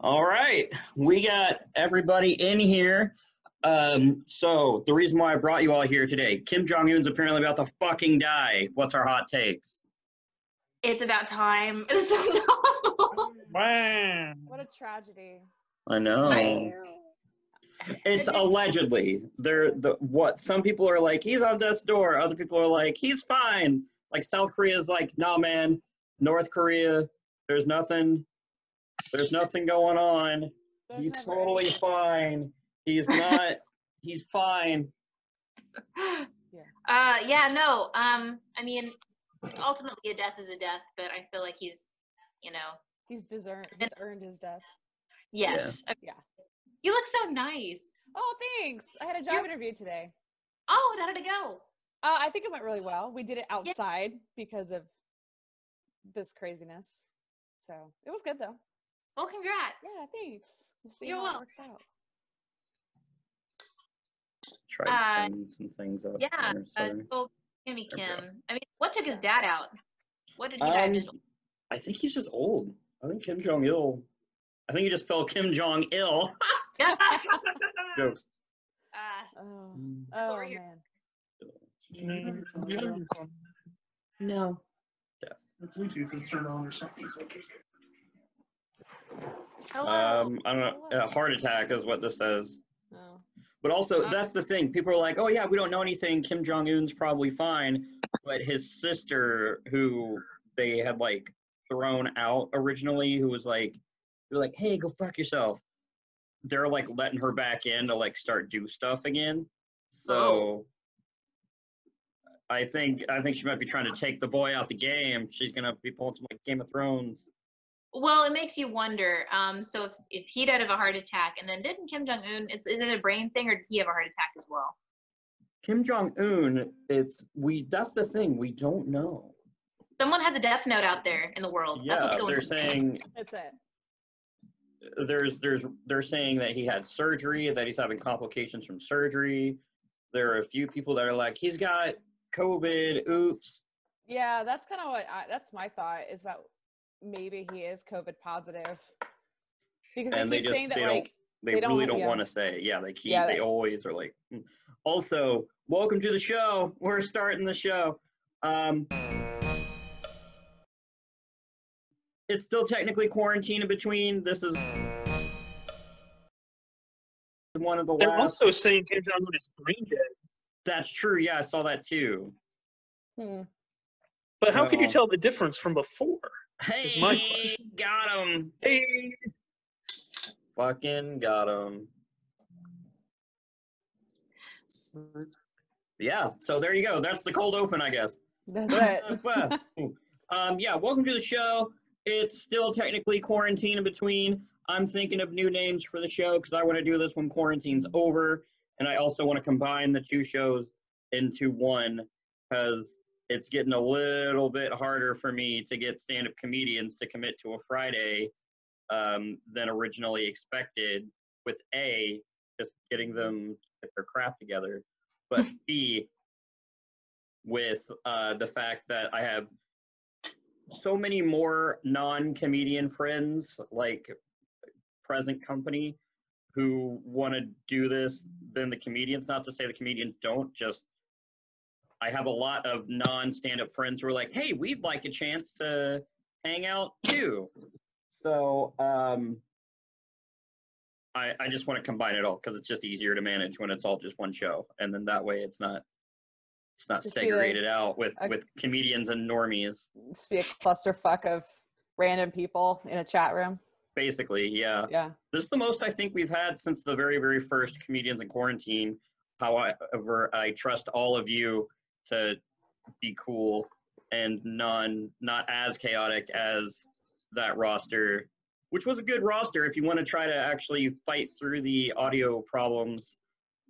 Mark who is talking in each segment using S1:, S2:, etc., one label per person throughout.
S1: All right, we got everybody in here. Um, so the reason why I brought you all here today, Kim Jong Un's apparently about to fucking die. What's our hot takes?
S2: It's about time. It's awful.
S3: What a tragedy.
S1: I know.
S3: Oh.
S2: Right.
S1: It's
S2: It's-
S1: allegedly. They're the what some people are like, he's on death's door. Other people are like, he's fine. Like South Korea's like, nah man, North Korea, there's nothing there's nothing going on.
S3: There's
S1: He's
S3: never
S1: totally
S3: any-
S1: fine. He's not he's fine.
S3: Yeah.
S2: Uh, yeah, no. Um, I mean, ultimately, a death is a death, but I feel like he's, you know,
S3: He's deserved. He's earned his death.
S2: yes. Uh,
S3: Yeah.
S2: You look so nice.
S3: Oh, thanks. I had a job
S2: You're-
S3: interview today.
S2: Oh, how did it go?
S3: Uh, I think it went really well. We did it outside because of this craziness. So it was good though.
S2: Well, congrats.
S3: Yeah, thanks. We'll see
S2: You're
S3: how it
S2: welcome.
S3: works out.
S1: Try to
S2: Uh,
S1: send some things up.
S2: Yeah.
S1: there,
S2: Uh,
S1: sorry.
S2: well, Kimmy
S1: There we go.
S2: Kim. I mean, what took his dad out? What did he die
S1: Um,
S2: just?
S1: I think he's just old. I think Kim Jong Il. I think he just fell Kim Jong Il. Um,
S2: uh,
S1: Jokes.
S3: Oh,
S2: That's
S3: oh
S2: what we're here
S3: man.
S4: No.
S1: Yes.
S4: The Bluetooth is turned on or something. so it just-
S2: hello.
S1: Um, I
S2: oh.
S1: don't know. A heart attack is what this says.
S3: Oh.
S1: But also,
S2: Oh.
S1: that's the thing. People are like, "Oh yeah, we don't know anything. Kim Jong Un's probably fine," but his sister, who they had like thrown out originally, who was like, "They're like, hey, go fuck yourself." They're like letting her back in to like start do stuff again. So,
S2: Oh.
S1: I think I think she might be trying to take the boy out the game. She's gonna be pulling some like Game of Thrones.
S2: Well, it makes you wonder. Um, so if, if he died of a heart attack, and then didn't Kim Jong Un? It's is it a brain thing, or did he have a heart attack as well?
S1: Kim Jong Un. It's we. That's the thing. We don't know.
S2: Someone has a death note out there in the world.
S1: Yeah,
S2: That's what's going
S1: they're
S2: on.
S1: saying
S3: That's it.
S1: there's there's they're saying that he had surgery that he's having complications from surgery there are a few people that are like he's got covid oops
S3: Yeah, that's kind of what I, that's my thought is that maybe he is COVID positive because
S1: And
S3: they
S1: they
S3: keep
S1: just-
S3: saying that
S1: they don't-
S3: like
S1: they,
S3: They don't
S1: really
S3: want-
S1: don't
S3: yeah.
S1: want to say it. yeah they keep
S3: Yeah,
S1: they,
S3: they-
S1: always are like "Mm." also welcome to the show we're starting the show um it's still technically quarantine in between this is one of the
S4: They're
S1: last
S4: also saying Kim Jong Un is brain dead.
S1: that's true yeah i saw that too
S3: hmm,
S4: But how could you
S1: Well.
S4: tell the difference from before? It's my
S1: Hey, got him.
S4: Hey,
S1: Fucking got him. Yeah, so there you go. That's the cold open, I guess.
S3: that's it.
S1: um, yeah, welcome to the show. It's still technically quarantine in between. I'm thinking of new names for the show because I want to do this when quarantine's over. And I also want to combine the two shows into one because it's getting a little bit harder for me to get stand up comedians to commit to a Friday um, than originally expected with A, just getting them to get their crap together, but B, with uh, the fact that I have so many more non-comedian friends, like present company, who want to do this than the comedians. Not to say the comedians don't, just I have a lot of non-stand-up friends who are like, "Hey, we'd like a chance to hang out too." So um, I, I just want to combine it all because it's just easier to manage when it's all just one show, and then that way it's not it's not
S3: Just be like,
S1: segregated out with
S3: "Okay."
S1: with comedians and normies.
S3: Just be a clusterfuck of random people in a chat room.
S1: Basically, yeah.
S3: Yeah.
S1: This is the most I think we've had since the very, very first comedians in quarantine. However, I trust all of you to be cool and non not as chaotic as that roster, which was a good roster if you want to try to actually fight through the audio problems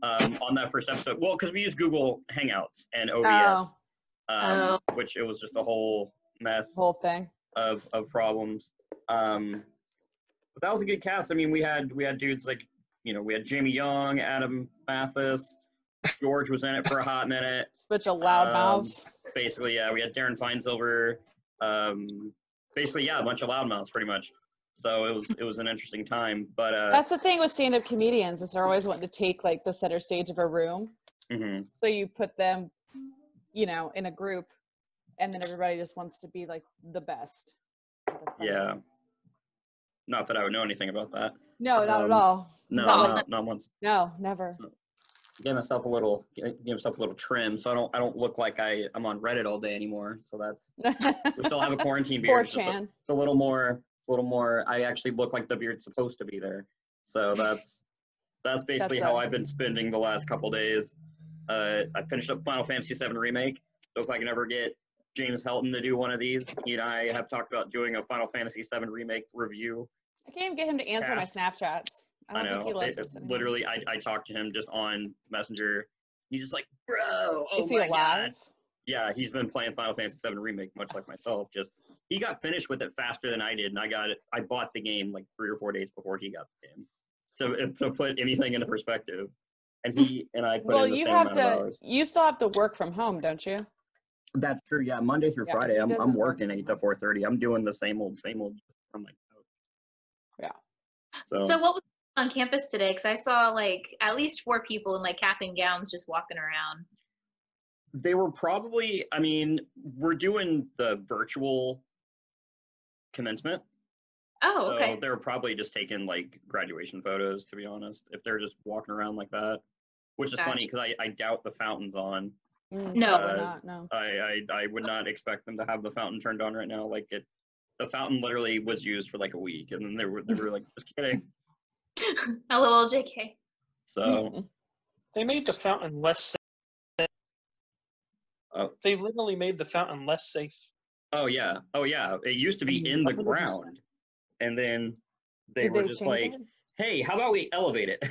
S1: um, on that first episode. Well, because we used Google Hangouts and OBS, um, which it was just a whole mess
S3: whole thing.
S1: of of problems. Um, but that was a good cast. I mean, we had we had dudes like you know we had Jamie Young, Adam Mathis, George was in it for a hot minute.
S3: Just a bunch of loud
S1: Um,
S3: mouths.
S1: Basically, yeah, we had Darren Feinsilver. Um, basically, yeah, a bunch of loudmouths, pretty much. So it was it was an interesting time. But uh,
S3: That's the thing with stand-up comedians is they're always wanting to take like the center stage of a room.
S1: mhm.
S3: So you put them, you know, in a group, and then everybody just wants to be like the best. at the front.
S1: yeah, not that I would know anything about that.
S3: No, not
S1: Um,
S3: at all.
S1: No,
S2: Well-
S1: not, not once.
S3: No, never.
S1: So, gave myself a little gave myself a little trim, so I don't I don't look like I I'm on Reddit all day anymore. So that's we still have a quarantine beard.
S3: Poor
S1: It's, just a,
S3: Chan.
S1: it's a little more it's a little more. I actually look like the beard's supposed to be there. So that's that's basically
S3: That's
S1: how
S3: it.
S1: I've been spending the last couple days. Uh, I finished up Final Fantasy VII remake. So if I can ever get James Helton to do one of these, he and I have talked about doing a Final Fantasy VII remake review.
S3: I can't even get him to answer my
S1: Cast.
S3: Snapchats. I
S1: I
S3: don't
S1: know.
S3: think he
S1: it- it-
S3: loves us anymore.
S1: literally, I, I talked to him just on Messenger. He's just like, bro, oh
S3: Is he
S1: my
S3: alive?
S1: god. Yeah, he's been playing Final Fantasy VII Remake, much like myself. Just he got finished with it faster than I did, and I got it. I bought the game like three or four days before he got the game. So if- to put anything into perspective, and he and I put
S3: Well,
S1: in the
S3: you
S1: same
S3: have
S1: amount of
S3: to.
S1: hours.
S3: You still have to work from home, don't you?
S1: That's true. Yeah, Monday through
S3: Yeah,
S1: Friday,
S3: he
S1: I'm I'm
S3: doesn't work
S1: working
S3: from
S1: eight to four thirty. I'm doing the same old, same old from my couch.
S2: So,
S1: So,
S2: what was on campus today? Because I saw like at least four people in like cap and gowns just walking around.
S1: they were probably i mean we're doing the virtual commencement
S2: Oh, okay.
S1: so they're probably just taking like graduation photos to be honest if they're just walking around like that which is funny because I, I doubt the fountain's on
S3: Mm,
S2: No.
S3: probably
S1: Uh,
S3: not, no.
S1: I, I i
S3: Oh.
S1: would not expect them to have the fountain turned on right now like it the fountain literally was used for like a week and then they were they were like just kidding
S2: Hello, JK.
S1: so
S3: Mm-mm.
S4: They made the fountain less. safe.
S1: Oh.
S4: They literally made the fountain less safe.
S1: oh yeah oh yeah it used to be in the ground and then they
S3: Mm-hmm. Did
S1: were
S3: they
S1: just
S3: change
S1: like
S3: it?
S1: hey how about we elevate it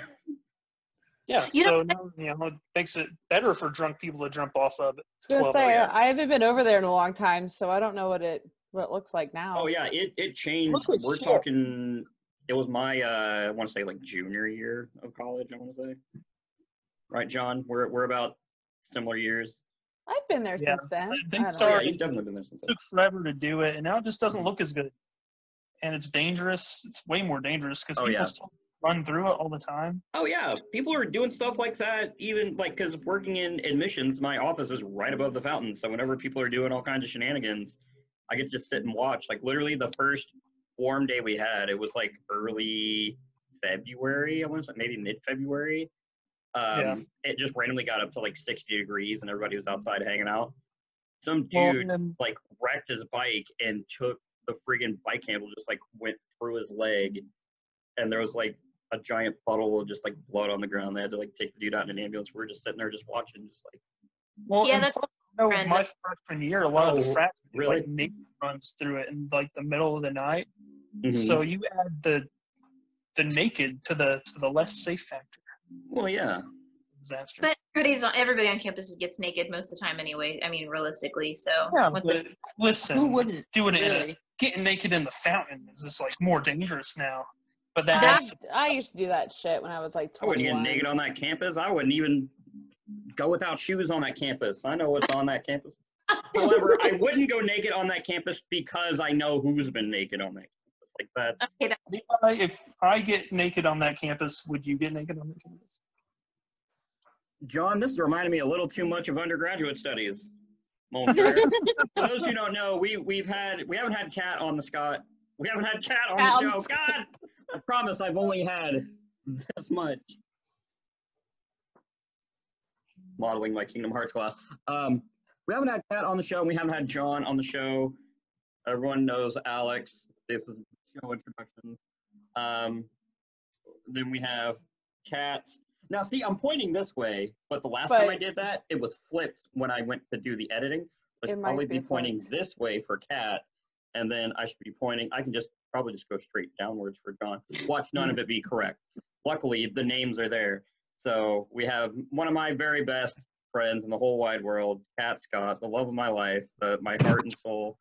S4: Yeah,
S2: You
S4: so now, you know it makes it better for drunk people to jump off of. it.
S3: I was gonna
S4: 12,
S3: say
S1: yeah.
S3: I haven't been over there in a long time, so I don't know what it what it looks like now.
S1: Oh yeah, it it changed.
S4: Look at
S1: We're
S4: shit.
S1: talking. It was my uh, I want to say like junior year of college. I want to say, right, John? We're we're about similar years.
S3: I've been there
S4: Yeah,
S3: since then.
S4: I think
S3: I don't
S1: Oh,
S3: know.
S1: yeah,
S4: Sorry.
S1: you've definitely been there since.
S4: It
S1: then.
S4: took forever to do it, and now it just doesn't look as good. And it's dangerous. It's way more dangerous because
S1: Oh,
S4: people
S1: yeah.
S4: still run through it all the time.
S1: Oh yeah, people are doing stuff like that. Even like because working in admissions, my office is right above the fountain. So whenever people are doing all kinds of shenanigans, I get to just sit and watch. Like literally the first warm day we had, it was like early February. I want to say maybe mid February. Um,
S4: Yeah.
S1: It just randomly got up to like 60 degrees, and everybody was outside hanging out. Some dude
S4: Well, and then-
S1: like wrecked his bike and took the friggin' bike handle just like went through his leg and there was like a giant puddle of just like blood on the ground. They had to like take the dude out in an ambulance. We were just sitting there just watching, just like
S4: well,
S2: Yeah,
S4: and
S2: that's
S4: plus, I know
S2: friend.
S4: my freshman year, a lot of
S1: Oh,
S4: the frat did,
S1: really?
S4: like naked runs through it in like the middle of the night.
S1: so
S4: So you add the the naked to the to the less safe factor
S1: well yeah.
S4: of disaster.
S2: But everybody's on, everybody on campus gets naked most of the time anyway. I mean, realistically. So
S4: yeah,
S2: what's
S4: but
S2: the-
S4: listen,
S5: Who wouldn't?
S4: doing it in a,
S5: Really?
S4: getting naked in the fountain is just like more dangerous now. But
S3: I
S4: that's
S3: used- I used to do that shit when I was like
S1: I wouldn't get
S3: 21.
S1: naked on that campus. I wouldn't even go without shoes on that campus. I know what's on that campus. However, I wouldn't go naked on that campus because I know who's been naked on that campus. Like that.
S2: okay, that,
S4: Levi, if I get naked on that campus, would you get naked on that campus?
S1: John, this is reminding me a little too much of undergraduate studies. Momentary. For those who don't know, we we've had we haven't had Cat on the Scott. We haven't had Cat on the show.
S3: Cows.
S1: God, I promise I've only had this much. Modeling my Kingdom Hearts class. Um, we haven't had Cat on the show. and We haven't had John on the show. Everyone knows Alex. This is show introductions. Um, then we have Cat. Now, see, I'm pointing this way, but the last time I
S3: But-
S1: did that, it was flipped when I went to do the editing. I
S3: It
S1: should
S3: might
S1: probably
S3: be
S1: be pointing
S3: flipped.
S1: this way for Cat, and then I should be pointing. I can just probably just go straight downwards for John. Watch none of it be correct. Luckily, the names are there, so we have one of my very best friends in the whole wide world, Cat Scott, the love of my life, the, my heart and soul.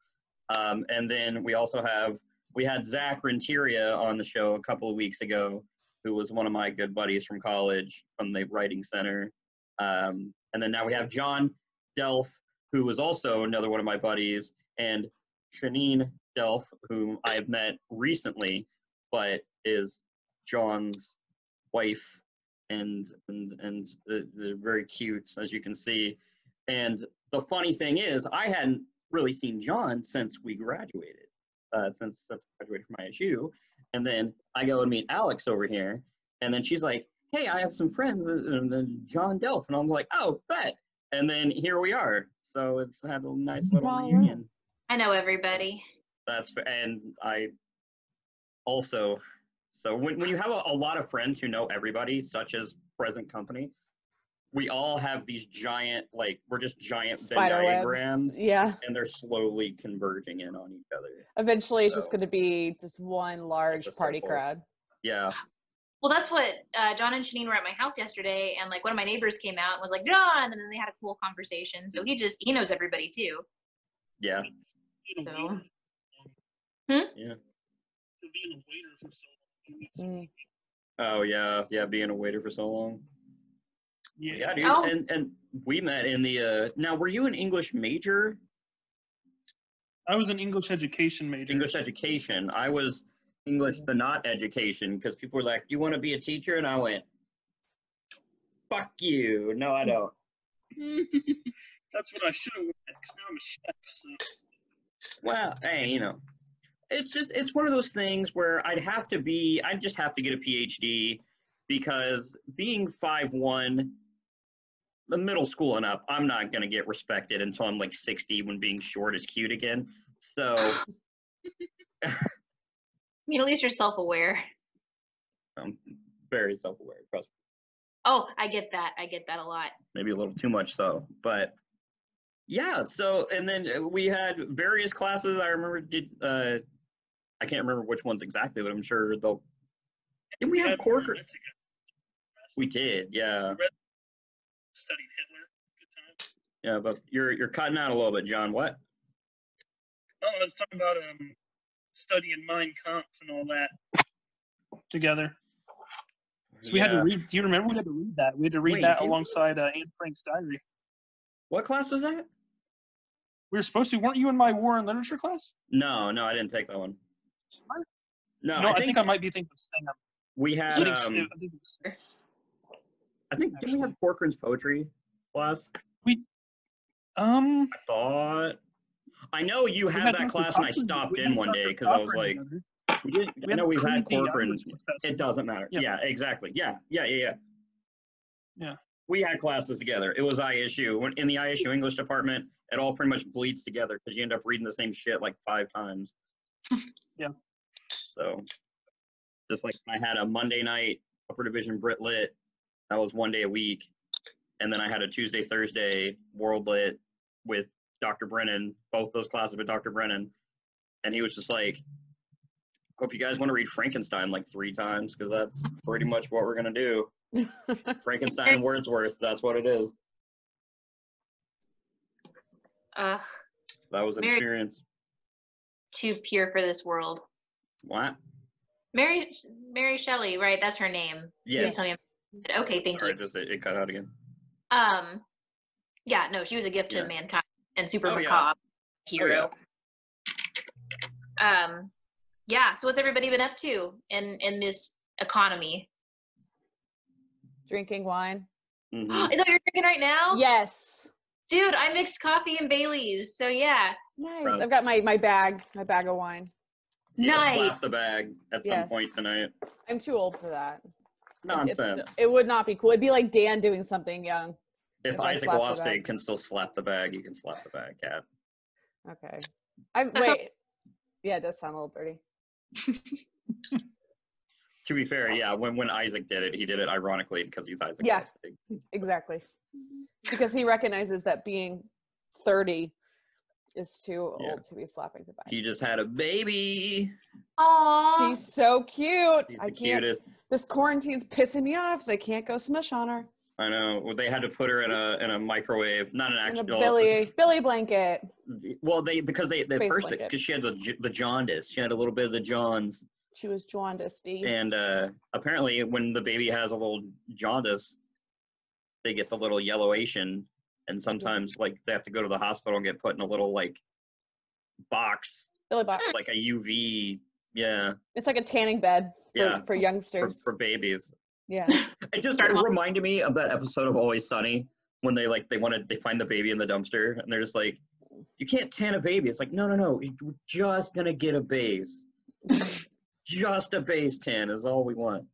S1: Um, and then we also have we had Zach Renteria on the show a couple of weeks ago, who was one of my good buddies from college from the Writing Center. Um, and then now we have John Delf, who was also another one of my buddies, and Shanine Delph, whom I have met recently, but is John's wife and and and the, the very cute, as you can see. And the funny thing is, I hadn't really seen John since we graduated, uh, since since I graduated from ISU. And then I go and meet Alex over here, and then she's like, "Hey, I have some friends, uh, and then John Delph," and I'm like, "Oh, bet." And then here we are. So it's had a nice little
S3: Wow.
S1: reunion.
S2: I know everybody.
S1: That's f- and I also so when, when you have a, a lot of friends who know everybody, such as present company, we all have these giant like we're just giant
S3: Spider
S1: Venn
S3: webs.
S1: diagrams,
S3: Yeah.
S1: and they're slowly converging in on each other.
S3: Eventually, it's just
S1: So-
S3: going to be just one large
S1: just
S3: party
S1: simple.
S3: crowd.
S1: Yeah,
S2: Well, that's what uh, John and Shanine were at my house yesterday, and like one of my neighbors came out and was like, "John," and then they had a cool conversation. So he just he knows everybody too.
S1: yeah,
S4: Being a
S2: No.
S4: waiter,
S1: yeah.
S4: for being a waiter for so long. you know,
S3: Mm.
S1: Oh yeah, yeah. Being a waiter for so long. Yeah, dude.
S2: Oh.
S1: And and we met in the uh now were you an English major?
S4: I was an English education major.
S1: English education. I was English the not education because people were like, "Do you want to be a teacher?" And I went, "Fuck you! No, I don't."
S4: That's what I should have went because now I'm a chef. So.
S1: Well, hey, you know, it's just it's one of those things where I'd have to be, I'd just have to get a PhD because being five one, the middle school and up, I'm not gonna get respected until I'm like sixty when being short is cute again. So
S2: I mean, at least you're self-aware.
S1: I'm very self-aware. Trust me.
S2: Oh, I get that. I get that a lot.
S1: maybe a little too much so but yeah so and then uh, we had various classes i remember did uh i can't remember which ones exactly but i'm sure they'll did we have corker
S4: Hitler together.
S1: we did yeah
S4: Studied Hitler. Good time.
S1: yeah but you're you're cutting out a little bit john what
S4: Oh, I was talking about um, studying Mein Kampf and all that together. So we had to
S1: Yeah.
S4: read. Do you remember we had to read that? We had to read
S1: Wait,
S4: that
S1: do you-
S4: alongside uh, Anne Frank's diary.
S1: what class was that
S4: We were supposed to. Weren't you in my war and literature class?
S1: no no i didn't take that one
S4: What?
S1: no,
S4: no,
S1: I, think,
S4: I might be thinking of Sam.
S1: we
S4: I
S1: had
S4: think Sam-
S1: um,
S4: I think it was-
S1: i think did we have corcoran's poetry class
S4: um,
S1: i thought i know you
S4: we
S1: had, that
S4: Dr.
S1: class and i
S4: Cochran-
S1: stopped
S4: we
S1: in
S4: had
S1: one
S4: Dr.
S1: day because i was
S4: Cochran
S1: like
S4: together.
S1: we didn't,
S4: We
S1: i
S4: had
S1: know we've had
S4: Creed the
S1: corcoran
S4: Irish professor.
S1: It doesn't matter.
S4: Yeah.
S1: Yeah, exactly. Yeah, yeah, yeah, yeah.
S4: Yeah.
S1: We had classes together. It was ISU. When in the ISU English department, it all pretty much bleeds together because you end up reading the same shit like five times.
S4: Yeah.
S1: So, just like I had a Monday night upper division Brit lit, that was one day a week, and then I had a Tuesday Thursday world lit with Dr. Brennan. Both those classes with Dr. Brennan, and he was just like, hope you guys want to read Frankenstein like three times because that's pretty much what we're gonna do. Frankenstein Wordsworth, that's what it is.
S2: Ugh,
S1: That was an
S2: Mary-
S1: experience.
S2: too pure for this world.
S1: What?
S2: Mary Mary Shelley, right? That's her name.
S1: Yes.
S2: tell me Okay, thank
S1: Sorry,
S2: you.
S1: just it, it cut out again.
S2: Um, yeah, no, she was a gift
S1: Yeah.
S2: to mankind and super
S1: Oh, yeah.
S2: macabre
S1: Oh, yeah.
S2: hero. Um, yeah. So what's everybody been up to in in this economy?
S3: Drinking wine.
S1: Mhm.
S2: Is that what you're drinking right now?
S3: Yes.
S2: Dude, I mixed coffee and Bailey's. So yeah,
S3: Nice.
S1: Proud.
S3: I've got my my bag, my bag of wine.
S1: Yeah,
S2: nice.
S1: Slap the bag at some
S3: Yes.
S1: point tonight.
S3: I'm too old for that. It's-
S1: Nonsense.
S3: it would not be cool. It'd be like Dan doing something young.
S1: If
S3: Everyone
S1: Isaac
S3: slap the
S1: Wofsig
S3: bag.
S1: can still slap the bag, you can slap the bag, cat.
S3: Okay. I'm
S2: That sounds-
S3: wait. Yeah, it does sound a little dirty.
S1: To be fair, yeah, when when Isaac did it, he did it ironically because he's Isaac
S3: Yeah.
S1: Wofsig.
S3: Exactly. Because he recognizes that being 30 is too
S1: Yeah.
S3: old to be slapping the bag.
S1: He just had a baby.
S2: Aw,
S3: She's so cute.
S1: He's
S3: I
S1: the
S3: can't.
S1: cutest.
S3: This quarantine's pissing me off, so I can't go smush on her.
S1: I know. Well, They had to put her in a in a microwave, not an
S3: And a
S1: actual
S3: Billy, Billy blanket.
S1: Well, they because they the
S3: Face
S1: first
S3: blanket.
S1: because she had the j- the jaundice, she had a little bit of the Johns,
S3: She was jaundiced.
S1: and uh, apparently when the baby has a little jaundice, they get the little yellowish,ing and sometimes like they have to go to the hospital and get put in a little like box
S3: Billy Box.
S1: like a UV. Yeah,
S3: it's like a tanning bed for,
S1: Yeah.
S3: for
S1: for,
S3: youngsters.
S1: for babies.
S3: yeah.
S1: It just
S2: Start 'em off.
S1: reminded me of that episode of Always Sunny when they like they wanted they find the baby in the dumpster and they're just like, you can't tan a baby. It's like no no no, you're just gonna get a base. just a base tan is all we want.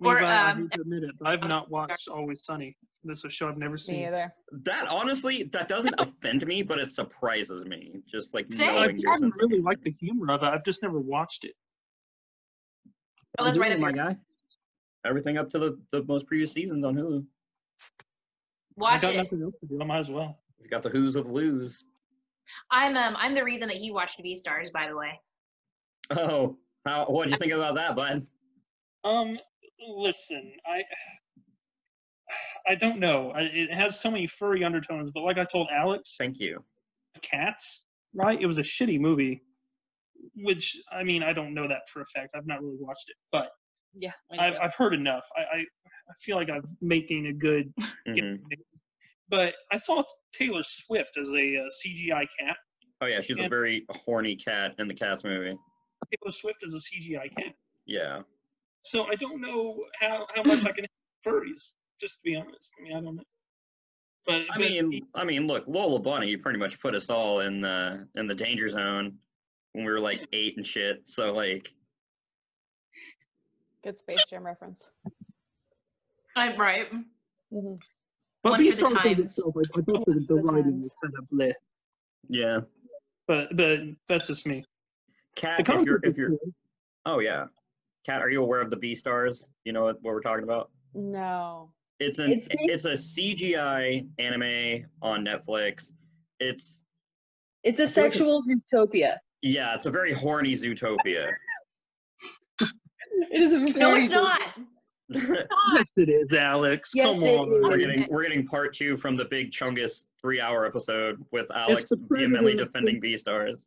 S2: Or,
S4: Levi, I
S2: um,
S4: hate to admit it, but I've not watched Always Sunny. This is a show I've never
S3: Me
S4: seen.
S3: either.
S1: That honestly, that doesn't offend me, but it surprises me. Just like
S2: Same.
S4: I
S1: knowing your
S4: haven't
S1: sense.
S4: really liked the humor of it. I've just never watched it.
S2: Oh, that's right
S1: Hulu,
S2: up
S1: my
S2: your
S1: guy. Everything up to the, the most previous seasons on Hulu.
S2: watch
S4: I got
S2: it.
S4: nothing else to do. I might as well.
S1: We've got the Who's of Lose.
S2: I'm um I'm the reason that he watched V Stars, by the way.
S1: Oh, how, what do you think about that, bud?
S4: Um, listen, I. I don't know. I, it has so many furry undertones, but like I told Alex,
S1: Thank you.
S4: Cats, right? It was a shitty movie, which I mean, I don't know that for a fact. I've not really watched it, but
S5: Yeah. me
S4: I've,
S5: too.
S4: I've heard enough. I, I I feel like I'm making a good.
S1: Mhm.
S4: But I saw Taylor Swift as a uh, CGI cat.
S1: Oh yeah, she's a
S4: And-
S1: very horny cat in the Cats movie.
S4: Taylor Swift as a CGI cat.
S1: Yeah,
S4: So I don't know how, how much I can hate furries. Just to be honest, I mean, I don't know. But
S1: I
S4: but
S1: mean, I mean, look, Lola Bunny pretty much put us all in the in the danger zone when we were like eight and shit. So like,
S3: Good Space Jam reference.
S2: I'm right.
S3: Mhm.
S2: One
S4: but these
S2: for the
S4: songs in
S2: times.
S4: themselves, I, I don't think
S3: One for
S4: the
S3: the
S4: writing
S3: times.
S4: is kind of bleh.
S1: yeah,
S4: But but that's just me. The
S1: cat. If you're
S4: concept
S1: if
S4: is
S1: you're
S4: cool.
S1: oh yeah, cat. Are you aware of the B stars? You know what, what we're talking about?
S3: No.
S1: It's an
S5: It's big-
S1: it's a CGI anime on Netflix. It's
S5: It's a
S4: feel like it's-
S5: sexual utopia.
S1: yeah, it's a very horny Zootopia.
S5: It is a
S2: No,
S5: very
S2: it's not.
S1: we're
S4: Yes, it is, Alex.
S5: Yes,
S4: Come
S5: it
S4: on.
S5: is.
S1: getting we're getting part two from the Big Chungus three hour episode with Alex
S4: the
S1: vehemently
S4: Predators.
S1: defending B stars.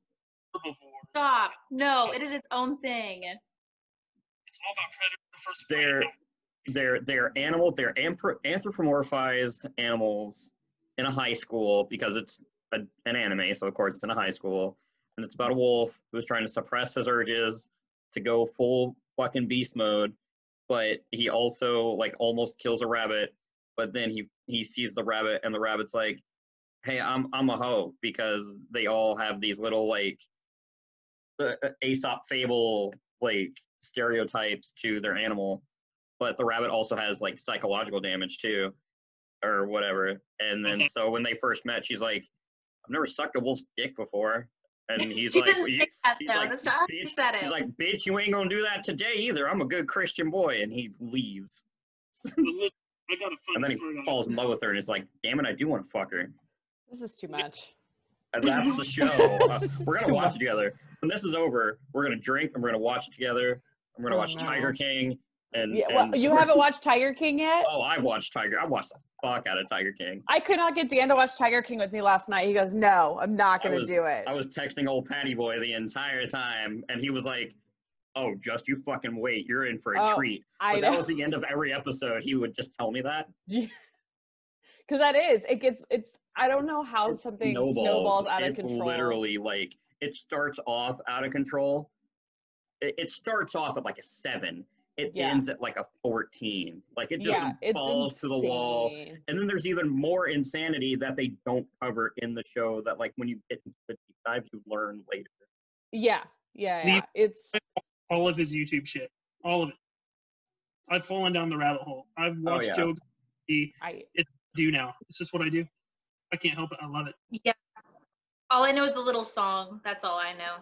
S4: Herbivores.
S2: Stop. No, it is its own thing.
S4: It's all about predator versus
S1: They're
S4: predator.
S1: they're they're animal they're ampro- anthropomorphized animals in a high school because it's a, an anime, so of course it's in a high school, and it's about a wolf who's trying to suppress his urges to go full fucking beast mode, but he also like almost kills a rabbit, but then he he sees the rabbit and the rabbit's like, "Hey, I'm I'm a hoe," because they all have these little like uh, uh, Aesop fable like stereotypes to their animal, but the rabbit also has like psychological damage too, or whatever. And then
S4: Mhm.
S1: so when they first met, she's like, "I've never sucked a wolf's dick before," and he's
S2: she
S1: like,
S2: didn't
S1: "Well, you-
S2: say that
S1: he's
S2: though.
S1: like,
S2: That's not how she
S1: bitch,
S2: said
S1: He's
S2: it.
S1: like, bitch, you ain't gonna do that today either. I'm a good Christian boy. And he leaves.
S4: But listen, I got a fun
S1: And then
S4: story.
S1: he falls in love with her and is like, damn it, I do want to fuck her.
S3: This is too much.
S1: And that's the show. Uh,
S3: This is
S1: we're going
S3: too
S1: to watch
S3: much.
S1: it together. When this is over, we're going to drink and we're going to watch it together. And we're going to
S3: Oh,
S1: watch
S3: no.
S1: Tiger King. And,
S3: Yeah, well,
S1: and-
S3: you haven't watched Tiger King yet?
S1: Oh, I watched Tiger. I watched the fuck out of Tiger King.
S3: I could not get Dan to watch Tiger King with me last night. He goes, No, I'm not
S1: I
S3: going to
S1: was-
S3: do it.
S1: I was texting old Patty Boy the entire time, and he was like, "Oh, just you fucking wait. You're in for a
S3: Oh,
S1: treat." But
S3: I
S1: that
S3: know.
S1: was the end of every episode. He would just tell me that.
S3: Because that is, it gets, it's, I don't know how
S1: It's
S3: something
S1: snowballs.
S3: snowballs out of
S1: it's
S3: control.
S1: literally like it starts off out of control. It, it starts off at like a seven. It
S3: Yeah.
S1: ends at like a fourteen. Like it just
S3: yeah, it's
S1: falls to the wall.
S3: insane.
S1: And then there's even more insanity that they don't cover in the show. That like when you get into the deep dive, you learn later.
S3: Yeah, yeah,
S4: The-
S3: yeah. It's,
S4: all of his YouTube shit. All of it. I've fallen down the rabbit hole. I've watched
S1: yeah.
S4: jokes I
S3: I,
S4: do now. It's just what I do. I can't help it. I love it.
S2: yeah. All I know is the little song. That's all I know.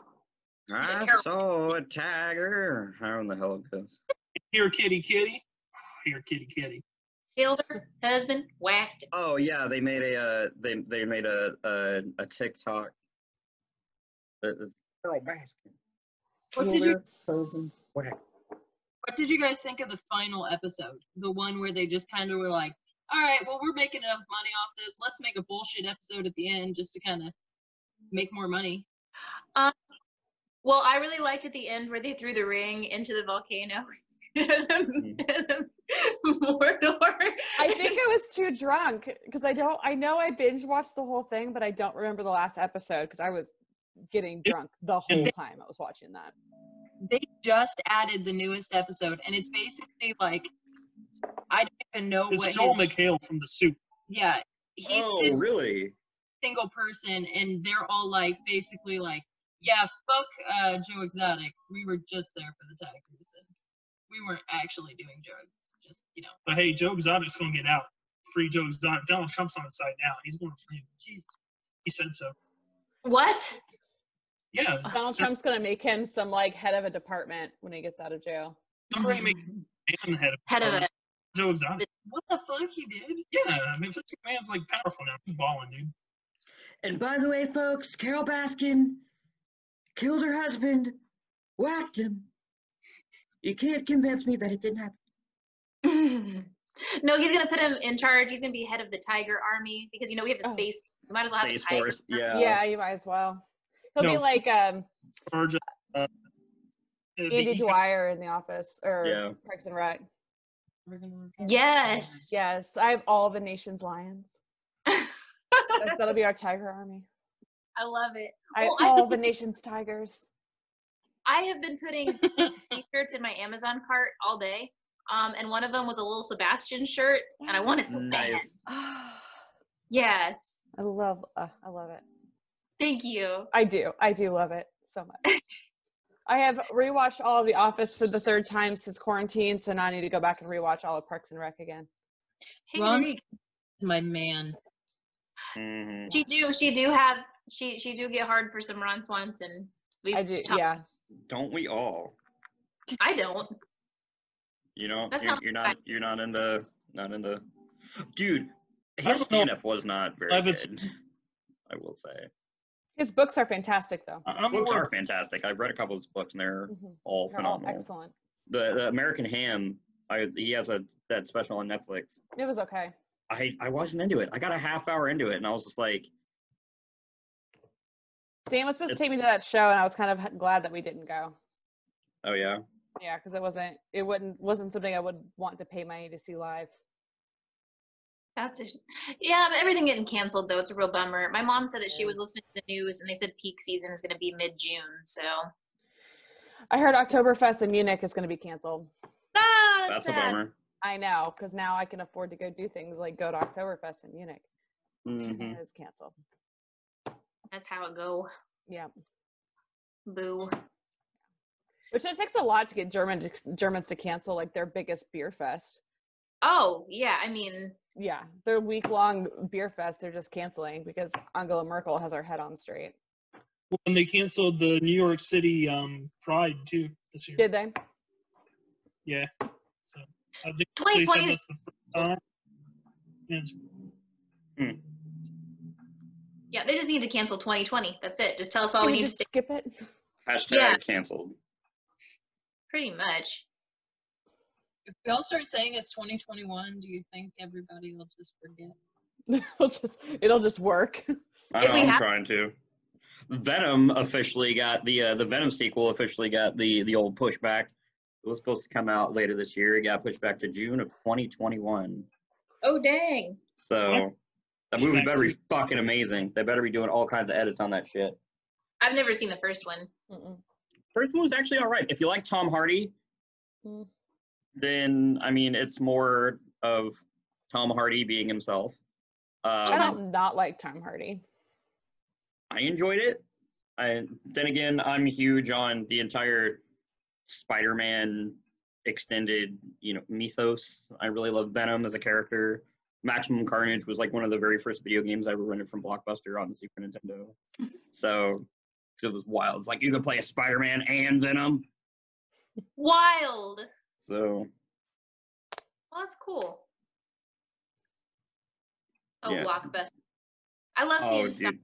S2: I
S1: saw a tiger. How in the hell it goes?
S4: Here, kitty, kitty. Here, kitty, kitty.
S2: Killed her husband, whacked.
S1: Oh yeah, they made a uh, they they made a a, a TikTok. Uh, it's- Carol Baskin.
S5: What did you
S1: Whack.
S5: What did you guys think of the final episode? The one where they just kind of were like, "All right, well, we're making enough money off this. Let's make a bullshit episode at the end just to kind of make more money."
S2: Well, I really liked at the end where they threw the ring into the volcano.
S1: Mm-hmm.
S2: Mordor.
S3: I think I was too drunk because I don't, I know I binge watched the whole thing, but I don't remember the last episode because I was getting drunk the whole time I was watching that.
S5: they just added the newest episode, and it's basically like I don't even know
S4: It's
S5: what.
S4: Joel
S5: his-
S4: McHale from The Soup.
S5: yeah, he's
S1: oh, really?
S5: single person, and they're all like basically like, yeah, fuck uh, Joe Exotic. We were just there for the Titanic reason. We weren't actually doing drugs. Just you know,
S4: But hey, Joe Exotic's gonna get out. Free Joe Exotic. Donald Trump's on his side now. He's going to free. him.
S5: jeez.
S4: He said so.
S2: What?
S4: Yeah,
S3: Donald Trump's gonna make him some like head of a department when he gets out of jail.
S4: somebody make man the head of
S2: Head of it.
S4: Joe Exotic.
S5: What the fuck he did?
S4: Yeah, I mean, Vince McMahon's like powerful now. He's balling, dude.
S1: And by the way, folks, Carol Baskin killed her husband, whacked him. You can't convince me that it didn't happen.
S2: no, he's gonna put him in charge. He's gonna be head of the Tiger Army because you know we have the
S3: Oh.
S2: space. We might as well have
S1: Space
S2: a tiger.
S1: Force, yeah.
S3: yeah, you might as well. He'll be
S4: No.
S3: like um,
S4: Charge of, uh, the
S3: Andy
S4: econ-
S3: Dwyer in The Office or
S1: Yeah.
S3: Parks and Rec.
S5: We're gonna-
S2: Yes.
S3: Yes, I have all the nation's lions. That, will be our tiger army.
S2: I love it.
S3: I have
S2: Well, I-
S3: all the nation's tigers.
S2: I have been putting t-shirts in my Amazon cart all day. Um, and one of them was a little Sebastian shirt, and I want it so bad.
S1: Nice.
S3: Ah,
S2: Yes,
S3: I love, uh, I love it.
S2: thank you.
S3: I do, I do love it so much. I have rewatched all of The Office for the third time since quarantine, so now I need to go back and rewatch all of Parks and Rec again.
S2: Hey,
S5: Ron's-
S2: Nick.
S5: My man.
S1: Mhm.
S2: she do, she do have, she she do get hard for some Ron Swanson. We
S3: I do,
S2: talked-
S3: yeah.
S1: Don't we all?
S2: I don't.
S1: You know,
S2: That
S1: you're,
S2: sounds
S1: you're not
S2: fun.
S1: you're not into not into. Dude,
S4: don't
S1: his
S4: know.
S1: stand-up was not very
S4: I've been-
S1: good. I will say,
S3: His books are fantastic, though.
S4: I- I'm
S1: books
S4: more-
S1: are fantastic. I've read a couple of his books, and they're
S3: Mhm.
S1: all
S3: They're all
S1: phenomenal.
S3: excellent.
S1: the, the American Ham, I he has a that special on Netflix.
S3: It was okay.
S1: I I wasn't into it. I got a half hour into it, and I was just like,
S3: Dan was supposed to
S1: It's-
S3: take me to that show, and I was kind of h- glad that we didn't go.
S1: oh yeah.
S3: Yeah, because it wasn't, it wouldn't, wasn't something I would want to pay money to see live.
S2: That's a, sh- yeah, but everything getting canceled though. It's a real bummer. My mom said that she was
S3: Yes.
S2: listening to the news, and they said peak season is going to be mid June. So
S3: I heard Oktoberfest in Munich is going to be canceled.
S2: ah, it's
S1: That's a
S2: sad.
S1: bummer.
S3: I know, because now I can afford to go do things like go to Oktoberfest in Munich.
S1: hmm
S3: It's canceled.
S2: That's how it go.
S3: Yeah,
S2: Boo.
S3: which it takes a lot to get German Germans to cancel like their biggest beer fest.
S2: Oh yeah, I mean
S3: Yeah, their week long beer fest they're just canceling because Angela Merkel has her head on straight.
S4: when they canceled the New York City um, Pride too this year.
S3: Did they?
S4: So I think
S2: Twenty
S4: they said
S2: twenty is-
S4: that's the first time. And it's-
S2: Yeah, they just need to cancel 2020. That's it. Just tell us all
S3: Can
S2: we
S3: we
S2: need to
S3: just
S2: stay.
S3: skip it.
S1: Hashtag
S2: Yeah.
S1: canceled.
S2: Pretty much.
S5: If we all start saying it's 2021, do you think everybody will just forget?
S3: it'll just it'll just work.
S1: I
S2: If
S1: know,
S2: we
S1: I'm
S2: have-
S1: trying to. Venom officially got the uh, the Venom sequel officially got the the old pushback. It was supposed to come out later this year. It got pushed back to June of 2021.
S2: Oh dang.
S1: So that movie better be fucking amazing. They better be doing all kinds of edits on that shit.
S2: I've never seen the first one.
S3: Mm-mm.
S1: First one was actually all right. If you like Tom Hardy,
S3: Mm.
S1: then I mean it's more of Tom Hardy being himself.
S3: I
S1: Um,
S3: don't not like Tom Hardy.
S1: I enjoyed it. I then again, I'm huge on the entire Spider-Man extended, you know, mythos. I really love Venom as a character. Maximum Carnage was like one of the very first video games I ever rented from Blockbuster on the Super Nintendo. So 'cause it was wild. It's like you could play a Spider-Man and Venom.
S2: Wild.
S1: So
S2: Well, that's cool. Oh,
S1: Yeah.
S2: blockbuster. I love
S1: oh,
S2: seeing
S1: dude.
S2: some,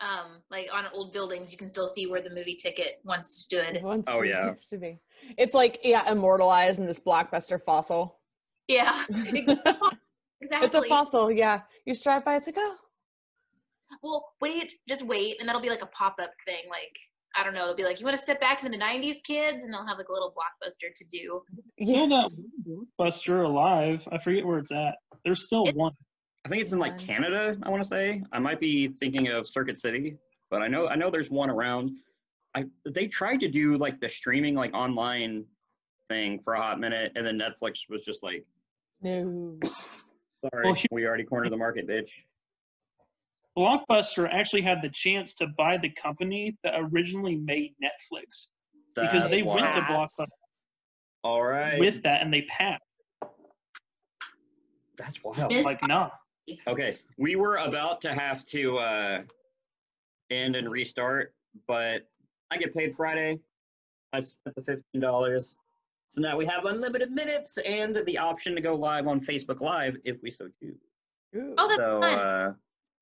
S2: um like on old buildings. You can still see where the movie ticket once stood.
S3: Wants
S1: Oh,
S3: to-
S1: yeah.
S3: wants to be. It's like yeah, immortalized in this blockbuster fossil.
S2: Yeah.
S3: It's a
S2: Exactly.
S3: fossil, yeah. You drive by, it's like, oh,
S2: well, wait, just wait, and that'll be like a pop up thing. Like I don't know, they'll be like, "You want to step back into the '90s, kids?" And they'll have like a little blockbuster to do.
S4: you
S3: yeah.
S4: know that one Buster Alive. I forget where it's at. There's still
S2: It-
S4: one.
S1: I think it's in like
S3: One.
S1: Canada. I want to say I might be thinking of Circuit City, but I know I know there's one around. I they tried to do like the streaming like online thing for a hot minute, and then Netflix was just like,
S3: No.
S1: "Sorry,
S4: Well, he-
S1: we already cornered the market, bitch."
S4: Blockbuster actually had the chance to buy the company that originally made Netflix because
S1: That's
S4: they
S1: why.
S4: went to
S3: Passed.
S4: Blockbuster
S1: All right,
S4: with that and they passed.
S1: that's wild.
S2: Miss-
S4: Like, nah.
S1: Okay, we were about to have to uh, end and restart, but I get paid Friday. I spent the fifteen dollars, so now we have unlimited minutes and the option to go live on Facebook Live if we so choose.
S3: Ooh.
S2: Oh, that's
S1: So
S2: fun.
S1: uh,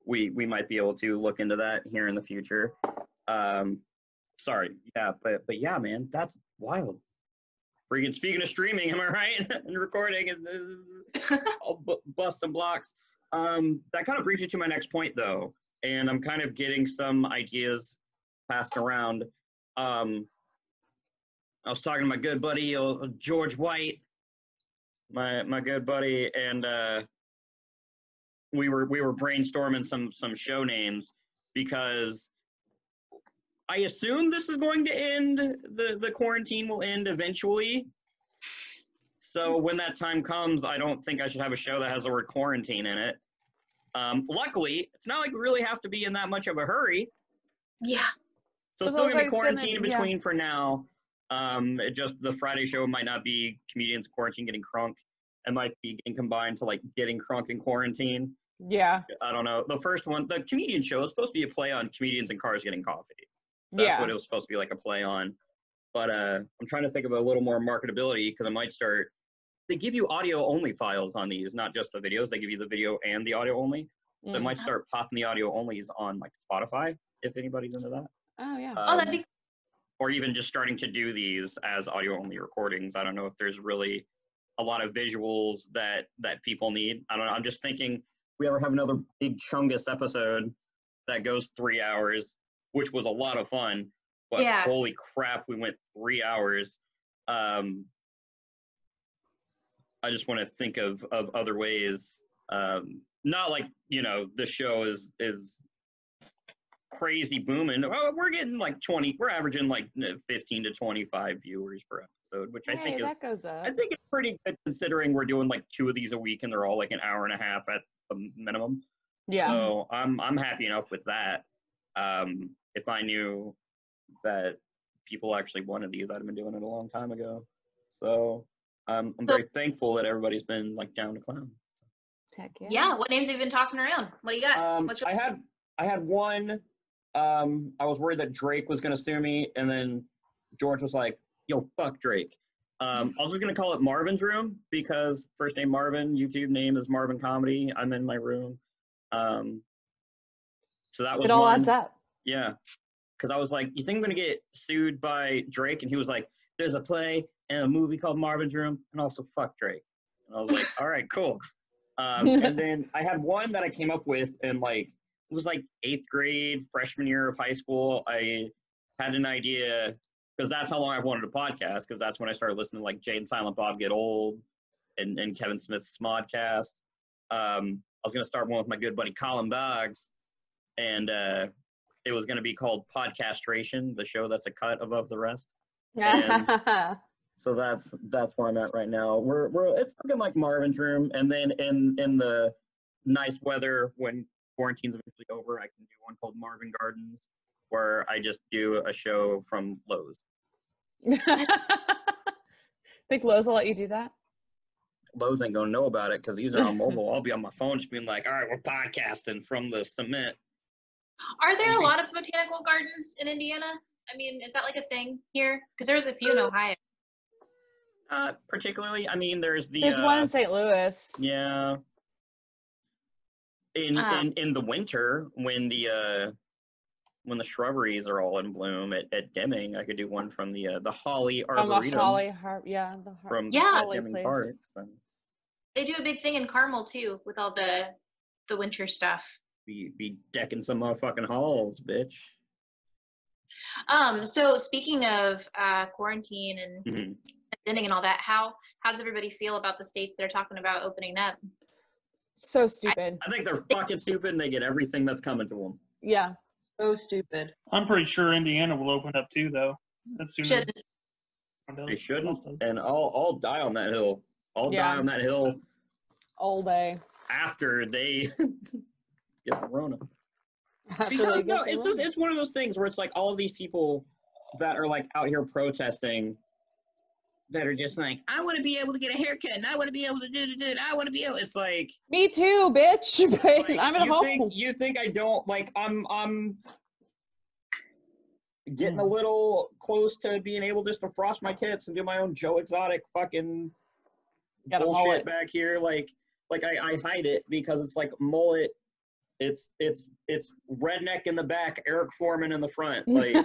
S1: we we might be able to look into that here in the future. Um, sorry, yeah, but but yeah, man, that's wild. Freaking speaking of streaming, am I right? and recording and uh, I'll bu- bust some blocks. Um, that kind of brings you to my next point, though, and I'm kind of getting some ideas passed around. Um, I was talking to my good buddy uh, George White, my my good buddy, and. Uh, we were we were brainstorming some some show names because I assume this is going to end the the quarantine will end eventually. So when that time comes, I don't think I should have a show that has the word quarantine in it. Um, luckily, it's not like we really have to be in that much of a hurry.
S2: Yeah.
S1: So it's
S3: Well,
S1: still gonna be
S3: those are gonna-
S1: quarantine in
S3: yeah.
S1: between for now. Um, it just the Friday show might not be comedians quarantine getting crunk. It might be getting combined to like getting crunk and quarantine.
S3: yeah.
S1: I don't know. The first one, the comedian show, was supposed to be a play on comedians and cars getting coffee. That's
S3: yeah.
S1: what it was supposed to be like a play on. But uh, I'm trying to think of a little more marketability because I might start. They give you audio only files on these, not just the videos. They give you the video and the audio only. So I
S3: Mm.
S1: might
S2: Mm-hmm.
S1: start popping the audio onlys on like Spotify if anybody's into that.
S3: Oh yeah.
S2: Oh, that'd
S1: Um,
S2: be.
S1: or even just starting to do these as audio only recordings. I don't know if there's really a lot of visuals that that people need. I don't know. I'm just thinking if we ever have another big Chungus episode that goes three hours, which was a lot of fun. But
S2: Yeah.
S1: holy crap, we went three hours. Um, I just want to think of of other ways. Um, not like you know the show is is crazy booming. Oh, we're getting like 20. We're averaging like n- 15 to 25 viewers per episode, which I
S3: Hey,
S1: think is
S3: that goes up.
S1: I think it's pretty good considering we're doing like two of these a week and they're all like an hour and a half at the minimum.
S3: yeah.
S1: So I'm I'm happy enough with that. Um, if I knew that people actually wanted these, I'd have been doing it a long time ago. So um, I'm
S5: So-
S1: very thankful that everybody's been like down to clown.
S3: Heck yeah.
S2: Yeah. What names have you been tossing around? What do you got?
S1: Um,
S2: What's
S1: I had I had one. Um, I was worried that Drake was gonna sue me, and then George was like, "Yo, fuck Drake." Um, I was just gonna call it Marvin's Room because first name Marvin, YouTube name is Marvin Comedy. I'm in my room. Um, so that was
S3: It all
S1: one.
S3: adds up.
S1: Yeah, because I was like, "You think I'm gonna get sued by Drake?" And he was like, "There's a play and a movie called Marvin's Room, and also fuck Drake." And I was like, "All right, cool." Um, and then I had one that I came up with, and like it was like eighth grade, freshman year of high school. I had an idea because that's how long I've wanted a podcast. Because that's when I started listening to like Jane Silent Bob Get Old and and Kevin Smith's Smodcast. Um, I was gonna start one with my good buddy Colin Boggs, and uh, it was going to be called Podcastration, the show that's a cut above the rest. And- So that's that's where I'm at right now. We're we're it's looking like Marvin's room, and then in in the nice weather when quarantine's eventually over, I can do one called Marvin Gardens, where I just do a show from Lowe's.
S3: think Lowe's will let you do that?
S1: Lowe's ain't gonna know about it because these are on mobile. I'll be on my phone just being like, all right, we're podcasting from the cement.
S2: Are there
S1: I'd
S2: a
S1: be-
S2: lot of botanical gardens in Indiana? I mean, is that like a thing here? Because there's a few in Ohio.
S1: Not particularly. I mean, there's the
S3: There's
S1: uh,
S3: one in St. Louis.
S1: Yeah. In
S2: Uh,
S3: Ah.
S1: in in the winter when the uh when the shrubberies are all in bloom at, at Deming, I could do one from the uh, the Holly
S3: From the
S1: Arboretum
S3: Holly Har- yeah, the Har-
S1: from
S2: Yeah.
S1: at
S3: Holly
S1: Deming
S3: place.
S1: Park. So
S2: They do a big thing in Carmel too, with all the the winter stuff.
S1: be be decking some motherfucking halls, bitch.
S2: Um, so speaking of uh, quarantine and
S1: Mhm.
S2: ending and all that, how how does everybody feel about the states that are talking about opening up?
S3: So stupid.
S1: I think they're fucking stupid and they get everything that's coming to them.
S3: Yeah.
S5: So stupid.
S4: I'm pretty sure Indiana will open up too, though. As soon as
S2: Should
S4: it does.
S1: They shouldn't, and I'll I'll die on that hill. I'll
S3: Yeah.
S1: die on that hill
S3: All day.
S1: after they get Corona.
S3: After they
S1: Because
S3: get
S1: no,
S3: the
S1: it's just
S3: win.
S1: it's one of those things where it's like all of these people that are like out here protesting that are just like, I want to be able to get a haircut, and I want to be able to do, do, do, and I want to be able. It's like
S3: Me too, bitch. But
S1: Like,
S3: I'm at
S1: you
S3: home.
S1: Think, you think I don't like? I'm I'm getting
S3: Mm.
S1: a little close to being able just to frost my tips and do my own Joe Exotic fucking
S3: Got a mullet.
S1: bullshit back here. Like like I, I hide it because it's like mullet. It's it's it's redneck in the back, Eric Foreman in the front. Like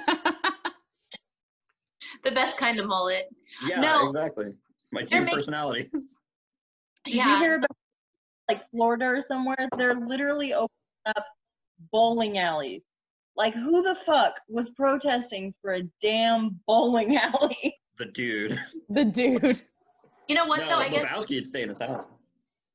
S2: the best kind of mullet.
S1: yeah,
S2: No.
S1: exactly. My
S2: They're
S1: team
S2: making-
S1: personality.
S6: Did
S2: yeah.
S6: you hear about like Florida or somewhere? They're literally opening up bowling alleys. Like who the fuck was protesting for a damn bowling alley?
S1: The dude.
S3: the dude.
S2: you know what
S1: no,
S2: though? I guess
S1: Lebowski would stay in his house.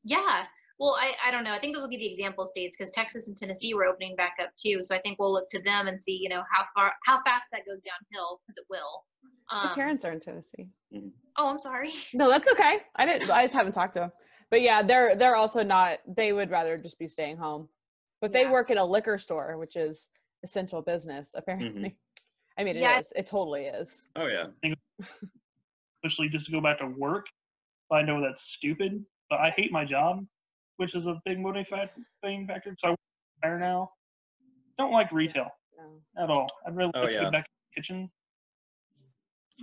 S2: yeah. Well, I, I don't know. I think those will be the example states because Texas and Tennessee were opening back up too. So I think we'll look to them and see, you know, how far how fast that goes downhill because it will.
S3: My
S2: Um,
S3: parents are in Tennessee.
S2: oh, I'm sorry.
S3: No, that's okay. I didn't. I just haven't talked to them. But yeah, they're they're also not. They would rather just be staying home. But they
S2: Yeah.
S3: work at a liquor store, which is essential business apparently. I mean, it is.
S2: Yeah.
S3: It totally is.
S1: Oh yeah.
S4: Especially just to go back to work. I know that's stupid, but I hate my job, which is a big motivating factor. So I work there now. Don't like retail
S3: No.
S4: at all. I'd really
S1: Oh,
S4: like to
S1: yeah.
S4: get back to the kitchen.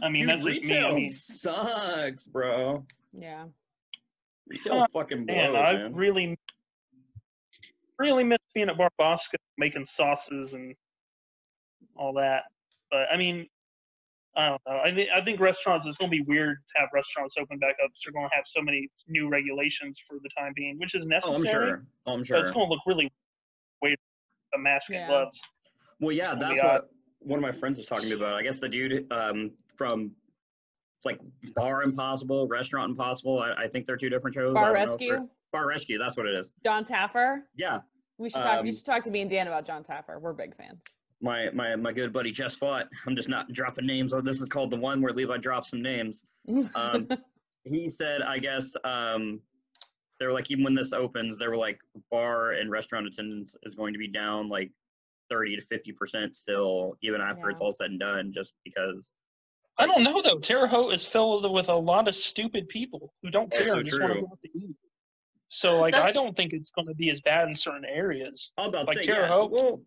S4: I mean,
S1: Dude,
S4: that's just me.
S1: retail
S4: I mean,
S1: sucks, bro.
S3: Yeah.
S1: Retail
S4: Oh,
S1: fucking blows,
S4: man,
S1: man.
S4: I really, really miss being at Barbasco making sauces and all that. But I mean, I don't know. I think I think restaurants. It's going to be weird to have restaurants open back up. So they're going to have so many new regulations for the time being, which is
S1: Oh,
S4: necessary.
S1: I'm sure. Oh, I'm
S4: But
S1: sure.
S4: it's going to look really weird. A mask
S3: Yeah.
S4: and gloves.
S1: Well, yeah,
S4: it's gonna
S1: that's
S4: be
S1: what one of my friends was talking to me about. I guess the dude um, from like Bar Impossible, Restaurant Impossible. I, I think they're two different shows. I
S3: Bar
S1: don't know if they're-
S3: Rescue.
S1: Bar Rescue. That's what it is.
S3: John Taffer.
S1: Yeah,
S3: We should talk.
S1: Um,
S3: you should talk to me and Dan about John Taffer. We're big fans.
S1: my my my good buddy Jess Fought. I'm just not dropping names. Oh, this is called the one where Levi drops some names. Um, he said, I guess um, they were like, even when this opens, they were like, bar and restaurant attendance is going to be down like 30 to 50 percent still, even after it's
S3: Yeah.
S1: all said and done, just because.
S4: I don't know though. Terre Haute is filled with a lot of stupid people who don't
S1: That's
S4: care
S1: so
S4: and just want to
S1: true.
S4: go out to eat. So like,
S2: That's-
S4: I don't think it's going to be as bad in certain areas.
S1: I was about to
S4: Like
S1: say,
S4: Terre
S1: yeah,
S4: Haute.
S1: well,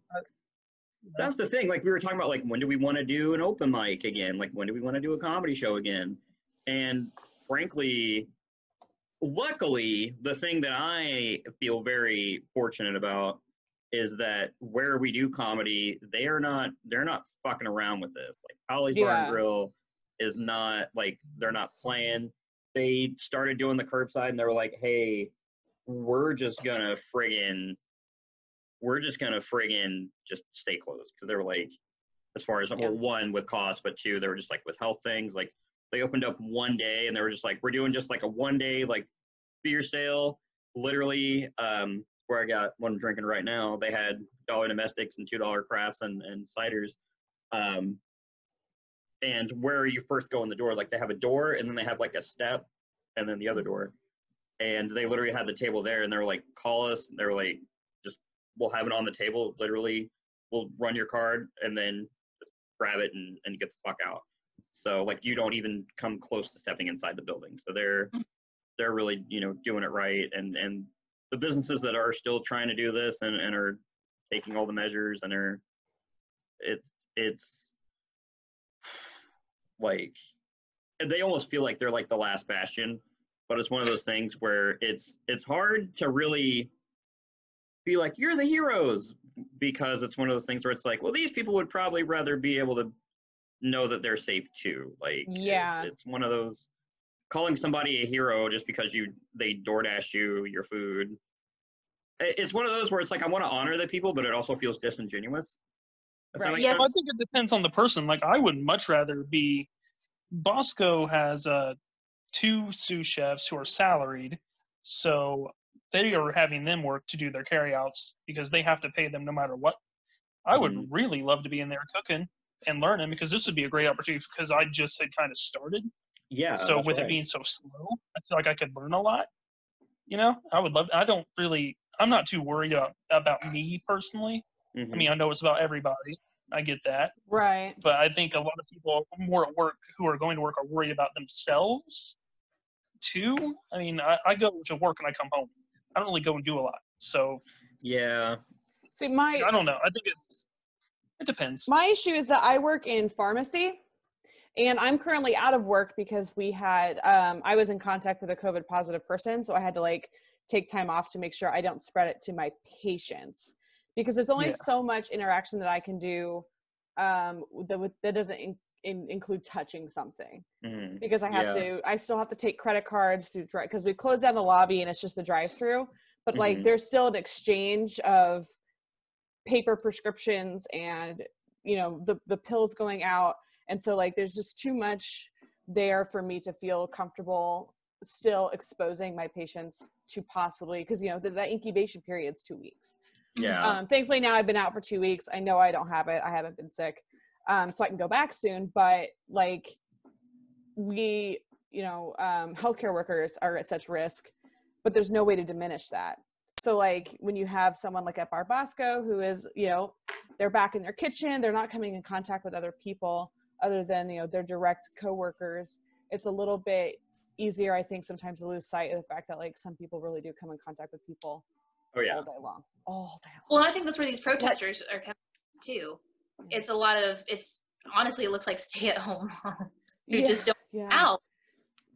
S1: that's the thing. Like we were talking about, like when do we want to do an open mic again? Like when do we want to do a comedy show again? And frankly, luckily, the thing that I feel very fortunate about is that where we do comedy, they are not they're not fucking around with this. Like Holly's Bar
S3: Yeah.
S1: and Grill is not like they're not playing. They started doing the curbside and they were like, hey, we're just gonna friggin' we're just gonna friggin' just stay closed because they were like, as far as
S3: Yeah.
S1: well, one with cost, but two, they were just like with health things. Like they opened up one day and they were just like, we're doing just like a one day like beer sale. Literally, um, where I got one I'm drinking right now, they had dollar domestics and two dollar crafts and and ciders. Um, and where you first go in the door, like they have a door and then they have like a step and then the other door. And they literally had the table there and they were like, call us. And they were like, just we'll have it on the table. Literally, we'll run your card and then just grab it and, and get the fuck out. So like you don't even come close to stepping inside the building. So they're they're really, you know, doing it right and and the businesses that are still trying to do this and, and are taking all the measures and are it's it's like they almost feel like they're like the last bastion but it's one of those things where it's it's hard to really be like you're the heroes because it's one of those things where it's like well these people would probably rather be able to know that they're safe too like it-
S3: Yeah.
S1: it's one of those calling somebody a hero just because you they DoorDash you your food I- it's one of those where it's like I want to honor the people but it also feels disingenuous if that
S3: Right.
S1: makes
S2: Yes.
S1: sense.
S4: I think it depends on the person. Like I would much rather be Bosco has uh two sous chefs who are salaried, so they are having them work to do their carryouts because they have to pay them no matter what. I would
S1: Mhm.
S4: really love to be in there cooking and learning because this would be a great opportunity because I just had kind of started.
S1: Yeah.
S4: so
S1: that's
S4: with
S1: right.
S4: it being so slow, I feel like I could learn a lot. You know, I would love. I don't really. I'm not too worried about about me personally.
S1: Mhm.
S4: I mean, I know it's about everybody. I get that,
S3: Right.
S4: but I think a lot of people more at work who are going to work are worried about themselves too. I mean, I, I go to work and I come home. I don't really go and do a lot, so
S1: yeah.
S3: See, my
S4: I don't know. I think it it depends.
S3: my issue is that I work in pharmacy, and I'm currently out of work because we had um, I was in contact with a COVID positive person, so I had to like take time off to make sure I don't spread it to my patients because there's only
S4: Yeah.
S3: so much interaction that I can do um, that with- that doesn't in, in, include touching something.
S1: Mhm.
S3: because I have
S1: Yeah.
S3: to. I still have to take credit cards to drive because we closed down the lobby and it's just the drive-through. But like,
S1: Mhm.
S3: there's still an exchange of paper prescriptions and you know the the pills going out, and so like, there's just too much there for me to feel comfortable still exposing my patients to possibly because you know the, that incubation period's two weeks.
S1: Yeah.
S3: Um, thankfully, now I've been out for two weeks. I know I don't have it. I haven't been sick, um, so I can go back soon. But like, we, you know, um, healthcare workers are at such risk, but there's no way to diminish that. So like, when you have someone like at Barbasco who is, you know, they're back in their kitchen, they're not coming in contact with other people other than you know their direct coworkers. It's a little bit easier, I think, sometimes to lose sight of the fact that like some people really do come in contact with people
S1: oh yeah.
S3: all day long, all day long.
S2: Well, and I think that's where these protesters are coming too. It's a lot of it's honestly it looks like stay at home moms who
S3: Yeah.
S2: just don't
S3: Yeah.
S2: out.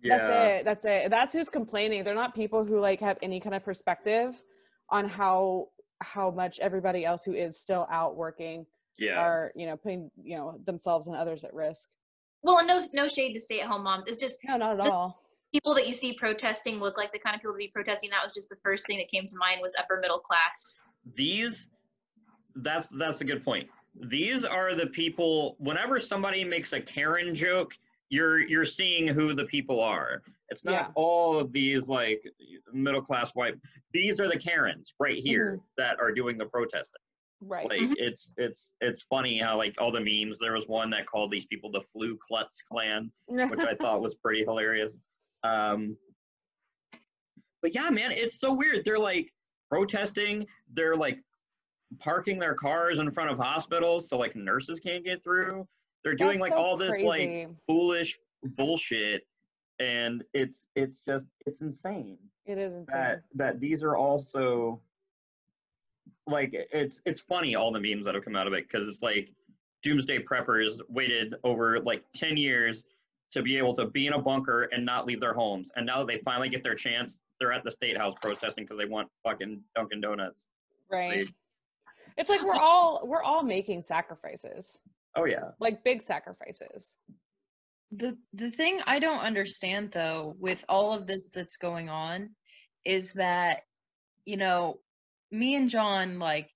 S1: Yeah.
S3: That's it. That's it. That's who's complaining. They're not people who like have any kind of perspective on how how much everybody else who is still out working
S1: Yeah.
S3: are, you know, putting, you know, themselves and others at risk.
S2: Well, and no no shade to stay at home moms. It's just
S3: No, not
S2: This-
S3: at all.
S2: people that you see protesting look like the kind of people to be protesting. That was just the first thing that came to mind was upper middle class.
S1: These. That's that's a good point. These are the people. Whenever somebody makes a Karen joke, you're you're seeing who the people are. It's not
S3: Yeah.
S1: all of these like middle class white. These are the Karens right here
S3: Mm-hmm.
S1: that are doing the protesting.
S3: Right. Mm-hmm.
S1: like it's it's it's funny how like all the memes there was one that called these people the flu klutz clan which i thought was pretty hilarious um but yeah man it's so weird they're like protesting they're like parking their cars in front of hospitals so like nurses can't get through they're doing
S3: That's
S1: like
S3: so
S1: all this like
S3: crazy.
S1: foolish bullshit and it's it's just it's insane
S3: it is insane.
S1: that that these are also like it's it's funny all the memes that have come out of it because it's like doomsday preppers waited over like 10 years to be able to be in a bunker and not leave their homes and now that they finally get their chance they're at the state house protesting because they want fucking dunkin donuts
S3: right.
S1: they-
S3: It's like we're all we're all making sacrifices.
S1: oh yeah
S3: Like big sacrifices.
S6: The the thing I don't understand though with all of this that's going on is that you know me and John like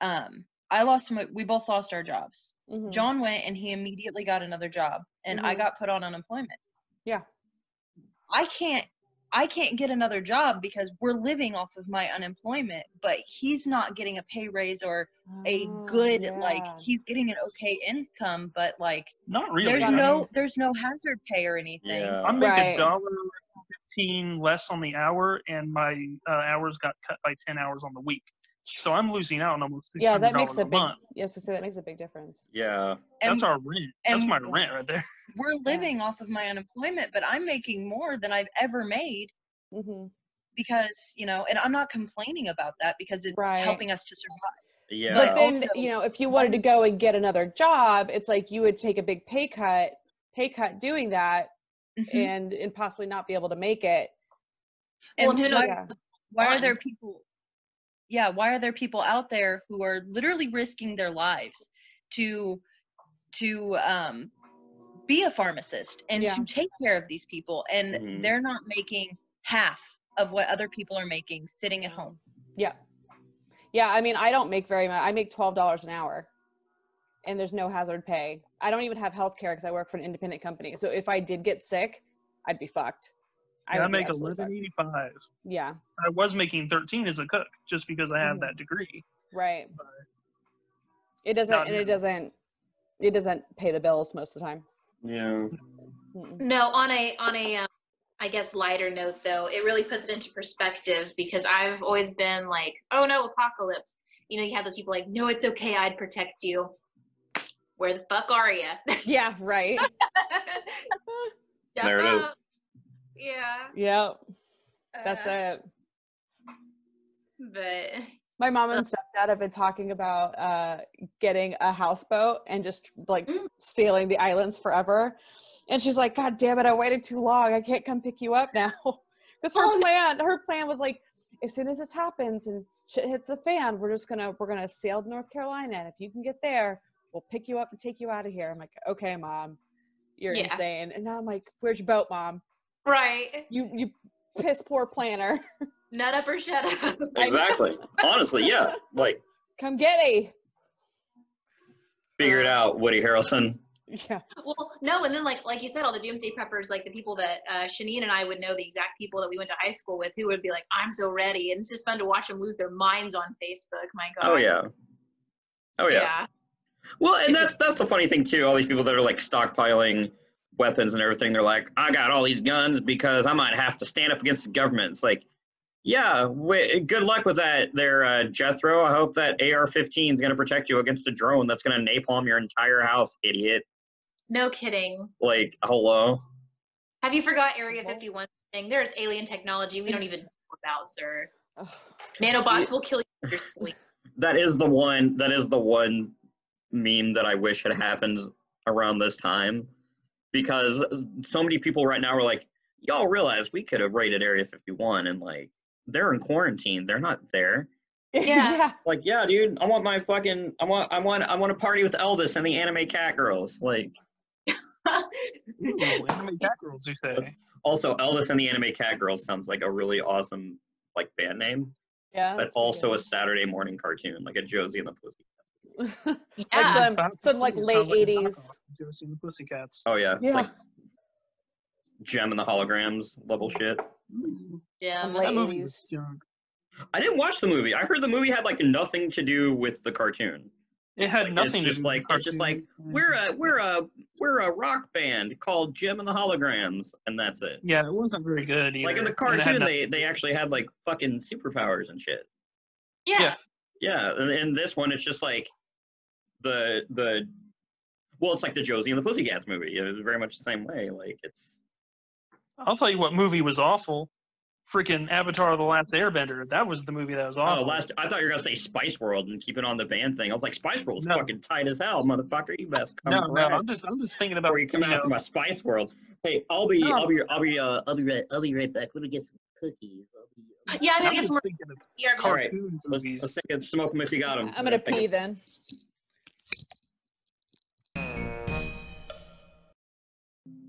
S6: um I lost my we both lost our jobs.
S3: Mhm.
S6: John went and he immediately got another job and I
S3: Mhm.
S6: got put on unemployment.
S3: Yeah.
S6: I can't I can't get another job because we're living off of my unemployment, but he's not getting a pay raise or a
S3: Oh,
S6: good like
S3: yeah.
S6: he's getting an okay income, but like
S4: Not really. I
S6: there's
S4: mean,
S6: no there's no hazard pay or anything.
S1: yeah
S4: I make a
S3: Right.
S4: dollar fifteen less on the hour, and my uh, hours got cut by ten hours on the week. So I'm losing out on almost
S3: Yeah, that
S4: $600
S3: makes a
S4: a
S3: big
S4: month.
S3: yeah, so say that makes a big difference.
S1: yeah
S6: And
S4: That's our rent. That's
S6: and-
S4: my rent right there.
S6: we're living off of my unemployment, but I'm making more than I've ever made
S3: hmm
S6: because, you know, and I'm not complaining about that because it's
S3: Right.
S6: helping us to survive.
S1: yeah
S3: But then,
S6: also-
S3: you know, if you wanted to go and get another job, it's like you would take a big pay cut, pay cut doing that,
S6: Mhm.
S3: and and possibly not be able to make it.
S2: Well,
S6: And
S2: who knows?
S6: why,
S3: Yeah.
S6: why are
S2: fun.
S6: there people Yeah, why are there people out there who are literally risking their lives to to um be a pharmacist and
S3: Yeah.
S6: to take care of these people and
S4: Mm-hmm.
S1: Mhm.
S6: they're not making half of what other people are making sitting at home.
S3: Yeah, yeah. I mean, I don't make very much. I make twelve dollars an hour, and there's no hazard pay. I don't even have health care because I work for an independent company. So if I did get sick, I'd be fucked. I
S4: I,
S3: would be
S4: make
S3: absolutely
S4: eleven
S3: fucked.
S4: eighty five.
S3: Yeah,
S4: I was making thirteen as a cook just because I have
S3: Mhm.
S4: that degree.
S3: right.
S4: But
S3: It doesn't,
S4: Not
S3: and
S4: now.
S3: it doesn't, it doesn't pay the bills most of the time.
S1: Yeah.
S3: Mm-mm.
S2: No, on a on a um, I guess lighter note though, it really puts it into perspective because I've always been like, oh no, apocalypse. You know, you have those people like, no, it's okay, I'd protect you. Where the fuck are you?
S3: Yeah, right.
S1: There it is.
S2: Yeah.
S3: yep, that's
S2: uh,
S3: it.
S2: But
S3: My mom and stepdad have been talking about uh, getting a houseboat and just like
S2: Mm.
S3: sailing the islands forever. And she's like, "God damn it! I waited too long. I can't come pick you up now." Because her
S2: Oh, no.
S3: plan, her plan was like, as soon as this happens and shit hits the fan, we're just gonna we're gonna sail to North Carolina, and if you can get there, we'll pick you up and take you out of here. I'm like, "Okay, mom, you're
S2: Yeah.
S3: insane." And now I'm like, "Where's your boat, mom?
S2: right.
S3: You you piss poor planner.
S2: Nut up or shut up.
S1: Exactly. Honestly, yeah. Like,
S3: come get me."
S1: figure it out, Woody Harrelson.
S3: Yeah,
S2: Well, no, and then like like you said, all the doomsday preppers, like the people that uh, Shanine and I would know the exact people that we went to high school with, who would be like, "I'm so ready," and it's just fun to watch them lose their minds on Facebook. My God.
S1: Oh yeah. Oh yeah. Well, and
S2: It's
S1: that's that's the funny thing too. All these people that are like stockpiling weapons and everything, they're like, I got all these guns because I might have to stand up against the government. It's like, yeah, wi- good luck with that, there, uh, Jethro. I hope that AR-15 is going to protect you against a drone that's going to napalm your entire house, idiot.
S2: No kidding.
S1: Like, hello.
S2: Have you forgot
S1: Mm-hmm.
S2: Area
S3: Well-
S2: 51 thing? There's alien technology we don't even know about, sir.
S3: Ugh.
S2: Nanobots will kill you in your sleep.
S1: That is the one. That is the one meme that I wish had happened around this time, because so many people right now are like, "Y'all realize we could have raided Area 51, and like they're in quarantine. They're not there."
S2: Yeah.
S1: Like, yeah, dude, I want my fucking, I want, I want, I want to party with Elvis and the anime cat girls. Like,
S4: Ooh, anime cat girls, you say?
S1: also Elvis and the anime cat girls sounds like a really awesome like band name,
S3: yeah.
S1: but also a Saturday morning cartoon, like a Josie and the Pussy.
S3: a like
S2: Yeah.
S3: some some like
S4: Sounds
S3: late
S4: like a knockoff.
S3: eighties.
S4: You ever seen the Pussycats?
S1: Oh yeah,
S3: Yeah,
S1: like Gem and the Holograms level shit.
S2: Jim.
S3: Like-
S4: That movie
S3: 80s.
S4: was junk.
S1: I didn't watch the movie. I heard the movie had like nothing to do with the cartoon.
S4: It had
S1: Like, it's
S4: nothing. to
S1: just
S4: do with
S1: like-
S4: the
S1: it's just like,
S4: cartoon.
S1: We're uh, a we're a we're a rock band called Jim and the Holograms, and that's it.
S4: Yeah, it wasn't very good either.
S1: Like in the
S4: And it had
S1: cartoon,
S4: no-
S1: they they actually had like fucking superpowers and shit.
S2: Yeah.
S1: Yeah, and, and this one it's just like the the well, it's like the Josie and the Pussycats movie. It was very much the same way. Like it's
S4: I'll tell you what movie was awful. Freaking Avatar: The Last Airbender. That was the movie that was
S1: oh,
S4: awful.
S1: last I thought you were gonna say Spice World and keep it on the band thing. I was like, Spice World's
S4: No.
S1: fucking tight as hell, motherfucker. You best come
S4: no, no,
S1: correct.
S4: I'm just, I'm just thinking about uh,
S1: before you come
S4: you
S1: out
S4: know,
S1: from a spice world. Hey, I'll be,
S4: No.
S1: I'll be, I'll be, uh, I'll be right, I'll be right back. Let me get some cookies. I'll be, I'll be-
S2: Yeah, I'm
S4: I'm
S2: gonna get
S4: just
S2: some more
S4: thinking of
S2: beer.
S1: All right.
S4: cartoon
S1: Let's,
S4: movies.
S1: let's take a smoke them if you got them.
S3: I'm gonna pee then.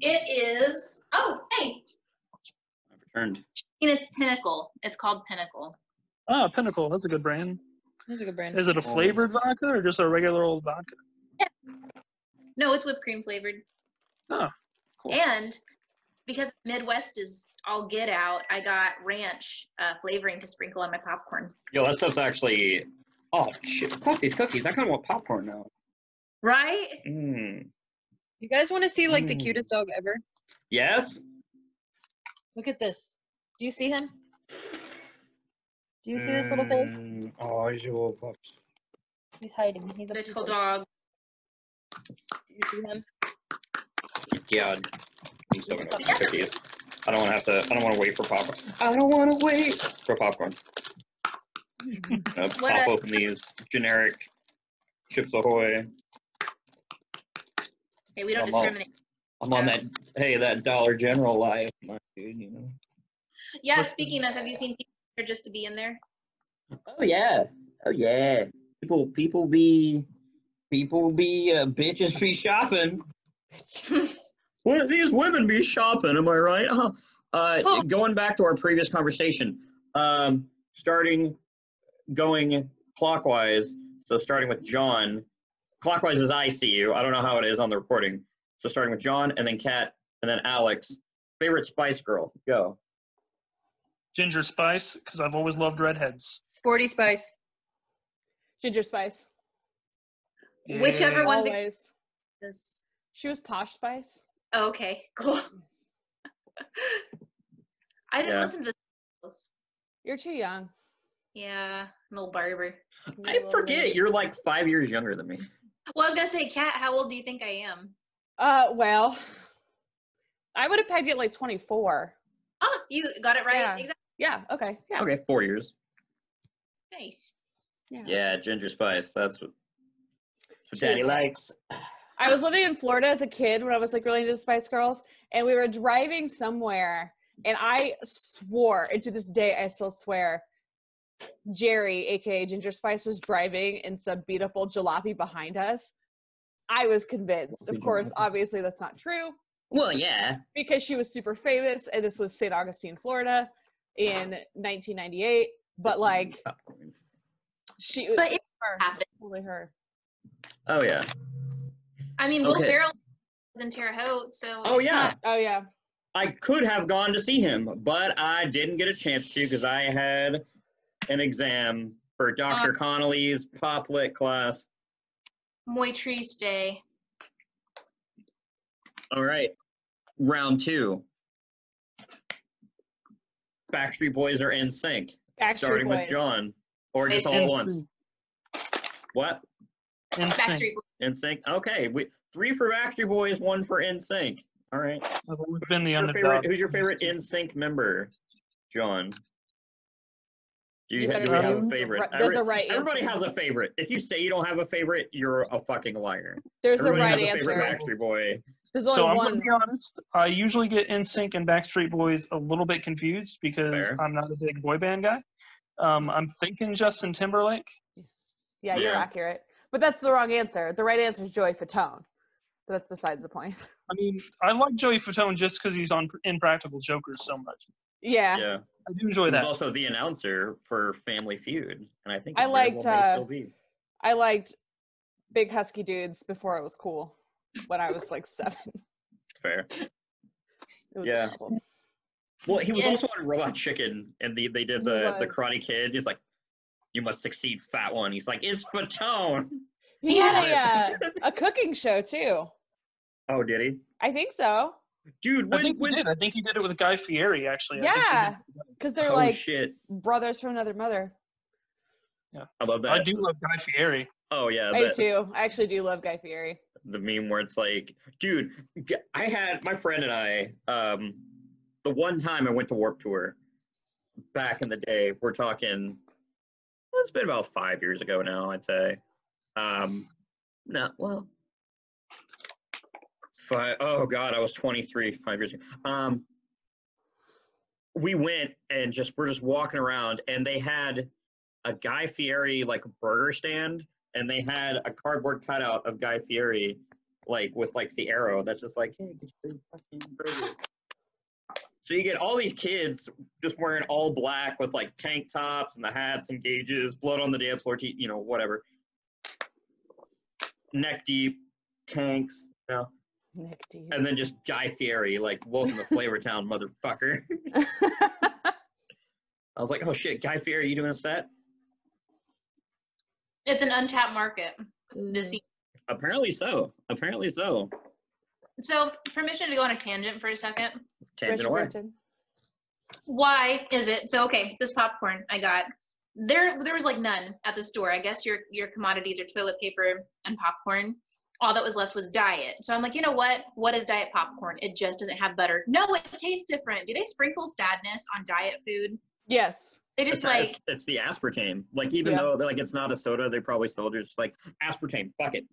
S2: It is. Oh, hey.
S1: I've returned.
S2: And it's Pinnacle. It's called Pinnacle.
S4: Ah, Pinnacle. That's a good brand.
S6: That's a good brand.
S4: Is it a flavored vodka or just a regular old vodka?
S2: No, it's whipped cream flavored.
S4: Oh, cool.
S2: And because Midwest is all get out, I got ranch uh, flavoring to sprinkle on my popcorn.
S1: Yo, that stuff's actually. Oh shit! Fuck these cookies. I kind of want popcorn now.
S2: Right?
S1: Mm.
S6: You guys want to see like the
S1: Mm.
S6: cutest dog ever?
S1: Yes.
S6: Look at this. Do you see him? Do you see this little thing?
S1: Mm, Oh, you
S6: He's hiding. He's a
S2: Little
S6: peeper.
S2: dog.
S6: Do you see him?
S1: God. I'm so gonna have some cookies. I don't want to have to. I don't want to wait for popcorn. I don't want to wait for popcorn. Uh,
S2: What
S1: pop open these generic Chips Ahoy.
S2: Okay, we don't
S1: I'm all-
S2: discriminate.
S1: I'm on that. Hey, that Dollar General life, my dude. You know.
S2: Yeah,
S4: What's the-
S2: speaking of, have you seen people that are just to be in there?
S1: Oh yeah. Oh yeah. People, people be, people be uh, bitches be shopping. Well, these women be shopping. Am I right? Uh, uh,
S2: Oh.
S1: going back to our previous conversation, um, starting going clockwise. So starting with John, clockwise is I see you. I don't know how it is on the recording. So starting with John, and then Kat, and then Alex. Favorite Spice Girl. Go.
S4: Ginger Spice, because I've always loved redheads.
S6: Sporty Spice.
S3: Ginger Spice.
S2: Whichever one- be-
S3: Always.
S2: This-
S3: She was Posh Spice.
S2: oh, okay, cool. I didn't
S1: Yeah.
S2: listen to the
S3: You're too young.
S2: Yeah, I'm a little barber.
S3: You're a
S1: I
S3: little
S1: forget
S3: late.
S1: you're like five years younger than me.
S2: Well, I was gonna say, Kat, how old do you think I am?
S3: Uh, well, I would have pegged you at like 24.
S2: Oh, you got it right.
S3: Yeah.
S2: Exactly.
S3: Yeah. Okay. Yeah.
S1: Okay, four years.
S2: Nice.
S1: Yeah, Ginger Spice. That's what, that's what
S3: She-
S1: Daddy likes.
S3: I was living in Florida as a kid when I was like really into the Spice Girls, and we were driving somewhere, and I swore, and to this day I still swear, Jerry, aka Ginger Spice, was driving in some beautiful jalopy behind us. I was convinced. Of course, obviously that's not true
S1: Well, yeah.
S3: because she was super famous, and this was St. Augustine, Florida, in 1998. But like she,
S2: But it
S3: her,
S2: happened.
S3: totally her.
S1: Oh yeah.
S2: I mean, Will
S1: Okay.
S2: Ferrell was in Terre Haute, so
S1: Oh
S2: it's
S1: yeah.
S2: not-
S3: Oh yeah.
S1: I could have gone to see him, but I didn't get a chance to because I had an exam for
S3: Uh,
S1: Dr. Connolly's pop lit class.
S2: Muy Triste.
S1: All right, round two. Backstreet Boys are in sync,
S3: Backstreet
S1: starting with
S3: Boys.
S1: John, or just all at once. What?
S4: Insane.
S2: Backstreet
S1: In sync. Okay, we, three for Backstreet Boys, one for in sync. All right.
S4: I've always been the
S1: Who's your
S4: underdog.
S1: favorite? Who's your favorite in sync member, John? Do you,
S3: You
S1: ha-
S3: better
S1: do we
S4: tell
S1: have a
S4: me.
S1: favorite?
S3: Ri- There's
S1: I
S3: a
S1: re-
S3: right answer.
S1: Everybody has a favorite. If you say you don't have a favorite, you're a fucking liar.
S3: There's a
S1: Everybody
S3: right
S1: has a favorite
S3: answer.
S1: Backstreet Boy.
S3: There's only
S4: So I'm gonna
S3: one.
S4: be honest. I usually get NSYNC and Backstreet Boys a little bit confused because
S1: Fair.
S4: I'm not a big boy band guy. Um, I'm thinking Justin Timberlake.
S3: Yeah, you're
S1: Yeah.
S3: accurate. But that's the wrong answer. The right answer is Joey Fatone. But that's besides the point.
S4: I mean, I like Joey Fatone just because he's on Impractical Jokers so much.
S3: Yeah.
S1: Yeah.
S4: I do enjoy
S1: He was
S4: that.
S1: also the announcer for Family Feud, and I think
S3: I
S1: it very
S3: liked,
S1: well may
S3: uh,
S1: still be.
S3: I liked big husky dudes before it was cool when I was like seven.
S1: Fair.
S3: It was
S1: Yeah.
S3: horrible.
S1: Well, he was
S2: Yeah.
S1: also on Robot Chicken, and the, they did
S3: He
S1: the the
S3: was.
S1: Karate Kid. He's like, "You must succeed, fat one." He's like, "It's Fatone."
S3: He had a, uh, a cooking show too.
S1: Oh, did he?
S3: I think so.
S1: Dude,
S4: I
S1: when
S4: think
S1: when
S4: he did. I think he did it with Guy Fieri actually. I think he
S3: Yeah.
S4: did.
S3: Because they're
S1: oh
S3: like
S1: shit,
S3: brothers from another mother.
S1: I love that.
S4: I do love Guy Fieri.
S1: Oh yeah,
S3: I do
S1: that,
S3: too. I actually do love Guy Fieri.
S1: the meme where it's like, dude, g- I had my friend and I, um, the one time I went to Warp Tour back in the day, we're talking, it's been about five years ago now, I'd say. Um, no, well, five, oh God, I was 23, five years ago. Um, we went and just, we're just walking around and they had a Guy Fieri like burger stand and they had a cardboard cutout of Guy Fieri, like with like the arrow that's just like, hey, get your fucking burgers. So you get all these kids just wearing all black with like tank tops and the hats and gauges, blood on the dance floor, te- you know, whatever. Neck deep, tanks, you know,
S3: Nick D.
S1: and then just Guy Fieri, like, welcome to Flavor Town, motherfucker. I was like, oh shit, Guy Fieri, you doing a set?
S2: It's an untapped market
S1: Mm.
S2: this year.
S1: Apparently so. Apparently so.
S2: So, permission to go on a tangent for a second.
S1: Tangent away.
S3: Britton.
S2: Why is it so? Okay, this popcorn I got there. There was like none at the store. I guess your your commodities are toilet paper and popcorn. All that was left was diet. So I'm like, you know what? What is diet popcorn? It just doesn't have butter. No, it tastes different. Do they sprinkle sadness on diet food?
S3: Yes.
S2: They just
S1: it's,
S2: like
S1: it's, it's the aspartame. Like even
S3: Yeah.
S1: though like it's not a soda, they probably still just like aspartame. Fuck it.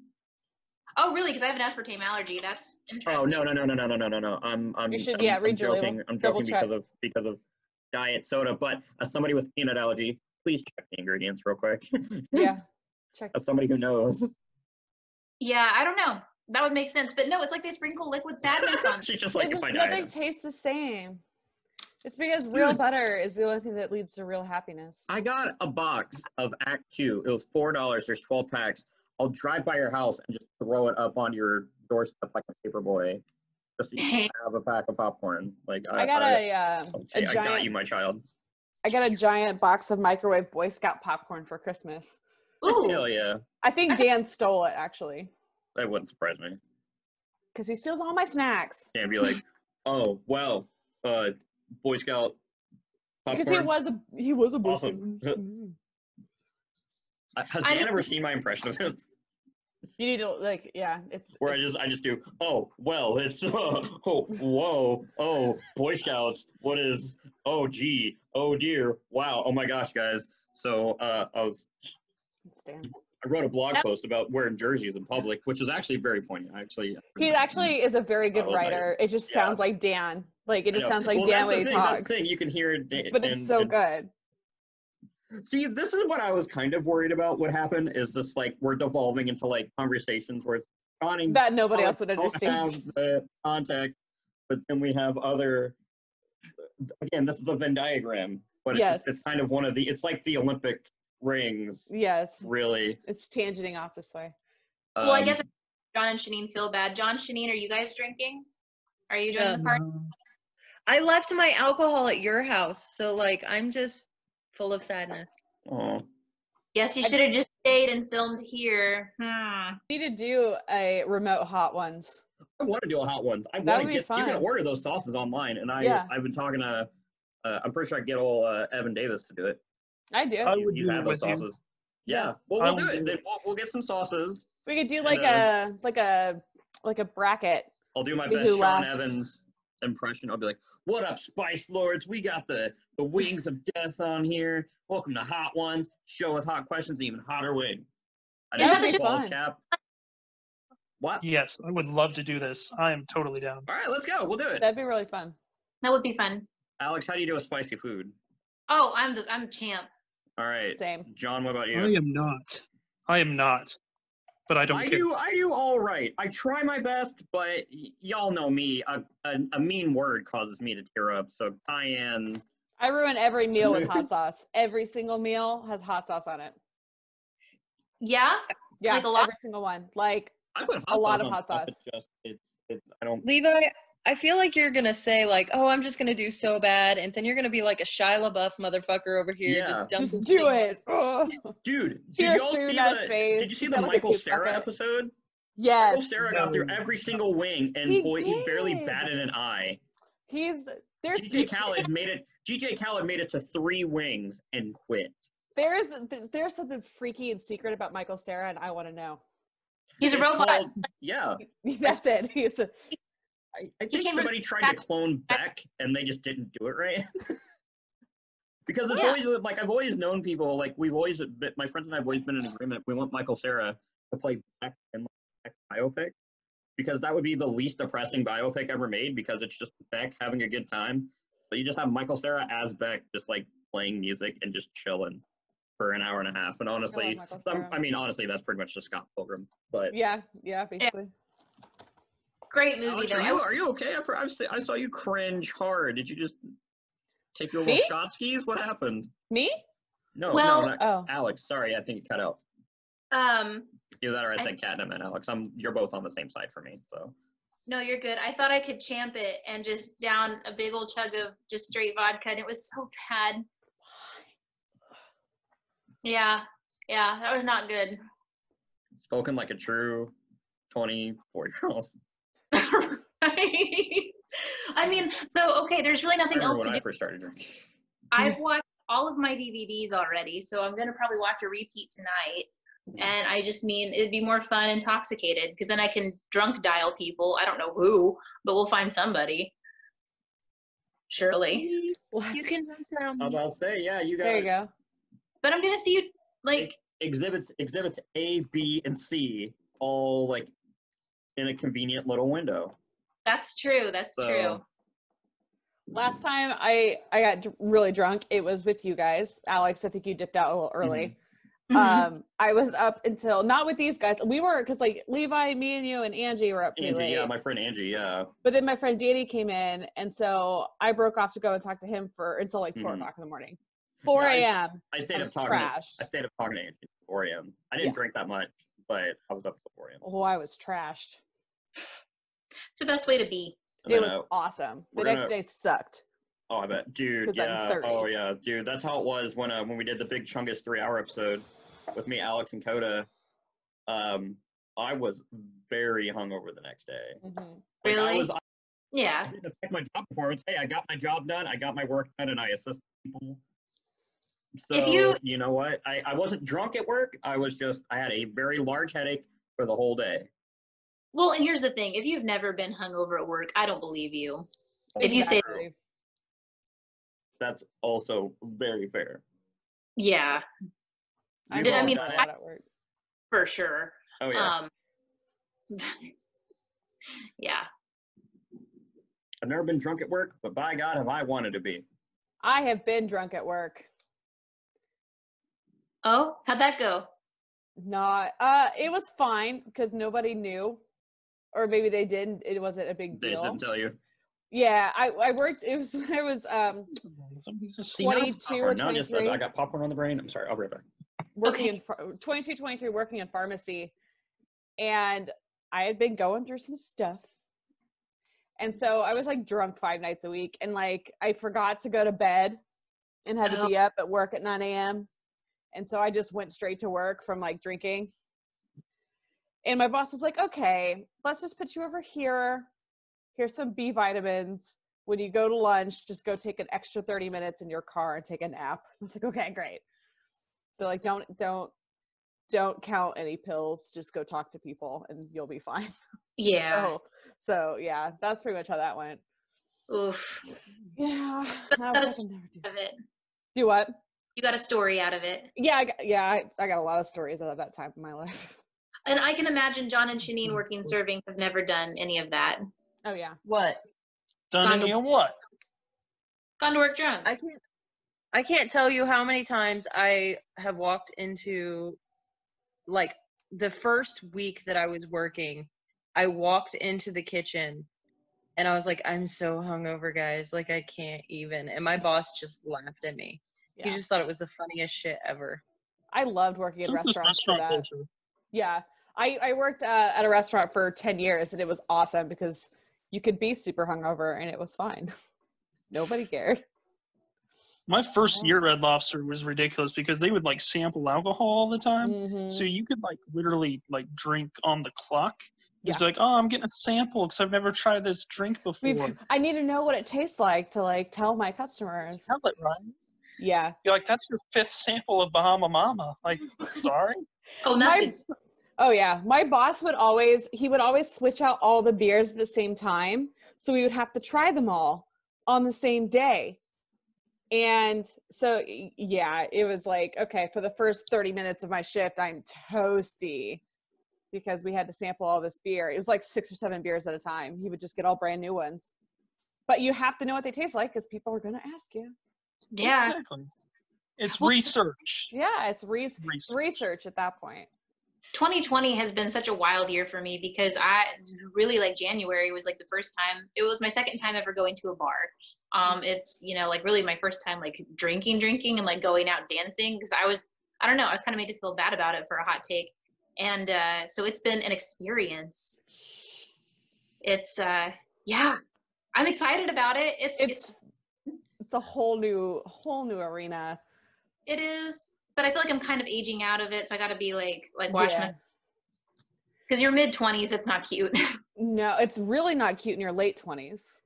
S2: Oh, really? Because I have an aspartame allergy. That's
S1: Oh
S2: interesting.
S1: no no no no no no no no no. I'm I'm,
S3: You should-
S1: I'm,
S3: yeah,
S1: I'm
S3: read your label.
S1: joking. I'm
S3: Double
S1: joking
S3: check.
S1: because of because of diet soda. But as somebody with peanut allergy, please check the ingredients real quick.
S3: Yeah. Check.
S1: as somebody who knows,
S2: Yeah, I don't know. That would make sense. But no, it's like they sprinkle liquid sadness on.
S1: she's just like
S3: it's
S1: if I
S3: just,
S1: die.
S3: nothing tastes the same. It's because real butter is the only thing that leads to real happiness.
S1: Hmm. I got a box of Act Two. It was four dollars. There's twelve packs. I'll drive by your house and just throw it up on your doorstep like a paper boy. Just so you can have a pack of popcorn. Like
S3: I got a um,
S1: Okay,
S3: a
S1: I got you,
S3: giant
S1: my child.
S3: I got a giant box of microwave Boy Scout popcorn for Christmas.
S2: Ooh,
S1: Hell yeah.
S3: I think Dan stole it actually,
S1: That wouldn't surprise me.
S3: because he steals all my snacks.
S1: Can't be like, oh, wow, uh, Boy Scout
S3: Because he
S1: popcorn.
S3: was a he was a Boy
S1: Awesome.
S3: Scout. Mm.
S1: Uh, Has
S2: I
S1: Dan
S2: don't-
S1: ever seen my impression of him?
S3: You need to like yeah. It's
S1: Where I just, I just do, oh, well, it's, uh, oh, whoa, oh, Boy Scouts, what is, oh, gee, oh, dear, wow, oh my gosh, guys. So uh, I was,
S3: it's Dan.
S1: I wrote a blog
S2: That-
S1: post about wearing jerseys in public, which is actually very poignant. Actually,
S3: He actually is a very good
S1: Oh, That was nice.
S3: writer. It just
S1: Yeah.
S3: sounds like Dan. Like it
S1: I
S3: just
S1: know.
S3: sounds like
S1: Well,
S3: Dan
S1: that's the
S3: when he
S1: thing,
S3: talks.
S1: That's the thing. You can hear it,
S3: but it's
S1: and-
S3: so
S1: and-
S3: good.
S1: See, this is what I was kind of worried about. What happened is this like we're devolving into like conversations where John and
S3: That nobody
S1: John
S3: else would
S1: don't
S3: understand.
S1: have the contact, but then we have other. Again, this is the Venn diagram, but it's,
S3: Yes.
S1: it's kind of one of the. It's like the Olympic rings,
S3: Yes. it's-
S1: really.
S3: It's tangenting off this way.
S2: well, I
S1: Um,
S2: guess John and Shanine feel bad. John, Shanine, are you guys drinking? Are you joining the party?
S6: I left my alcohol at your house, so like I'm just full of sadness.
S1: aw.
S2: Yes, you should have just stayed and filmed here. Hmm.
S3: We need to do a remote hot ones.
S1: I want to do a hot ones. I
S3: That
S1: want
S3: would
S1: to
S3: be
S1: get. You
S3: fun.
S1: can order those sauces online, and I
S3: Yeah.
S1: I've been talking to. Uh, I'm pretty sure I can get old uh, Evan Davis to do it.
S3: I do.
S4: I
S1: He's-
S4: would
S1: he's
S4: do
S1: had
S4: it
S1: those
S4: with you.
S1: sauces. Yeah, well,
S4: I
S1: we'll
S4: would
S1: do it.
S4: do
S1: Then
S4: it.
S1: we'll, we'll get some sauces.
S3: we could do
S1: and,
S3: like
S1: uh,
S3: a like a like a bracket.
S1: I'll do my
S3: See
S1: best
S3: who
S1: Sean
S3: laughs.
S1: Evans impression. I'll be like, "What up, Spice Lords? We got the the wings of death on here. Welcome to Hot Ones, show with hot questions, and even hotter wings." I
S2: Is
S1: just
S2: that
S1: have
S2: the
S1: a bald
S3: fun?
S1: cap. What?
S4: Yes, I would love to do this. I am totally down.
S1: All right, let's go. We'll do it.
S3: That'd be really fun.
S2: That would be fun.
S1: Alex, how do you do with spicy food?
S2: Oh, I'm the I'm champ.
S1: All right,
S3: Same.
S1: John, what about you?
S4: I am not. I am not. But I don't
S1: I
S4: care.
S1: do. I do all right. I try my best, but y- y'all know me. A, a, a mean word causes me to tear up. So cayenne.
S3: I ruin every meal with hot sauce. Every single meal has hot sauce on it.
S2: Yeah?
S3: Yeah,
S2: Like a lot?
S3: every single one. Like
S1: I put hot
S3: A lot
S1: sauce
S3: of
S1: on
S3: hot
S1: stuff,
S3: sauce.
S1: It's just it's it's. I don't.
S6: Levi, I feel like you're gonna say like, "Oh, I'm just gonna do so bad," and then you're gonna be like a Shia LaBeouf motherfucker over here.
S1: Yeah.
S6: Just, dumping
S3: just do
S6: shit.
S3: it. Ugh.
S1: Dude, did
S3: Tear
S1: y'all
S3: through
S1: see
S3: that
S1: the,
S3: face.
S1: did you see
S3: He
S1: the
S3: sounded like a
S1: Michael
S3: puke
S1: Sarah
S3: bucket.
S1: episode? Michael
S3: Yes.
S1: Sarah got through every single wing, and
S3: He
S1: boy, he barely
S3: did.
S1: batted an eye.
S3: He's there's
S1: DJ Khaled made it. DJ Khaled made it to three wings and quit.
S3: there is th- there's something freaky and secret about Michael Sarah, and I want to know.
S2: He's a
S1: It's
S2: robot.
S1: called- yeah,
S3: That's it. He's a,
S1: I, I think
S2: came from
S1: somebody tried to clone Beck, and they just didn't do it right. because it's
S2: Yeah.
S1: always uh, like I've always known people like we've always been, my friends and I've always been in agreement. We want Michael Sarah to play Beck in like, Beck biopic because that would be the least depressing biopic ever made because it's just Beck having a good time. But you just have Michael Sarah as Beck just like playing music and just chilling for an hour and a half. And honestly,
S3: Michael
S1: some,
S3: Cera.
S1: I mean honestly, that's pretty much just Scott Pilgrim. But
S3: yeah, yeah, basically.
S2: Great movie
S1: Alex,
S2: though.
S1: are
S2: I
S1: you are you okay? I, I, see, I saw you cringe hard. Did you just take your
S3: Me?
S1: little shot skis? What happened?
S3: Me?
S1: No,
S2: Well-
S1: no, not,
S3: Oh,
S1: Alex. Sorry, I think it cut out.
S2: Um,
S1: Either that or I
S2: I-
S1: said cat and then Alex. I'm you're both on the same side for me. So
S2: no, you're good. I thought I could champ it and just down a big old chug of just straight vodka, and it was so bad. Yeah, yeah, that was not good.
S1: spoken like a true 24 year old.
S2: I mean, so okay, there's really
S1: I
S2: nothing
S1: remember
S2: else
S1: when
S2: to
S1: I
S2: do.
S1: first started drinking.
S2: I've watched all of my DVDs already, so I'm gonna probably watch a repeat tonight. And I just mean it'd be more fun intoxicated because then I can drunk dial people. I don't know who, but we'll find somebody. Surely.
S6: You
S3: bless-
S6: can run from.
S1: I'm about to say, yeah, you
S3: there
S1: got
S3: you go.
S2: But I'm gonna see you like
S1: exhibits exhibits A, B, and C all like in a convenient little window.
S2: that's true, that's
S1: So-
S2: true.
S3: Last time I I got dr- really drunk. It was with you guys, Alex. I think you dipped out a little
S1: Mm-hmm.
S3: early.
S2: Mhm.
S3: Um, I was up until not with these guys. We were because like Levi, me, and you, and Angie were up pretty
S1: Angie,
S3: late.
S1: yeah, my friend Angie, yeah.
S3: but then my friend Danny came in, and so I broke off to go and talk to him for until like 4
S1: Mhm.
S3: o'clock in the morning. Four
S1: I-
S3: a.m.
S1: I
S3: I
S1: stayed up
S3: was
S1: talking to
S3: trashed.
S1: I stayed up talking to Angie at 4 a.m. I didn't
S3: Yeah.
S1: drink that much, but I was up till 4 a.m.
S3: Oh, I was trashed.
S2: It's the best way to be.
S1: And
S3: It
S1: then,
S3: was
S1: uh,
S3: awesome. The
S1: we're
S3: next
S1: gonna-
S3: day sucked.
S1: Oh, I bet, dude.
S3: 'Cause I'm
S1: Yeah.
S3: 30.
S1: Oh, yeah, dude. That's how it was when uh, when we did the big Chungus three hour episode with me, Alex, and Coda. Um, I was very hungover the next day.
S2: Mm-hmm.
S3: Mhm.
S1: Like, I
S2: Really?
S1: was. I
S2: Yeah.
S1: didn't affect my job performance. Hey, I got my job done. I got my work done, and I assist people. So
S2: If
S1: you,
S2: you-
S1: know what? I, I wasn't drunk at work. I was just I had a very large headache for the whole day.
S2: Well, and here's the thing: if you've never been hungover at work, I don't believe you. If you say-
S3: Exactly.
S1: That's also very fair.
S2: Yeah,
S3: I,
S1: You've
S2: I
S1: all
S2: mean,
S1: done it.
S2: I-
S3: at work.
S2: for sure.
S1: oh yeah,
S2: Um, yeah.
S1: I've never been drunk at work, but by God, have I wanted to be.
S3: I have been drunk at work.
S2: Oh, how'd that go?
S3: Not. Uh, it was fine because nobody knew, or maybe they didn't. It wasn't a big
S1: They just
S3: deal.
S1: didn't tell you.
S3: Yeah, I I worked. It was when I was um
S4: Somebody's just
S1: See, now I'm
S3: 22
S1: popcorn.
S3: or
S1: Now I just-
S3: 23.
S1: I got popcorn on the brain. I'm sorry. I'll be right back.
S3: working
S2: Okay.
S3: in ph- 22 23 working in pharmacy and i had been going through some stuff and so i was like drunk five nights a week and like i forgot to go to bed and had to
S2: Oh.
S3: be up at work at 9 a.m and so i just went straight to work from like drinking and my boss was like okay let's just put you over here here's some b vitamins when you go to lunch just go take an extra 30 minutes in your car and take a nap i was like okay great so like don't don't don't count any pills. Just go talk to people and you'll be fine.
S2: Yeah.
S3: So, so yeah, that's pretty much how that went.
S2: Oof.
S3: Yeah.
S2: But
S3: I
S2: that
S3: was
S2: is-
S3: like, I never do.
S2: Out of it.
S3: do what?
S2: You got a story out of it,
S3: Yeah, I, got- yeah. I, I got a lot of stories out of that time in my life.
S2: and I can imagine John and Shanine working serving have never done any of that.
S3: Oh yeah.
S6: What?
S4: done any of what?
S2: Gone to work drunk.
S6: I can't I can't tell you how many times I have walked into like the first week that I was working, I walked into the kitchen and I was like, I'm so hungover, guys. Like I can't even. And my boss just laughed at me.
S3: Yeah.
S6: He just thought it was the funniest shit ever.
S3: I loved working in
S4: Something's
S3: restaurants for
S4: restaurant
S3: that.
S4: culture.
S3: Yeah. I, I worked uh, at a restaurant for 10 years and it was awesome because you could be super hungover and it was fine. Nobody cared.
S4: My first
S3: Yeah.
S4: year at Red Lobster was ridiculous because they would like sample alcohol all the time.
S3: Mhm.
S4: So you could like literally like drink on the clock. Just
S3: Yeah.
S4: be like, oh, I'm getting a sample because I've never tried this drink before.
S3: We've, I need to know what it tastes like to like tell my customers.
S4: Have it, right?
S3: Yeah.
S4: You're like, that's your fifth sample of Bahama Mama. Like, sorry.
S2: oh,
S3: my-
S2: nothing.
S3: Oh yeah, my boss would always he would always switch out all the beers at the same time, so we would have to try them all on the same day. And so y- yeah, it was like okay, for the first 30 minutes of my shift, I'm toasty because we had to sample all this beer. It was like 6 or 7 beers at a time. He would just get all brand new ones. But you have to know what they taste like cuz people are going to ask you.
S2: Yeah.
S4: Exactly. It's
S2: Well-
S4: research.
S3: Yeah, it's res-
S4: Research.
S3: research at that point.
S2: 2020 has been such a wild year for me because I really like January was like the first time it was my second time ever going to a bar. Um, it's you know like really my first time like drinking, drinking and like going out dancing because I was I don't know I was kind of made to feel bad about it for a hot take, and uh, so it's been an experience. It's uh yeah, I'm excited about it. It's it's,
S3: It's it's a whole new whole new arena.
S2: it is, but I feel like I'm kind of aging out of it, so I got to be like like watch
S3: Yeah.
S2: my because you're mid 20s, it's not cute.
S3: No, it's really not cute in your late twenties.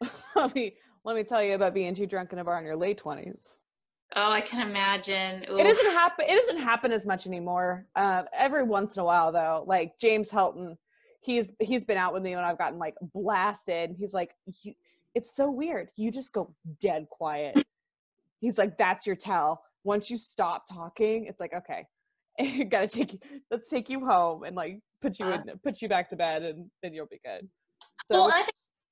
S3: let me let me tell you about being too drunk in a bar in your late twenties.
S2: Oh, I can imagine.
S3: It doesn't
S2: Oof.
S3: happen. It doesn't happen as much anymore. Um, every once in a while, though, like James Helton, he's he's been out with me when I've gotten like blasted. and He's like, you, it's so weird. You just go dead quiet. He's like, that's your tell. Once you stop talking, it's like, okay, gotta take you. Let's take you home and like put you in, put you back to bed, and then you'll be good. So
S2: Uh-huh. Well, I
S3: it's-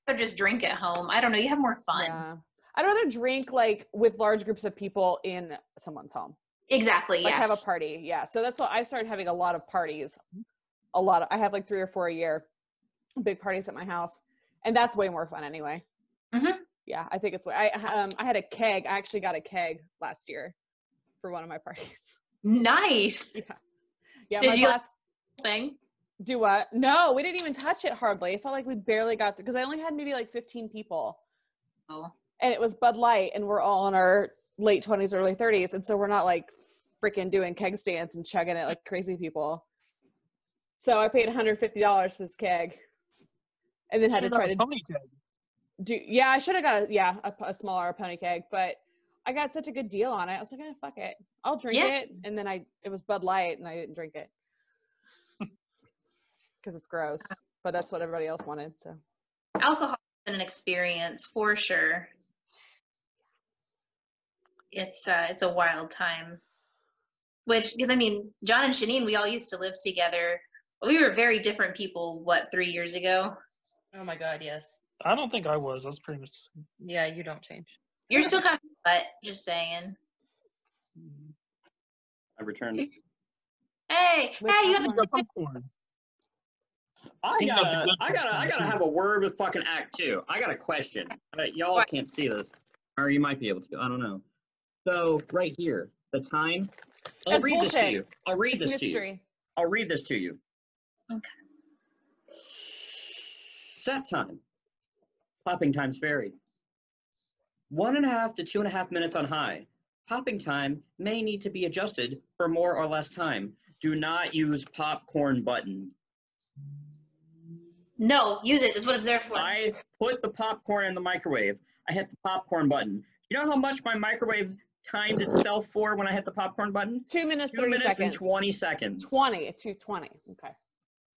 S2: think Or just drink at home. I don't know. You have more fun.
S3: Yeah. I'd rather drink like with large groups of people in someone's home.
S2: Exactly.
S3: Like
S2: yes.
S3: have a party. Yeah. So that's why I started having a lot of parties. A lot of I have like three or four a year, big parties at my house. And that's way more fun anyway.
S2: Mhm.
S3: Yeah, I think it's way I um I had a keg. I actually got a keg last year for one of my parties.
S2: nice
S3: Yeah,
S2: Did
S3: my
S2: you, like-
S3: last
S2: thing.
S3: do what? No, we didn't even touch it hardly. It felt like we barely got because I only had maybe like 15 people.
S2: Oh.
S3: and it was Bud Light, and we're all in our late twenties, early thirties, and so we're not like freaking doing keg stands and chugging it like crazy people. So I paid one hundred fifty dollars for this keg, and then had to
S4: Should've
S3: try
S4: got a
S3: to
S4: pony keg.
S3: do. Yeah, I should have got a yeah a, p- a smaller pony keg, but I got such a good deal on it. I was like, eh, fuck it, I'll drink
S2: Yeah.
S3: it. And then I it was Bud Light, and I didn't drink it because it's gross. But that's what everybody else wanted. So
S2: Alcohol has been an experience for sure. It's uh, it's a wild time. Which, because I mean, John and Shanine, we all used to live together. We were very different people. What three years ago?
S6: Oh my god, yes.
S4: I don't think I was. I was pretty much. the
S6: Yeah, you don't change.
S2: You're still kind of butt. Just saying.
S4: same.
S1: I returned.
S2: Hey,
S3: With
S2: hey, you have
S3: popcorn.
S2: the
S4: You got popcorn.
S1: I
S4: He's got the
S1: gotta,
S4: good
S1: I gotta, I
S4: person,
S1: gotta
S4: too.
S1: have a word with fucking Act Two. I got a question, but y'all
S2: What?
S1: can't see this, or you might be able to. I don't know. So right here, the time. I'll
S3: That's
S1: read this to
S3: bullshit.
S1: you. I'll read this
S3: it's
S1: to you.
S3: mystery.
S1: I'll read this to you.
S2: Okay.
S1: Set time. Popping times vary. One and a half to two and a half minutes on high. Popping time may need to be adjusted for more or less time. Do not use popcorn button.
S2: No, use it. That's what it's there for.
S1: I put the popcorn in the microwave. I hit the popcorn button. You know how much my microwave timed itself for when I hit the popcorn button?
S3: Two minutes,
S1: Two
S3: thirty
S1: minutes
S3: seconds.
S1: and 20 seconds.
S3: 20 to 20 okay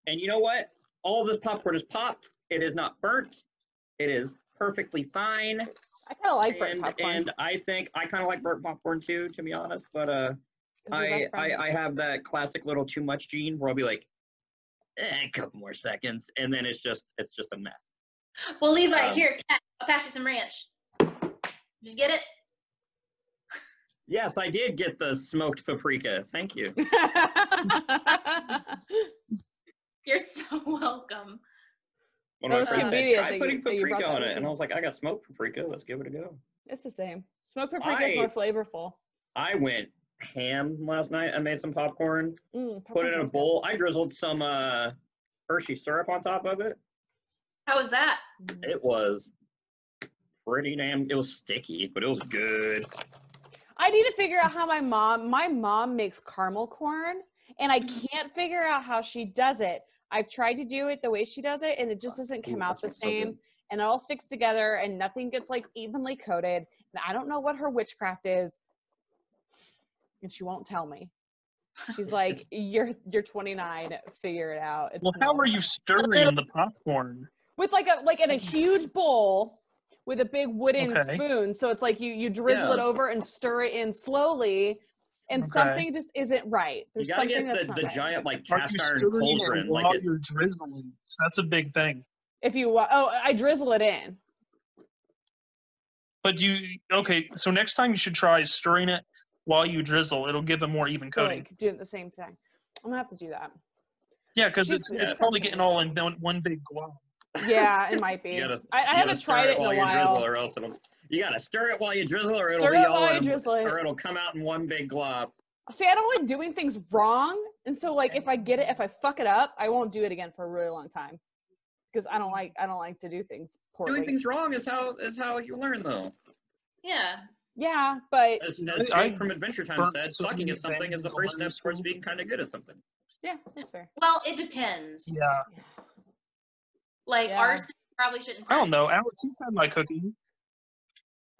S1: And you know what? All this popcorn is popped. It is not burnt. It is perfectly fine.
S3: i kind of like burnt
S1: And,
S3: popcorn
S1: and I think I kind of like burnt popcorn too, to be honest. But uh,
S3: 'cause we're
S1: I,
S3: best
S1: I I
S3: friends.
S1: have that classic little too much gene where I'll be like, eh, a couple more seconds, and then it's just it's just a mess.
S2: Well, Levi,
S1: Um,
S2: here, Kat, I'll pass you some ranch. Just get it.
S1: Yes, I did get the smoked paprika. Thank you.
S2: You're so welcome.
S1: One
S3: That
S1: of my friends
S3: was
S1: said,
S3: convenient that
S1: try
S3: you-
S1: putting
S3: that you brought
S1: paprika
S3: that
S1: on
S3: with
S1: it. And
S3: you.
S1: I was like, I got smoked paprika. Let's give it a go.
S3: it's the same smoked paprika is
S1: I-
S3: more flavorful
S1: I went ham last night. I made some popcorn,
S3: mm,
S1: put
S3: popcorn
S1: it in a
S3: sounds good.
S1: bowl. I drizzled some uh, Hershey syrup on top of it.
S2: How was that?
S3: Mm.
S1: It was pretty damn, it was sticky, but it was good.
S3: i need to figure out how my mom my mom makes caramel corn and i
S1: Mm-hmm.
S3: can't figure out how she does it i've tried to do it the way she does it and it just doesn't come
S1: Ooh,
S3: out
S1: that
S3: the
S1: smells so good.
S3: same and it all sticks together and nothing gets like evenly coated and i don't know what her witchcraft is and she won't tell me she's like you're you're 29 figure it out It's
S4: Well, how
S3: not."
S4: are you stirring the popcorn?
S3: with like a like in a huge bowl with a big wooden
S4: Okay.
S3: spoon so it's like you you drizzle it
S1: Yeah.
S3: over and stir it in slowly and
S4: Okay.
S3: something just isn't right
S1: You
S3: there's
S1: gotta
S3: something
S1: get
S3: that's
S1: the,
S3: not
S1: the
S3: right.
S1: giant, like,
S4: Are
S1: cast
S4: you
S1: iron
S4: stirring it
S1: cauldron.
S4: while
S1: Like, it,
S4: you're drizzling? That's a big thing.
S3: if you wa- oh i drizzle it in
S4: But you okay? So next time you should try stirring it while you drizzle. It'll give a more even
S3: so
S4: coating.
S3: like doing the same thing i'm gonna have to do that
S4: Yeah, because
S3: she's-
S4: it's,
S3: she's
S4: it's
S3: got
S4: probably
S3: some
S4: getting all in one, one big glob.
S3: yeah it might be
S1: you gotta,
S3: i, I
S1: you gotta
S3: haven't
S1: stir
S3: tried it in
S1: while
S3: a
S1: you drizzle,
S3: while
S1: or else it'll. You gotta stir it while you drizzle, or it'll
S3: stir
S1: be
S3: it
S1: all
S3: while you
S1: in a-
S3: drizzle it
S1: or it'll come out in one big glob.
S3: see i don't like doing things wrong and so like if i get it if i fuck it up i won't do it again for a really long time because i don't like i don't like to do things poorly
S1: Doing things wrong is how is how you learn, though.
S2: Yeah.
S3: yeah but
S1: As, as
S4: I-
S1: Jake from Adventure Time
S4: burnt
S1: said,
S4: so
S1: sucking
S4: many
S1: at something is the
S4: things
S1: first
S4: on
S1: step
S4: this
S1: towards
S4: one.
S1: being kind of good at something.
S3: yeah that's fair
S2: Well, it depends.
S4: Yeah,
S2: Like
S3: Yeah.
S2: arson probably shouldn't.
S4: I don't know, Alex. You've had my cooking.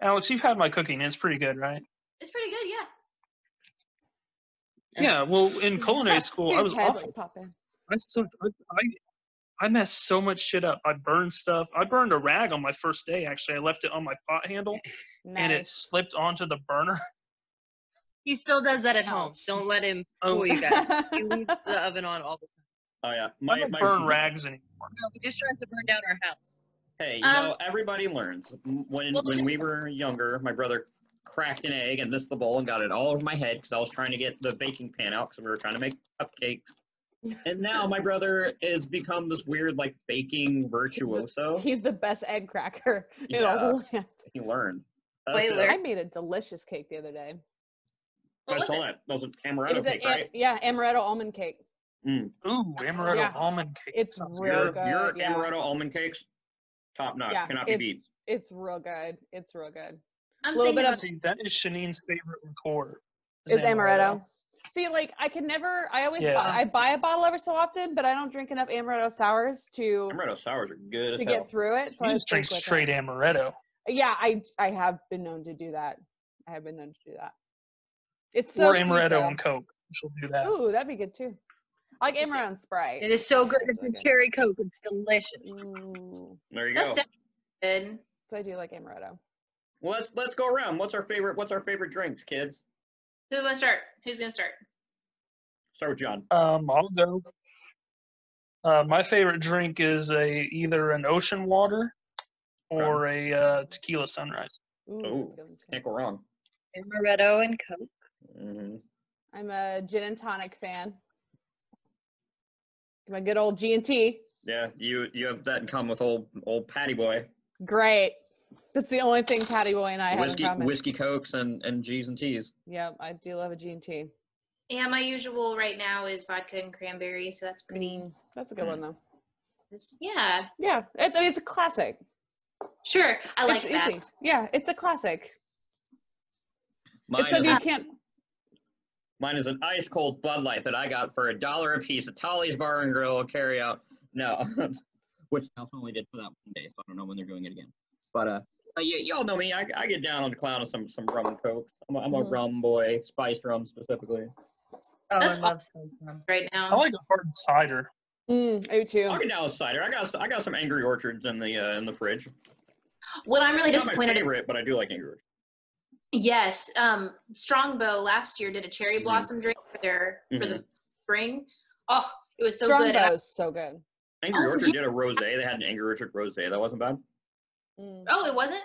S4: Alex, you've had my cooking. It's pretty good, right?
S2: It's pretty good. Yeah.
S6: Yeah.
S4: Yeah. Well, in culinary school,
S3: See
S4: I was
S3: his head,
S4: awful.
S3: like, pop in.
S4: I, sucked. I, I I messed so much shit up. I burned stuff. I burned a rag on my first day. Actually, I left it on my pot handle, and it
S3: Nice.
S4: slipped onto the burner.
S6: He still does that at home.
S3: Ouch.
S6: Don't let him
S4: Oh,
S6: fool you guys. He leaves the oven on all the time.
S1: Oh yeah,
S4: I
S1: my
S4: don't
S1: my
S4: burn rags anymore.
S6: No, he just tries to burn down our house.
S1: Hey, you
S2: Um,
S1: know everybody learns. M- When
S2: Well,
S1: when
S2: th-
S1: we were younger, my brother cracked an egg and missed the bowl and got it all over my head because I was trying to get the baking pan out because we were trying to make cupcakes. And now my brother has become this weird like baking virtuoso.
S3: He's the best egg cracker in all the land.
S1: He learned.
S2: Spoiler.
S3: I made a delicious cake the other day.
S1: I
S2: What was
S1: saw
S2: it?
S1: that. That was an
S3: it
S1: amaretto
S3: was
S1: cake,
S3: a,
S1: right?
S3: yeah, amaretto almond cake.
S4: Ooh, amaretto
S3: Yeah.
S4: almond cake.
S3: It's
S4: Sounds
S3: real
S4: good.
S1: Your your
S3: good. yeah.
S1: amaretto almond cakes, top notch,
S3: yeah,
S1: cannot be
S3: it's
S1: beat.
S3: It's real good. It's real good.
S2: I'm
S3: Little
S2: thinking
S3: bit
S2: about
S3: of-
S4: See, that is Shanine's favorite liqueur.
S3: Is amaretto. See, like I can never. I always
S4: Yeah.
S3: buy, I buy a bottle every so often, but I don't drink enough amaretto sours to
S1: Amaretto sours are good
S3: to
S1: as hell.
S3: get through it. So I
S4: You just
S3: just
S4: drink
S3: drink with
S4: straight
S3: it.
S4: amaretto.
S3: Yeah, I I have been known to do that. I have been known to do that. It's so
S4: or
S3: sweet,
S4: amaretto
S3: though.
S4: and Coke. She'll do that.
S3: Ooh, that'd be good too. I like amaretto and Sprite.
S6: It is so good. It's
S3: Really
S6: with
S3: good.
S6: cherry coke. It's delicious.
S3: Ooh,
S1: There you
S2: that
S1: go.
S2: sounds good.
S3: so I do like amaretto.
S1: Well, let's let's go around. What's our favorite? What's our favorite drinks, kids?
S2: Who gonna start? Who's gonna start?
S1: Start with John.
S4: Um, I'll go. Uh, my favorite drink is a either an ocean water or a uh, tequila sunrise.
S3: Ooh, that's a
S1: Ooh.
S3: good one, too.
S1: Can't go wrong.
S6: Amaretto and coke.
S1: hmm
S3: I'm a gin and tonic fan. My good old G and T.
S1: Yeah, you you have that in common with old old Patty Boy.
S3: Great. That's the only thing Patty Boy and I have in
S1: whiskey
S3: common.
S1: whiskey cokes and and G's and T's.
S3: Yep, I do love a G and T.
S2: Yeah, my usual right now is vodka and cranberry, so that's pretty.
S3: Mm, that's a good one though.
S2: just- Yeah,
S3: Yeah, it's I mean, it's a classic.
S2: sure. I like
S3: it's
S2: that.
S3: easy. Yeah, it's a classic.
S1: Mine
S3: it's something
S1: is,
S3: you
S1: a,
S3: can't.
S1: mine is an ice cold Bud Light that I got for a dollar a piece at Tolly's Bar and Grill carry out. No, which I only did for that one day, so I don't know when they're doing it again. But uh, uh, you, you all know me. I, I get down on the clown of some some rum and coke. I'm a, I'm a
S3: Mhm.
S1: rum boy, spiced rum specifically.
S6: Oh,
S2: That's
S6: I love some.
S2: Right
S4: I
S3: Um,
S2: now,
S4: like a hard cider.
S3: Mm, I do
S1: I'll
S3: too.
S1: get down with cider. I got s- I got some Angry Orchards in the uh, in the fridge.
S2: what I'm really
S1: Not my
S2: disappointed. in-
S1: favorite, but I do like Angry Orchard.
S2: Yes, um, Strongbow last year did a cherry
S1: Mm.
S2: blossom drink for their for the
S1: Mm-hmm.
S2: spring. Oh, it was so
S3: Strongbow
S2: good. and I-
S3: is so good.
S1: Angry
S2: Oh,
S1: Orchard
S2: yeah.
S1: did a rosé. They had an Angry Orchard rosé. That wasn't bad.
S3: Mm.
S2: oh, it wasn't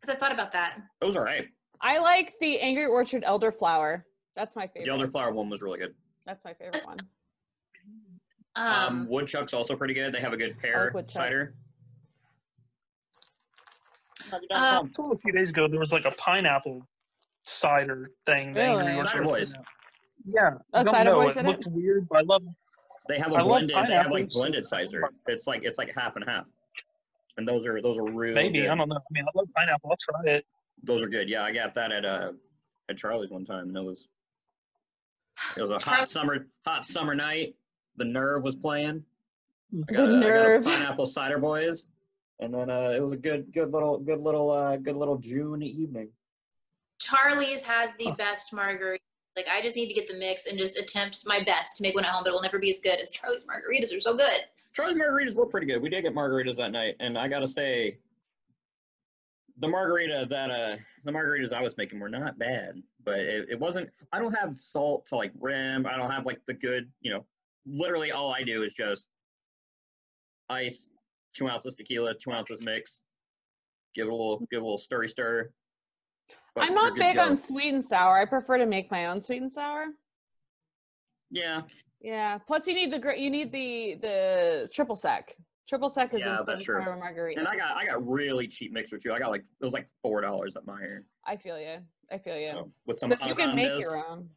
S2: because I thought about that.
S1: It was all right.
S3: I like the Angry Orchard elderflower. That's my
S1: The
S3: favorite.
S1: elderflower one was really good.
S3: That's my favorite
S2: That's-
S3: one.
S1: Um,
S2: Um,
S1: Woodchuck's also pretty good. They have a good pear
S3: Woodchuck.
S1: cider.
S2: Uh,
S1: Um,
S4: A few days ago, there was like a pineapple cider thing. that Angry
S3: Really?
S4: Orchard
S1: Cider
S4: put
S1: Boys.
S4: out. Yeah.
S3: Oh,
S4: I don't
S3: Cider
S4: know.
S3: Boys
S4: It
S3: in it?
S4: looked weird, but I love.
S1: they have
S4: I
S1: a
S4: love
S1: blended. They have like
S4: pineapples.
S1: blended cider. It's like it's like half and half. And those are those are real.
S4: Maybe
S1: good.
S4: I don't know. I mean, I love pineapple. I'll try it.
S1: Those are good. Yeah, I got that at uh at Charlie's one time, and it was it was a
S2: Charlie-
S1: hot summer hot summer night. The Nerve was playing. I
S4: The
S1: got, a, I got a
S3: Nerve.
S1: pineapple cider boys, and then uh, it was a good good little good little uh, good little June evening.
S2: Charlie's has the
S4: Huh.
S2: best margarita. Like I just need to get the mix and just attempt my best to make one at home, but it will never be as good as Charlie's margaritas are so good.
S1: Charlie's margaritas were pretty good. We did get margaritas that night, and I gotta say, the margarita that uh, the margaritas I was making were not bad, but it, it wasn't. I don't have salt to like rim. I don't have like the good, you know. Literally, all I do is just ice, two ounces tequila, two ounces mix, give it a little, give it a little stirry stir. but
S3: I'm
S1: you're
S3: not
S1: good to
S3: big
S1: go.
S3: on sweet and sour. I prefer to make my own sweet and sour.
S1: Yeah,
S3: Yeah. Plus, you need the gr- you need the the triple sec. Triple sec is
S1: Yeah,
S3: important
S1: that's
S3: part
S1: true.
S3: of a margarita.
S1: and I got I got really cheap mixer too. I got like it was like four dollars at Meyer
S3: I feel you. I feel you.
S1: so, with some
S3: but you can make
S1: Arandas,
S3: your own.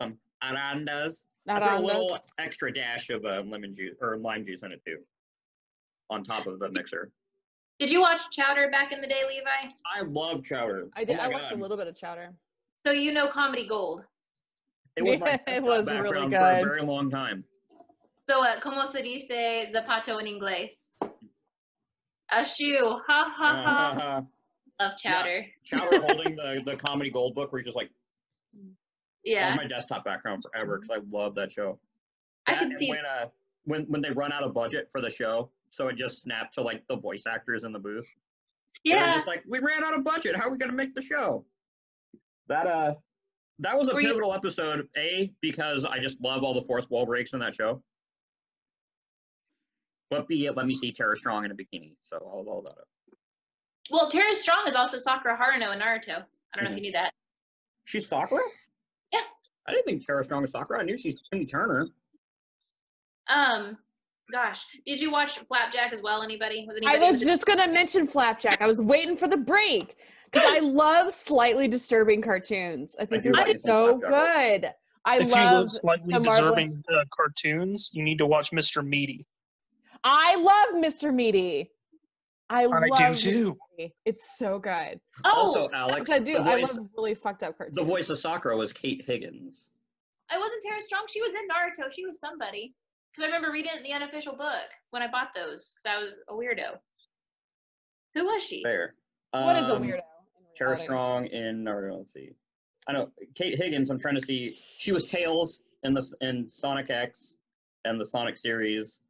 S1: some Arandas.
S3: Not
S1: I threw
S3: on
S1: a little
S3: the-
S1: extra dash of uh, lemon juice or lime juice in it too, on top of the mixer.
S2: Did you watch Chowder back in the day, Levi?
S1: I love chowder.
S3: I did.
S1: Oh my
S3: I watched a
S1: God.
S3: little bit of chowder.
S2: So you know comedy gold.
S1: It was, my
S3: Yeah,
S1: best
S3: it was really
S1: background for a
S3: good.
S1: very long time.
S2: So uh, como se dice zapato en inglés? A shoe. Ha ha
S1: Uh,
S2: ha. Love chowder.
S1: chowder holding the, the comedy gold book where you're just like
S2: Yeah.
S1: on my desktop background forever because I love that show.
S2: I
S1: That
S2: can
S1: and
S2: see-
S1: when, uh, when when they run out of budget for the show, so it just snapped to like the voice actors in the booth. They were
S2: yeah.
S1: just like, we ran out of budget. How are we going to make the show? That uh, that was a
S2: Were you-
S1: pivotal episode. A because I just love all the fourth wall breaks in that show. But B, it let me see Tara Strong in a bikini, so I was all about it.
S2: Well, Tara Strong is also Sakura Haruno in Naruto. I don't know if you knew that.
S1: She's Sakura.
S2: Yeah.
S1: I didn't think Tara Strong was Sakura. I knew she's Timmy Turner.
S2: Um, gosh, did you watch Flapjack as well? Anybody? Was
S3: I
S2: anybody?
S3: was just gonna mention Flapjack. I was waiting for the break because I love slightly disturbing cartoons. I think
S1: do
S3: they're
S1: like
S3: so
S1: Flapjack.
S3: good. I
S4: if you
S3: love.
S4: love slightly
S3: the
S4: deserving
S3: Marvelous-
S4: uh, cartoons, you need to watch Mr. Meaty.
S3: I love Mr. Meaty. I,
S7: I
S3: love
S7: do
S3: this
S7: too.
S3: movie. It's so good.
S1: also,
S2: Oh,
S1: Alex,
S3: I do.
S1: The,
S3: I
S1: voice,
S3: love really fucked up cartoons.
S1: the voice of Sakura was Kate Higgins.
S2: I wasn't Tara Strong. She was in Naruto. She was somebody. Because I remember reading it in the unofficial book when I bought those because I was a weirdo. Who was she?
S1: Fair.
S3: What is a
S1: Um,
S3: weirdo?
S1: Tara
S3: in reality?
S1: Strong in Naruto. Let's see. I know Kate Higgins. I'm trying to see. She was Tails in the in Sonic X and the Sonic series.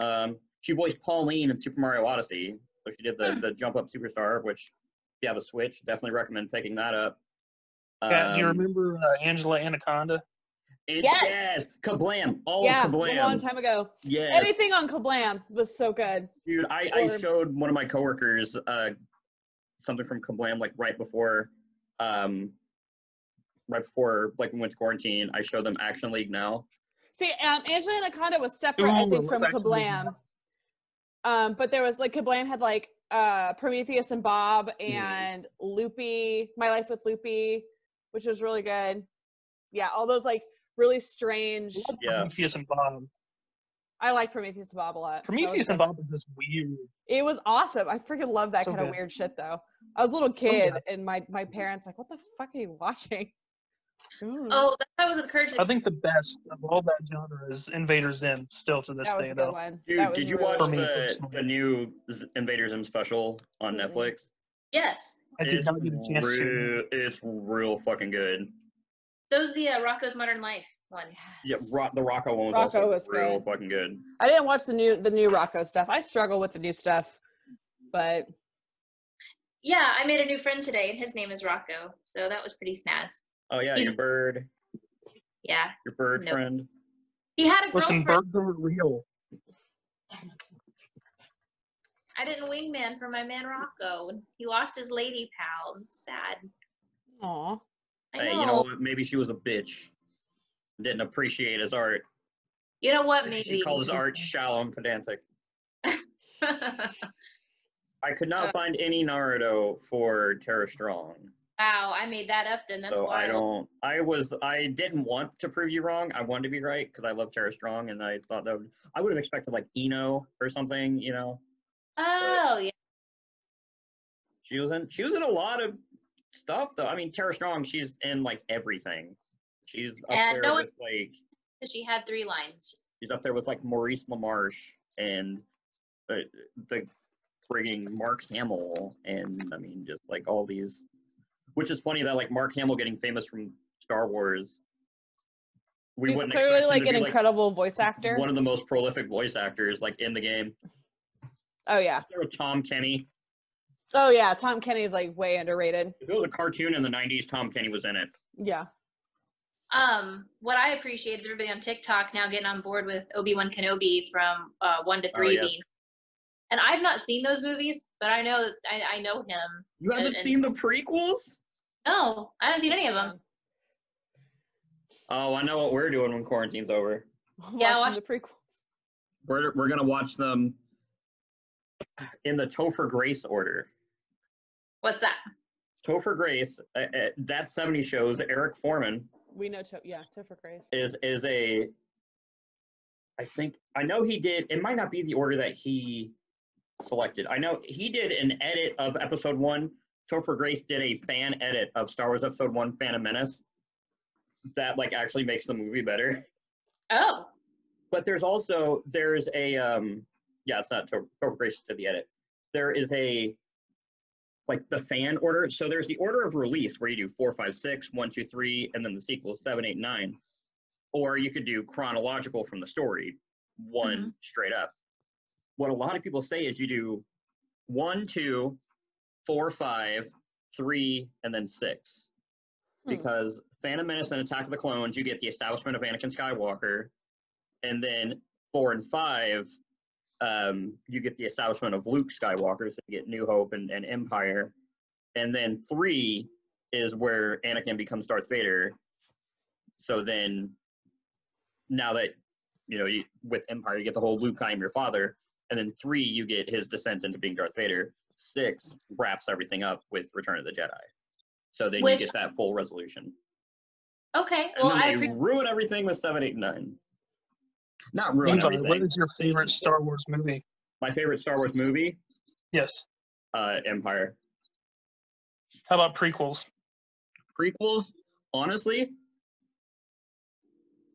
S1: Um, she voiced Pauline in Super Mario Odyssey. So she did
S3: Hmm.
S1: the, the Jump Up Superstar, which if you have a Switch, definitely recommend picking that up.
S4: Kat, do you
S1: Um,
S4: remember uh, Angela Anaconda?
S1: and
S2: Yes!
S1: yes, Kablam! All
S3: Yeah,
S1: of Kablam.
S3: a long time ago.
S1: Yeah,
S3: Anything on Kablam was so good.
S1: dude. I, I
S3: or-
S1: showed one of my coworkers uh, something from Kablam like right before, um, right before like we went to quarantine. I showed them Action League now.
S3: See, um, Angela Anaconda was separate, I
S7: Ooh,
S3: think,
S7: I
S3: from
S7: love that movie.
S3: Kablam. Um, but there was like Kablam had like uh, Prometheus and Bob and Loopy, My Life with Loopy, which was really good. Yeah, all those like really strange.
S1: Yeah,
S4: Prometheus and Bob.
S3: I like Prometheus and Bob a lot. That was
S4: Prometheus and
S3: good.
S4: Bob is just weird.
S3: It was awesome. I freaking love that
S4: So
S3: kind of
S4: good.
S3: weird shit though. I was a little kid and my my parents like, what the fuck are you watching? Ooh.
S2: Oh, that's why I was with Courage.
S4: I
S2: The-
S4: think the best of all that genre is Invader Zim, still to this
S3: that was
S4: day,
S3: a good
S4: though.
S3: one. That
S1: dude.
S3: was
S1: Did you
S3: really
S1: watch
S4: For me,
S3: good.
S1: the
S4: personally.
S1: the new Z- Invader Zim special on
S3: Mm-mm.
S1: Netflix?
S2: yes.
S4: I did
S1: It's
S4: not get a chance to.
S1: real- It's real fucking good.
S2: Those the uh, Rocco's Modern Life one.
S1: Yeah, Ro- the Rocco one was
S3: Rocco
S1: also
S3: was
S1: real
S3: good.
S1: fucking good.
S3: I didn't watch the new the new Rocco stuff. I struggle with the new stuff, but
S2: Yeah, I made a new friend today, and his name is Rocco. So that was pretty snaz.
S1: Oh yeah,
S2: He's-
S1: your bird,
S2: Yeah,
S1: your bird
S2: Nope.
S1: friend.
S2: he had a
S4: Listen,
S2: girlfriend.
S4: birds are real.
S2: I didn't wingman for my man Rocco. He lost his lady pal. It's sad.
S3: aw,
S2: I
S1: Hey,
S2: know.
S1: you know what? Maybe she was a bitch. Didn't appreciate his art.
S2: what? Maybe.
S1: She called his art shallow and pedantic. I could
S2: Uh,
S1: not find any Naruto for Terra Strong.
S2: wow, I made that up then. That's
S1: so
S2: wild.
S1: I don't. I was. I didn't want to prove you wrong. I wanted to be right because I love Terra Strong, and I thought that would, I would have expected like Eno or something. You know,
S2: Oh yeah.
S1: she was in. She was in a lot of stuff though. I mean, Terra Strong. She's in like everything. She's up
S2: And
S1: there
S2: no one-
S1: with like.
S2: 'cause She had three lines.
S1: She's up there with like Maurice LaMarche and uh, the frigging Mark Hamill, and I mean, just like all these. Which is funny that like Mark Hamill getting famous from Star Wars. We
S3: he's
S1: wouldn't
S3: clearly
S1: expect him
S3: like
S1: to
S3: an
S1: be,
S3: incredible voice actor.
S1: One of the most prolific voice actors like in the game.
S3: oh yeah,
S1: There was Tom Kenny.
S3: oh yeah. Tom Kenny is like way underrated.
S1: If it was a cartoon in the '90s, Tom Kenny was in it.
S3: Yeah,
S2: Um, what I appreciate is everybody on TikTok now getting on board with Obi Wan Kenobi from uh, one to three
S1: Oh, yeah.
S2: being. And I've not seen those movies, but I know I, I know him.
S1: You haven't
S2: And-
S1: seen the prequels?
S2: No, I haven't seen any of them.
S1: Oh, I know what we're doing when quarantine's over.
S2: Yeah,
S3: watching the prequels.
S1: We're we're gonna watch them in the Topher Grace order. uh,
S2: What's that?
S1: Topher Grace, uh, uh, that 70 shows Eric Foreman
S3: We know, to- yeah, Topher Grace.
S1: is is a I think I know he did it might not be the order that he selected. I know he did an edit of episode 1. Topher Grace did a fan edit of Star Wars episode 1 Phantom Menace that like actually makes the movie better.
S2: Oh,
S1: But there's also there's a um yeah, it's not Topher Topher Grace did the edit. There is a like the fan order. So there's the order of release where you do four, five, six, one, two, three, and then the sequel seven, eight, nine. Or you could do chronological from the story, one straight up. What a lot of people say is you do one, two, four, five, three, and then six.
S3: Hmm.
S1: Because Phantom Menace and Attack of the Clones, you get the establishment of Anakin Skywalker, and then four and five, um, you get the establishment of Luke Skywalker, so you get New Hope and, and Empire. And then three is where Anakin becomes Darth Vader. So then, now that, you know, you, with Empire, you get the whole Luke, I am your father. And then three, you get his descent into being Darth Vader. Six wraps everything up with Return of the Jedi. So then
S2: Which-
S1: you get that full resolution.
S2: okay.
S1: And
S2: Well,
S1: then
S2: I
S1: they
S2: appreciate
S1: ruin everything with seven, eight, and nine. Not ruin
S4: Levi, what
S1: everything.
S4: is your favorite Star Wars movie?
S1: My favorite Star Wars movie
S4: Yes.
S1: uh, Empire.
S4: How about prequels?
S1: Prequels, honestly,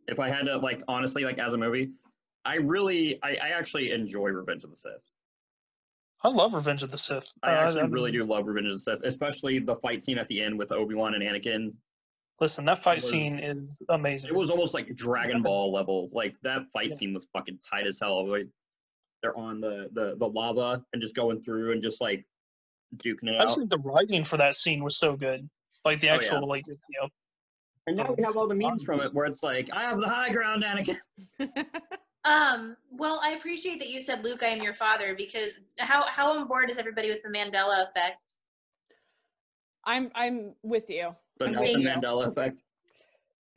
S1: if I had to like honestly like as a movie, I really I, I actually enjoy Revenge of the Sith.
S4: I love Revenge of the Sith.
S1: I
S4: Uh,
S1: actually
S4: I'm-
S1: really do love Revenge of the Sith, especially the fight scene at the end with Obi Wan and Anakin.
S4: Listen, that fight
S1: was-
S4: scene is amazing.
S1: It was almost like Dragon Ball level. Like that fight scene was fucking tight as hell. Like, they're on the, the the lava and just going through and just like duking it out.
S4: Actually, the writing for that scene was so good. Like the
S1: Oh, yeah.
S4: actual, like you know,
S1: And now we have all the memes from it where it's like, I have the high ground, Anakin.
S2: Um, well, I appreciate that you said, Luke, I am your father, because how, how on board is everybody with the Mandela effect?
S3: I'm I'm with you.
S1: The
S3: I'm
S1: Nelson
S3: with you.
S1: Mandela effect.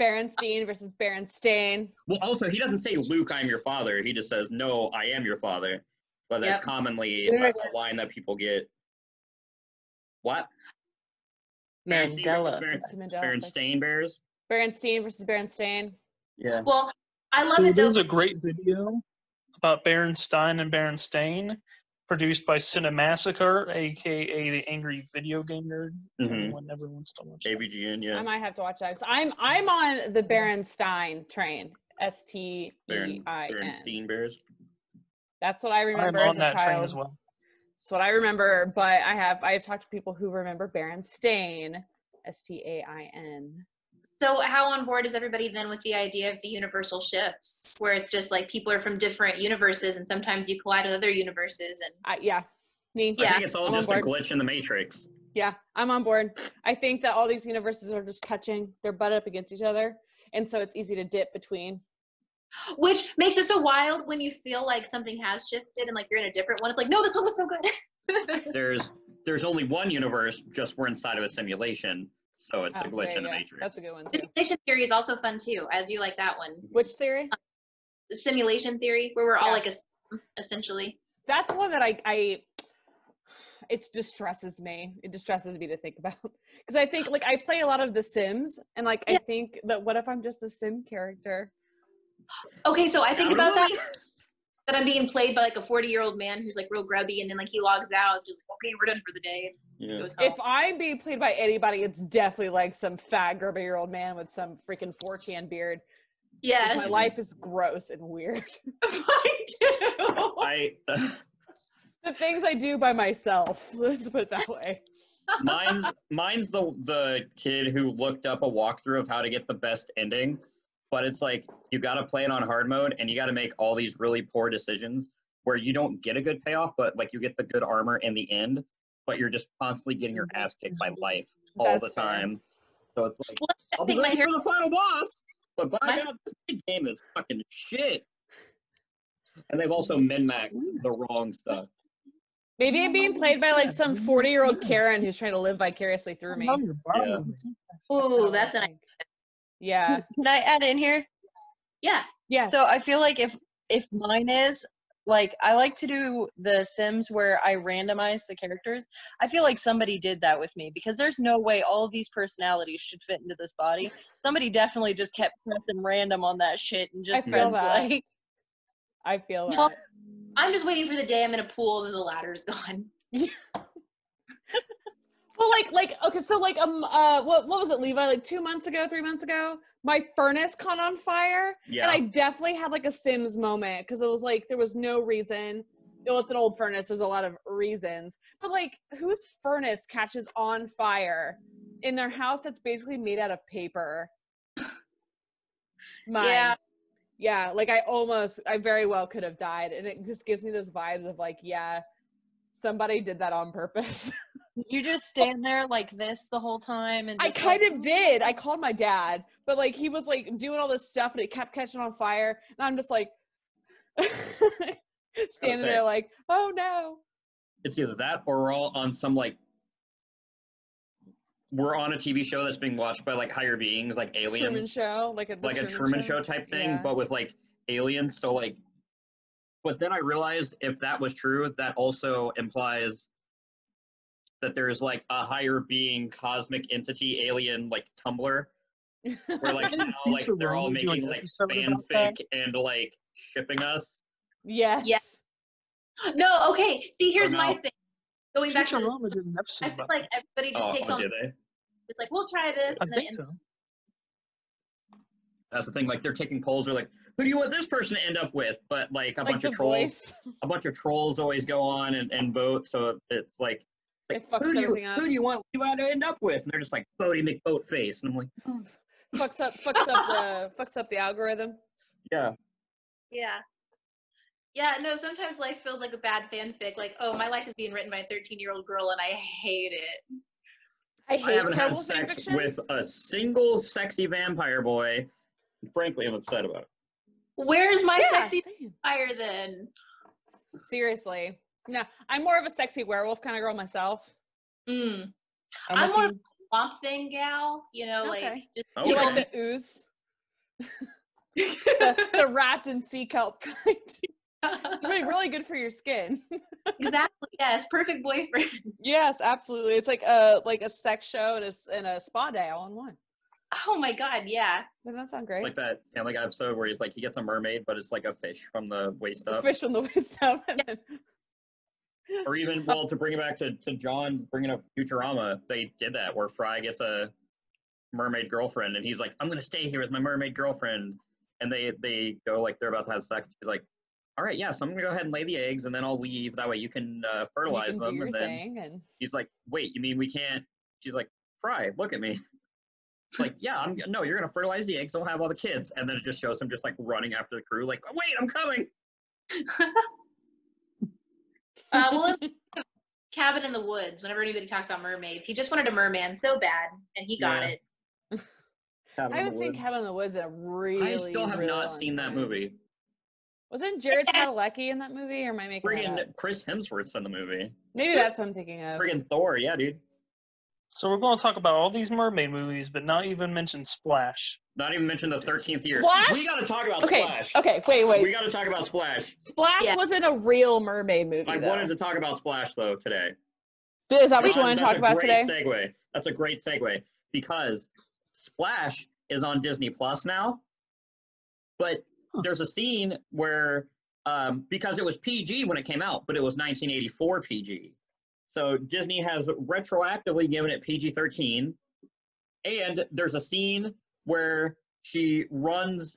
S3: Berenstein versus Berenstain.
S1: Well, also, he doesn't say, Luke, I'm your father. He just says, No, I am your father. But that's
S2: Yep.
S1: commonly
S3: There
S1: a,
S3: it
S1: a line that people get. What?
S6: Mandela.
S1: Beren-
S3: It's a Mandela effect.
S1: Berenstain Bears?
S3: Berenstein versus Berenstain.
S1: Yeah.
S2: Well, I love
S4: Dude,
S2: it though.
S4: there's a great video about Berenstein and Berenstain, produced by Cinemassacre, aka the Angry Video Game Nerd.
S1: Mhm.
S4: Everyone, never wants to watch. that.
S1: ABGN, yeah.
S3: I might have to watch that. 'cause I'm I'm on the Berenstein train. S T E
S1: Beren-
S3: I N.
S1: Berenstein Bears.
S3: That's what I
S4: I'm
S3: remember
S4: on
S3: as a
S4: that train
S3: child.
S4: as well.
S3: That's what I remember. But I have I have talked to people who remember Berenstain. S T A I N.
S2: So how on board is everybody then with the idea of the universal shifts, where it's just like people are from different universes and sometimes you collide with other universes and
S3: I, yeah, me.
S1: I
S2: Yeah.
S1: think it's all
S3: I'm on
S1: just a
S3: board.
S1: glitch in the Matrix.
S3: Yeah, I'm on board. I think that all these universes are just touching. They're butt up against each other, and so it's easy to dip between.
S2: which makes it so wild when you feel like something has shifted and like you're in a different one. It's like, no, this one was so good.
S1: There's there's only one universe, just we're inside of a simulation. So it's a
S3: Oh,
S1: glitch
S3: yeah,
S1: in the
S3: yeah.
S1: Matrix.
S3: That's a good one too.
S2: Simulation theory is also fun too. I do like that one.
S3: Which theory?
S2: The simulation theory, where we're all
S3: Yeah.
S2: like a s essentially.
S3: That's one that I I. It distresses me. It distresses me to think about because I think like I play a lot of The Sims, and like I
S2: Yeah.
S3: think that what if I'm just a Sim character?
S2: Okay, so I think
S1: Not
S2: about that. That I'm being played by like a 40 year old man who's like real grubby, and then like he logs out, just like, okay, we're done for the day.
S1: Yeah.
S2: Goes
S3: If
S2: home.
S3: I'm being played by anybody, it's definitely like some fat grubby year old man with some freaking 4chan beard. 'cause
S2: yes,
S3: My life is gross and weird.
S2: I do.
S1: I
S3: the things I do by myself. Let's put it that way.
S1: mine's mine's the the kid who looked up a walkthrough of how to get the best ending, but it's like you got to play it on hard mode and you got to make all these really poor decisions where you don't get a good payoff, but like you get the good armor in the end, but you're just constantly getting your ass kicked by life all
S3: That's
S1: the
S3: fair.
S1: time. So it's like
S2: Well, I
S1: I'll be
S2: think my
S1: ready
S2: hair-
S1: for the final boss, but by
S2: My-
S1: now this game is fucking shit. And they've also min maxed the wrong stuff.
S3: Maybe I'm being played by like some 40 year old Karen who's trying to live vicariously through
S4: Oh,
S3: me.
S1: Yeah.
S2: Ooh, that's an
S3: Yeah.
S6: Can I add in here?
S2: yeah.
S3: Yeah.
S6: So uh, I feel like if if mine is like I like to do the Sims where I randomize the characters. I feel like somebody did that with me because there's no way all of these personalities should fit into this body. Somebody definitely just kept pressing random on that shit and just
S3: I feel
S6: pressed
S3: that.
S6: play.
S3: I feel
S6: No.
S3: that.
S2: I'm just waiting for the day I'm in a pool and the ladder's gone.
S3: Well, like, like, okay, so like, um, uh, what, what was it, Levi? Like two months ago, three months ago, my furnace caught on fire,
S1: Yeah.
S3: and I definitely had like a Sims moment because it was like there was no reason. Well, it's an old furnace. There's a lot of reasons, but like, whose furnace catches on fire in their house that's basically made out of paper? Mine.
S2: Yeah.
S3: Yeah, like I almost, I very well could have died, and it just gives me those vibes of like, yeah, somebody did that on purpose.
S6: You just stand there like this the whole time and
S3: I
S6: just like-
S3: kind of did. I called my dad, but like he was like doing all this stuff and it kept catching on fire. And I'm just like standing
S1: say-
S3: there like, oh no.
S1: it's either that or we're all on some like we're on a TV show that's being watched by like higher beings, like
S3: Truman
S1: aliens,
S3: show. Like a the
S1: like a Truman show type thing,
S3: Yeah.
S1: but with like aliens. So like, but then I realized if that was true, that also implies that there's like a higher being, cosmic entity, alien, like Tumblr, where like now like they're all making like fanfic and like shipping us.
S3: yes.
S2: Yeah. No, okay. See, here's
S1: Oh, no.
S2: my thing. Going back to this,
S4: Futurama did an episode
S2: I feel
S4: about
S2: like everybody just
S1: Oh,
S2: takes on.
S1: did they?
S2: It's like we'll try this,
S4: that.
S2: and
S4: I
S2: then
S4: think so.
S1: That's the thing. Like they're taking polls. They're like, who do you want this person to end up with? But like a bunch
S3: the
S1: of trolls,
S3: voice.
S1: a bunch of trolls always go on and, and vote. So it's like, it's
S3: It
S1: like
S3: fucks
S1: who do you
S3: everything up.
S1: who do you want you want to end up with? And they're just like Bodie McBoatface. And I'm like,
S3: fucks up fucks up the fucks up the algorithm.
S1: yeah,
S2: yeah, yeah. No, sometimes life feels like a bad fanfic. Like, oh, my life is being written by a 13 year old girl, and I hate it.
S3: I
S1: I
S3: hate
S1: haven't had
S3: terrible
S1: sex
S3: fanfictions.
S1: with a single sexy vampire boy. And frankly, I'm upset about it.
S2: Where's my
S3: Yeah,
S2: sexy
S3: same.
S2: fire then?
S3: Seriously. No, I'm more of a sexy werewolf kind of girl myself.
S2: Mm.
S6: I'm,
S2: I'm more-
S6: looking-
S2: Swamp thing gal, you know, like
S3: Okay.
S2: just
S1: Oh,
S3: You
S1: yeah.
S3: like the ooze, the, the wrapped in sea kelp kind. It's really really good for your skin.
S2: exactly. Yes, perfect boyfriend.
S3: yes, absolutely. It's like a like a sex show and a, s- and a spa day all in one.
S2: Oh my god, yeah.
S3: Doesn't that sound great?
S1: Like that Family Guy episode where he's like he gets a mermaid, but it's like a fish from the waist
S3: The
S1: up.
S3: Fish on the waist up. And then,
S1: Or even well, to bring it back to, to John bringing up Futurama, they did that where Fry gets a mermaid girlfriend, and he's like, "I'm gonna stay here with my mermaid girlfriend," and they they go like they're about to have sex. She's like, "All right, yeah, so I'm gonna go ahead and lay the eggs, and then I'll leave. That way you can uh,
S3: you
S1: fertilize
S3: can do
S1: them."
S3: your
S1: And then
S3: thing and
S1: he's like, "Wait, you mean we can't?" She's like, "Fry, look at me." It's like, yeah, I'm no, you're gonna fertilize the eggs. I'll have all the kids, and then it just shows him just like running after the crew, like, "Wait, I'm coming."
S2: Uh, well, Cabin in the Woods, whenever anybody talked about mermaids, he just wanted a merman so bad, and he got
S1: Yeah.
S2: it.
S1: Cabin
S3: I
S1: in the
S3: haven't seen
S1: Woods.
S3: Cabin in the Woods in a really.
S1: I still have
S3: really
S1: not
S3: long
S1: seen that
S3: time.
S1: movie.
S3: Wasn't Jared Padalecki in that movie, or am I making that up?
S1: Friggin' Chris Hemsworth's in the movie.
S3: Maybe that's what I'm thinking of.
S1: Friggin' Thor, yeah, dude.
S4: So we're going to talk about all these mermaid movies, but not even mention Splash.
S1: Not even mention the thirteenth year.
S3: Splash?
S1: We gotta talk about
S3: Okay,
S1: Splash.
S3: okay, wait,
S1: We
S3: wait.
S1: gotta talk about Splash.
S3: Splash
S2: Yeah.
S3: wasn't a real mermaid movie.
S1: I
S3: though.
S1: wanted to talk about Splash though today.
S3: Is that what you
S1: John,
S3: want to
S1: that's
S3: talk
S1: a
S3: about today?
S1: great Segue. That's a great segue because Splash is on Disney Plus now, but
S4: Huh.
S1: there's a scene where um, because it was PG when it came out, but it was 1984 PG. So Disney has retroactively given it PG 13, and there's a scene where she runs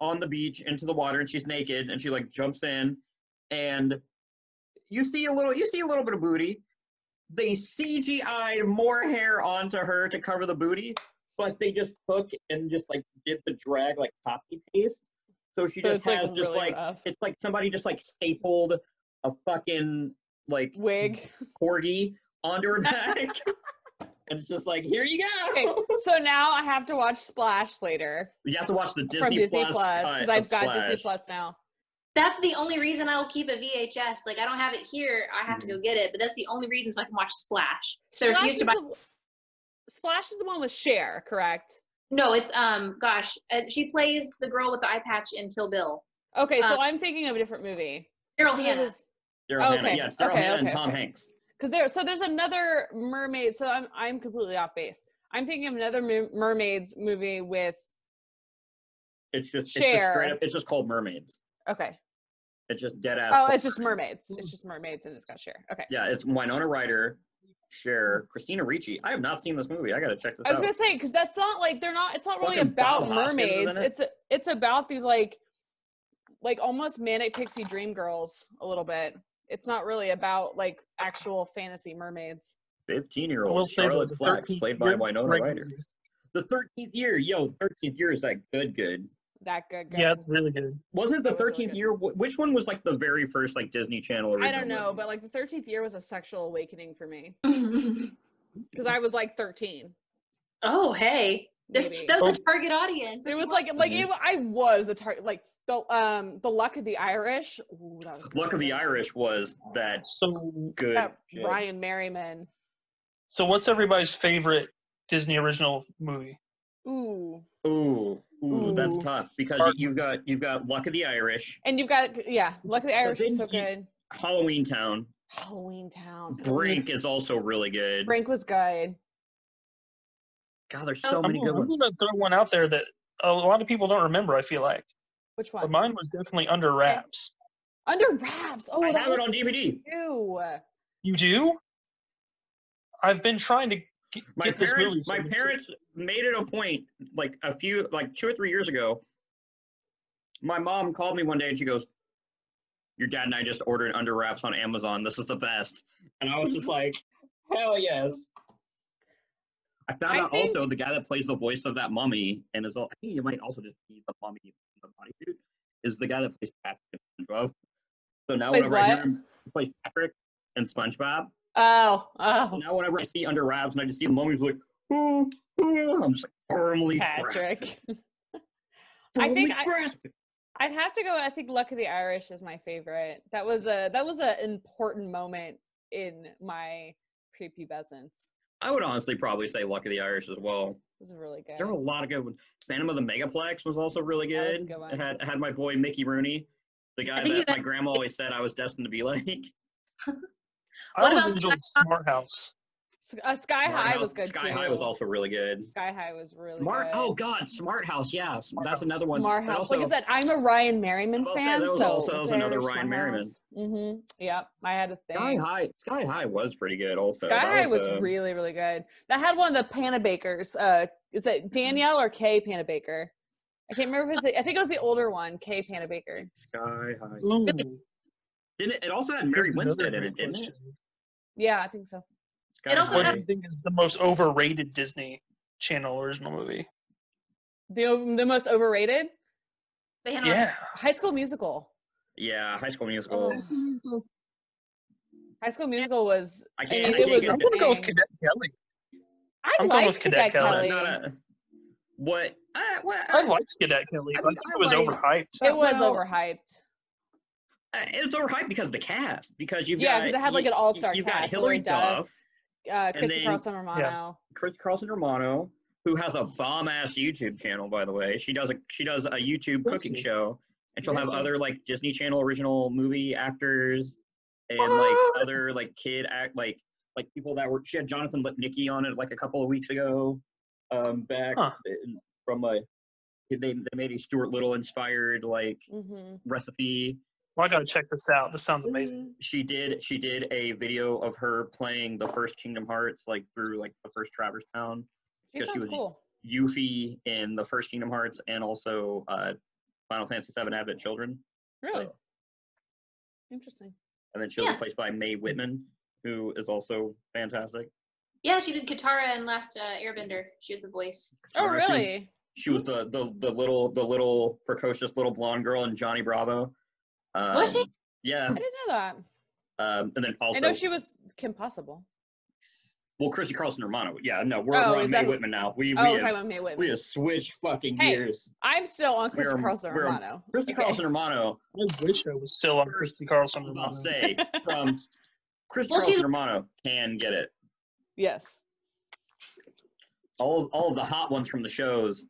S1: on the beach into the water and she's naked and she like jumps in and you see a little you see a little bit of booty they CGI'd more hair onto her to cover the booty, but they just took and just like did the drag like copy paste. So she
S3: So
S1: just
S3: it's, like,
S1: has just
S3: really
S1: like
S3: rough.
S1: it's like somebody just like stapled a fucking like
S3: Wig.
S1: corgi onto her back. and it's just like, here you go.
S3: Okay, so now I have to watch Splash later
S1: You have to watch the Disney,
S3: from Disney Plus
S1: cut
S3: because
S1: of
S3: I've got Disney
S1: Splash.
S3: Plus now.
S2: That's the only reason I'll keep a VHS. Like, I don't have it here. I have to
S6: Mm-hmm.
S2: go get it, but that's the only reason so I can watch Splash. So I
S3: Splash
S2: refuse
S3: is,
S2: to buy.
S3: the, Splash is the one with Cher, correct?
S2: No, it's, um, gosh, uh, she plays the girl with the eye patch in Kill Bill.
S3: Okay, so
S2: Uh,
S3: I'm thinking of a different movie.
S2: Daryl
S3: So
S2: Hannah.
S3: there's-
S1: Daryl Hannah.
S3: Okay,
S1: Yeah, it's Daryl
S3: okay,
S1: Hannah and
S3: okay,
S1: Tom
S3: okay.
S1: Hanks.
S3: because there so there's another mermaid so i'm i'm completely off base i'm thinking of another mer- mermaids movie with
S1: It's just it's just straight
S3: Cher.
S1: up it's just called mermaids.
S3: okay
S1: It's just dead ass.
S3: oh it's just mermaids it's just mermaids and it's got share okay
S1: Yeah, it's Winona Ryder, Cher, Christina Ricci. I have not seen this movie. I gotta check this
S3: i was
S1: out.
S3: gonna say because that's not like they're not it's not really
S1: Fucking Bob
S3: about
S1: Hoskins is in
S3: mermaids
S1: it?
S3: it's a, it's about these like like almost manic pixie dream girls a little bit it's not really about like actual fantasy mermaids
S4: I
S1: 15-year-old
S4: will say that
S1: Charlotte
S4: the
S1: Flax,
S4: 13th
S1: played by
S4: year
S1: Winona
S4: mermaid
S1: Ryder.
S4: movie-
S1: The 13th year, yo, 13th year is like good, good.
S3: that good, good.
S4: Yeah, it's really good.
S1: Wasn't the
S3: That was really
S1: 13th
S3: good.
S1: year? wh- Which one was like the very first like Disney Channel
S3: i
S1: original?
S3: don't know
S1: movie?
S3: but like the 13th year was a sexual awakening for me
S2: oh,
S3: because i was like 13
S2: hey. This,
S3: Maybe.
S2: that
S1: Oh.
S2: was the target audience.
S3: It
S2: That's
S3: was
S2: why-
S3: like like
S1: Mhm.
S3: it, wa- I was the target like the um the luck of the Irish. Ooh, that was
S1: Luck of the
S3: good.
S1: Irish was that
S4: So,
S1: good.
S3: That
S1: shit.
S3: Ryan Merriman.
S4: so what's everybody's favorite Disney original movie?
S3: Ooh,
S1: Ooh, ooh, that's
S3: Ooh.
S1: tough because
S4: Hard
S1: you've got you've got Luck of the Irish,
S3: and you've got yeah, luck of the Irish was
S1: then
S3: so
S1: you-
S3: good.
S1: Halloween Town,
S3: Halloween Town.
S1: Brink is also really good.
S3: Brink was good.
S1: God, there's
S3: Oh,
S1: so
S4: I'm
S1: many
S4: gonna,
S1: good
S4: I'm
S1: ones.
S4: gonna throw one out there that a lot of people don't remember. I feel like,
S3: Which
S4: but
S3: one?
S4: mine was definitely Under Wraps.
S3: Under wraps. Oh,
S1: I
S3: that
S1: have it
S3: was
S1: on DVD.
S3: you.
S4: You do? I've been trying to get,
S1: My
S4: get this
S1: parents,
S4: movie.
S1: my
S4: sorted.
S1: parents made it a point, like a few, like two or three years ago. My mom called me one day and she goes, "Your dad and I just ordered under wraps on Amazon. This is the best." And I was just like, "Hell yes!" I found
S3: I
S1: out
S3: think-
S1: also the guy that plays the voice of that mummy and is all. I think he might also just be the mummy in the bodysuit. Is the guy that plays Patrick in SpongeBob. So now
S3: Plays
S1: whenever I hear
S3: what?
S1: him, he plays Patrick in SpongeBob.
S3: Oh, oh,
S1: Now whenever I see under wraps and I just see the mummies like, ooh, ooh, I'm just like firmly grasping,
S3: Patrick. I
S1: firmly
S3: think I-
S1: grasping.
S3: I'd have to go. I think "Luck of the Irish" is my favorite. That was a that was an important moment in my prepubescence.
S1: I would honestly probably say Luck of the Irish as well.
S3: It was really good.
S1: There were a lot of good ones. Phantom of the Megaplex was also really
S3: That was a
S1: good.
S3: good
S1: It
S3: one.
S1: had it had my boy Mickey Rooney, the guy
S2: think you
S1: that my
S2: guys-
S1: grandma always said I was destined to be like.
S4: I
S2: What about
S4: always enjoyed Smart House.
S3: S- uh, Sky
S1: Smart
S3: High
S1: House-
S3: was good
S1: Sky
S3: too.
S1: High was also really good.
S3: Sky High was really
S1: Smart.
S3: good.
S1: Oh God, Smart House. Yeah, sm- that's
S4: House.
S1: another one.
S3: Smart
S1: But
S3: House.
S1: also,
S3: like I said, I'm a Ryan Merriman
S1: I'll say
S3: fan,
S1: that was
S3: so
S1: also- that was another
S3: there's
S1: Ryan Merriman.
S3: Mm-hmm. Yep, I had a thing.
S1: Sky High. Sky High was pretty good. Also,
S3: Sky
S1: That uh,
S3: High was
S1: a-
S3: really, really good. That had one of the Panabakers. Uh, is it Danielle or Kay Panabaker? I can't remember if it's. The, I think it was the older one, Kay Panabaker.
S1: Sky High.
S4: Ooh,
S1: Didn't it, it also had Mary
S4: here's another
S1: Winstead in
S4: great
S1: it, didn't it?
S4: question.
S3: Yeah, I think so.
S1: Sky
S2: It
S1: High.
S2: also
S4: What do you think is the most overrated Disney Channel original movie?
S3: The o- the most overrated
S2: The Hannah
S4: Yeah.
S3: High School Musical.
S1: yeah, High School Musical.
S3: Oh, High School Musical was.
S1: I
S3: I
S1: can't.
S3: mean,
S1: I
S3: it
S1: can't
S3: was.
S1: get
S3: a
S4: I'm gonna go with
S3: thing.
S4: Cadet Kelly.
S3: I
S4: I'm going
S3: liked
S4: with Cadet
S3: Cadet
S1: Kelly.
S4: Kelly.
S3: Kelly.
S1: Not a, what? Uh, what
S4: I
S1: uh,
S4: liked Cadet Kelly.
S1: I
S4: but I,
S1: mean,
S4: think
S1: I
S4: it was
S1: like-
S4: overhyped.
S3: It was
S1: well,
S3: overhyped.
S1: uh, it's overhyped because of the cast. Because you've
S3: Yeah,
S1: got
S3: 'cause it had, like,
S1: you-
S3: an all-star
S1: You've got
S3: cast,
S1: Hillary
S3: Hillary Duff.
S1: Duff,
S3: Uh, Christy
S1: then-
S3: Carlson Romano.
S1: Chris Carlson Romano, who has a bomb ass YouTube channel, by the way. She does a she does a YouTube cooking
S4: Really?
S1: show, and she'll have
S4: Really?
S1: other like Disney Channel original movie actors and
S4: What?
S1: like other like kid act like like people that were. She had Jonathan Lipnicki on it like a couple of weeks ago, um, back
S4: Huh.
S1: in- from a they they made a Stuart Little inspired like
S3: hmm
S1: recipe.
S4: Well, I gotta check this out. This sounds amazing.
S3: Mm-hmm.
S1: She did she did a video of her playing the first Kingdom Hearts like through like the first Traverse Town.
S3: She
S1: 'Cause she
S3: sounds
S1: was-
S3: cool.
S1: Yuffie in the first Kingdom Hearts and also uh, Final Fantasy VII Advent Children.
S3: Really
S1: So-
S3: interesting.
S1: And then she was
S2: Yeah.
S1: replaced by Mae Whitman, who is also fantastic.
S2: Yeah, she did Katara in Last uh, Airbender. She was the voice.
S3: Oh,
S1: Or she was-
S3: really?
S1: She was the, the, the little the little precocious little blonde girl in Johnny Bravo. Um,
S2: Was she?
S3: I
S1: Yeah.
S3: didn't know that.
S1: Um, and then also,
S3: I know she was Kim Possible.
S1: well, Chrissy Carlson Romano. Yeah, no, we're,
S3: Oh,
S1: we're on
S3: is
S1: Mae
S3: that-
S1: Whitman now. We,
S3: Oh, we're
S1: we,
S3: talking
S1: have,
S3: about May
S1: we
S3: Whitman.
S1: have switched fucking
S3: Hey,
S1: gears.
S3: I'm still on Chris
S1: we're-
S3: Carlson
S1: we're-
S3: Romano.
S1: Christy
S3: Okay.
S1: Carlson Romano,
S4: I wish I was still on Christy Carlson.
S1: I'm
S4: Romano.
S1: about to say, from Christy
S2: Well, she's-
S1: Carlson Romano can get it.
S3: Yes.
S1: all of, all of the hot ones from the shows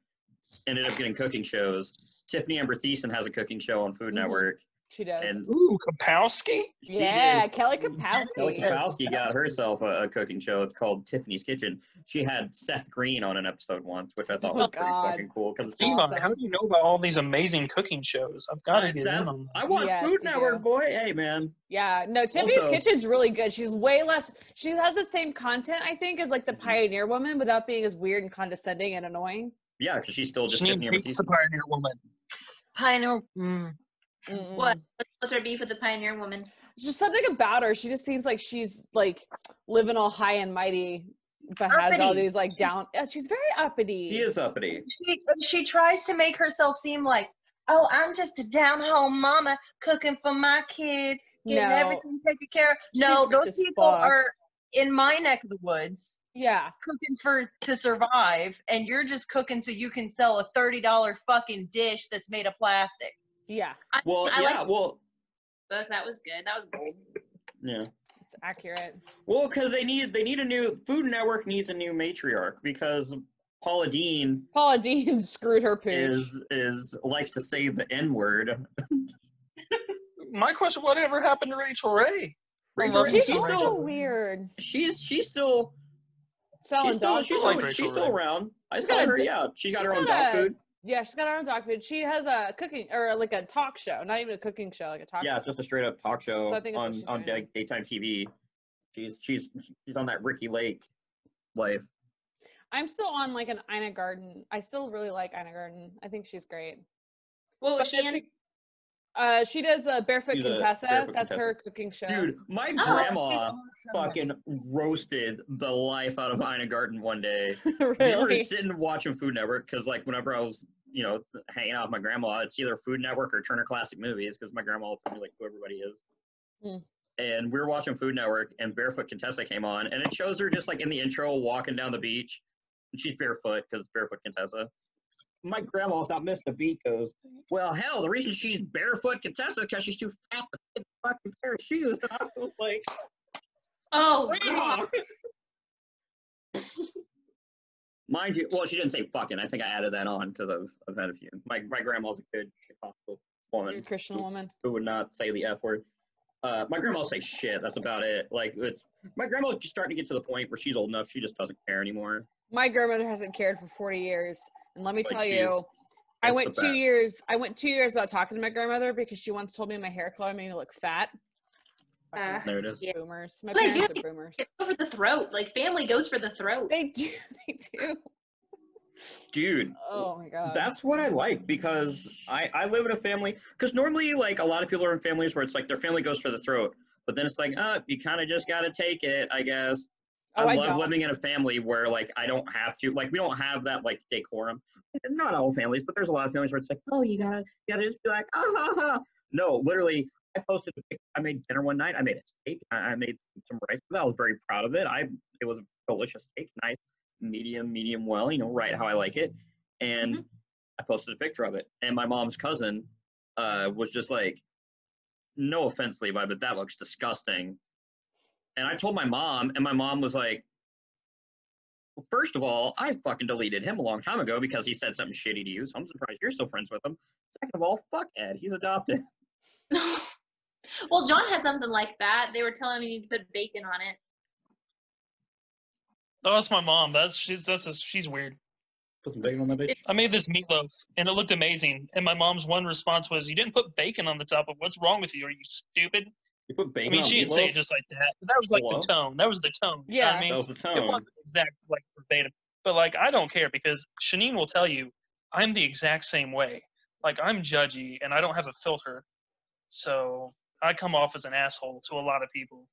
S1: ended up getting cooking shows. Tiffany Amber Thiessen has a cooking show on Food
S3: Mhm.
S1: Network,
S3: She does.
S1: and
S4: Ooh, Kapowski.
S1: she did-
S3: yeah, Kelly
S1: Kelly
S3: Kapowski.
S1: Kapowski got herself a, a cooking show. It's called Tiffany's Kitchen. She had Seth Green on an episode once, which I thought
S3: Oh,
S1: was pretty
S3: God.
S1: fucking cool. Because
S4: Devon,
S3: Awesome.
S4: how do you know about all these amazing cooking shows? I've got to get in on that.
S1: I watch
S3: Yes,
S1: Food
S3: you
S1: Network,
S3: do.
S1: boy. Hey, man.
S3: Yeah, no, Tiffany's
S1: Also-
S3: Kitchen's really good. She's way less. She has the same content, I think, as like the Pioneer Woman, without being as weird and condescending and annoying.
S1: Yeah, because she's still just
S4: Janine
S1: Tiffany Amber
S4: hates the
S1: Thiessen.
S4: Pioneer Woman.
S6: Pioneer. Mm.
S3: Mm-mm.
S2: What? What's her beef with the Pioneer Woman?
S3: It's Just something about her. She just seems like she's like living all high and mighty, but has all
S6: Uppity.
S3: these like down. yeah, She's very uppity.
S1: He is uppity.
S6: She, she tries to make herself seem like, oh, I'm just a down home mama cooking for my kids, getting
S3: No.
S6: everything taken care of.
S3: She's
S6: No,
S3: rich
S6: those
S3: as
S6: people
S3: fuck.
S6: are in my neck of the woods
S3: Yeah.
S6: cooking for to survive, and you're just cooking so you can sell a thirty dollar fucking dish that's made of plastic.
S3: Yeah.
S2: I,
S1: Well,
S2: I
S1: yeah,
S2: like
S1: well,
S2: both. That was good. That was bold.
S1: yeah.
S3: It's accurate.
S1: Well, because they need they need a new Food Network needs a new matriarch because Paula Dean
S3: Paula Dean screwed her pooch.
S1: is is likes to say the N word.
S3: Oh,
S4: My question: Whatever happened to Rachel Ray?
S1: Rachel
S4: Ray-
S3: She's
S1: She's
S3: also
S1: still-
S3: weird.
S1: She's she's still
S3: Selling
S1: she's still
S3: dog
S1: she's
S4: I like
S1: still,
S4: Rachel
S1: she's still
S4: Ray.
S1: around. I
S3: She's
S1: saw
S3: got a
S1: her.
S3: d-
S1: Yeah, she got her
S3: she's
S1: own
S3: got
S1: dog
S3: a-
S1: food.
S3: Yeah, she's got her own dog food. She has a cooking or like a talk show, not even a cooking show, like a talk
S1: Yeah,
S3: show.
S1: it's just a straight up talk show
S3: So I think it's what
S1: on
S3: she's
S1: on
S3: doing.
S1: day, daytime TV. She's she's she's on that Ricky Lake life.
S3: I'm still on like an Ina Garden. I still really like Ina Garden. I think she's great.
S2: What
S3: But
S2: was Oh, she
S3: it's
S2: in?
S3: be- uh, she does uh, Barefoot
S1: She's a
S3: Contessa.
S1: Barefoot
S3: That's her
S1: Contessa.
S3: cooking show.
S1: Dude, my
S2: Oh.
S1: grandma fucking roasted the life out of Ina Garten one day. We were
S3: really?
S1: sitting watching Food Network because, like, whenever I was, you know, hanging out with my grandma, it's either Food Network or Turner Classic Movies because my grandma will tell me like who everybody is.
S3: Hmm.
S1: And we were watching Food Network, and Barefoot Contessa came on, and it shows her just like in the intro walking down the beach, and she's barefoot because Barefoot Contessa. My grandma without missing a beat goes, "Well, hell, the reason she's barefoot Contessa because she's too fat to fit the fucking pair of shoes." And I was like,
S2: Oh, God.
S1: "Grandma." Mind you, well, she didn't say fucking. I think I added that on because I've, I've had a few. My, my grandma's a good Pentecostal
S3: You're a
S1: woman
S3: Christian woman.
S1: who would not say the F word. Uh, my grandma will say shit. That's about it. Like it's my grandma's just starting to get to the point where she's old enough. She just doesn't care anymore.
S3: My grandmother hasn't cared for 40 years, and let me
S1: Like,
S3: tell
S1: she
S3: you,
S1: is-
S3: I
S1: that's
S3: went
S1: the
S3: two
S1: best.
S3: years. I went two years without talking to my grandmother because she once told me my hair color made me look fat.
S2: Uh,
S3: Fucking
S1: There it is.
S2: yeah.
S3: boomers. My
S2: Well, they do
S3: parents
S2: have
S3: are boomers.
S2: It's over the throat. Like family goes for the throat.
S3: They do. They do.
S1: Dude,
S3: Oh my god.
S1: that's what I like because I I live in a family because normally like a lot of people are in families where it's like their family goes for the throat, but then it's like uh you kind of just gotta take it, I guess. I,
S3: oh, I,
S1: love
S3: don't.
S1: living in a family where like I don't have to like we don't have that like decorum. Not all families, but there's a lot of families where it's like, oh, you gotta you gotta just be like, ah ha ha. No, literally, I posted a pic. I made dinner one night. I made a steak. I I made some rice. I was very proud of it. I it was a delicious steak, nice, medium, medium well, you know, right how I like it. And I posted a picture of it. And my mom's cousin uh, was just like, no offense, Levi, but that looks disgusting. And I told my mom, and my mom was like, well, first of all, I fucking deleted him a long time ago because he said something shitty to you. So I'm surprised you're still friends with him. Second of all, fuck Ed. He's adopted.
S2: well, John had something like that. They were telling me you need to put bacon on it.
S4: Oh, that's my mom. That's she's that's just, she's weird.
S1: Put some bacon on that bitch.
S4: I made this meatloaf and it looked amazing. And my mom's one response was, "You didn't put bacon on the top of. What's wrong with you? Are you stupid?"
S1: You put
S4: I
S1: bacon
S4: mean,
S1: on
S4: she didn't say it just like that. But that was like
S1: Hello?
S4: the tone. That was the tone. you know what
S3: Yeah.
S4: I mean,
S1: That was the
S4: it
S1: tone.
S4: wasn't exact like verbatim, but like I don't care because Shanine will tell you, I'm the exact same way. Like I'm judgy and I don't have a filter, so I come off as an asshole to a lot of people.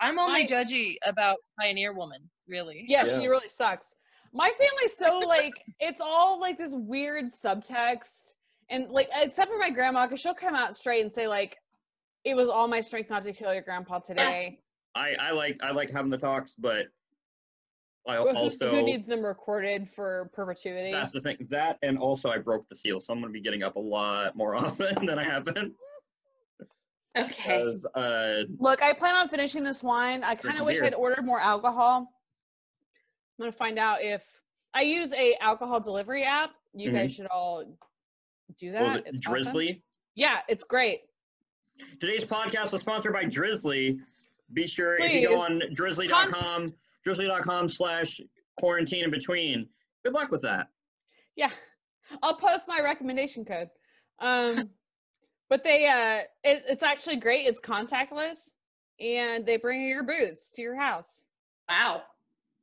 S6: I'm only
S3: I-
S6: judgy about Pioneer Woman, really.
S3: yeah,
S1: Yeah.
S3: she really sucks. My family's so like it's all like this weird subtext, and like except for my grandma, because she'll come out straight and say like, "It was all my strength not to kill your
S2: Ah,
S3: grandpa today."
S1: I, I like I like having the talks, but I
S3: Who- who-
S1: also
S3: who needs them recorded for perpetuity?
S1: that's the thing. That and also I broke the seal, so I'm gonna be getting up a lot more often than I have been.
S2: Okay.
S1: Because uh
S3: Look, I plan on finishing this wine. I kind
S1: Drinking
S3: of wish
S1: beer.
S3: I'd ordered more alcohol. I'm gonna find out if I use a alcohol delivery app. You
S1: Mhm.
S3: guys should all do that.
S1: what was it?
S3: It's awesome.
S1: Drizzly?
S3: Yeah, it's great.
S1: Today's podcast is sponsored by Drizzly. Be sure if you go on
S3: Please.
S1: drizzly.com, drizzly.com slash quarantine in between. Good luck with that.
S3: Yeah, I'll post my recommendation code. Um, but they, uh, it, it's actually great. It's contactless, and they bring your booze to your house.
S2: Wow.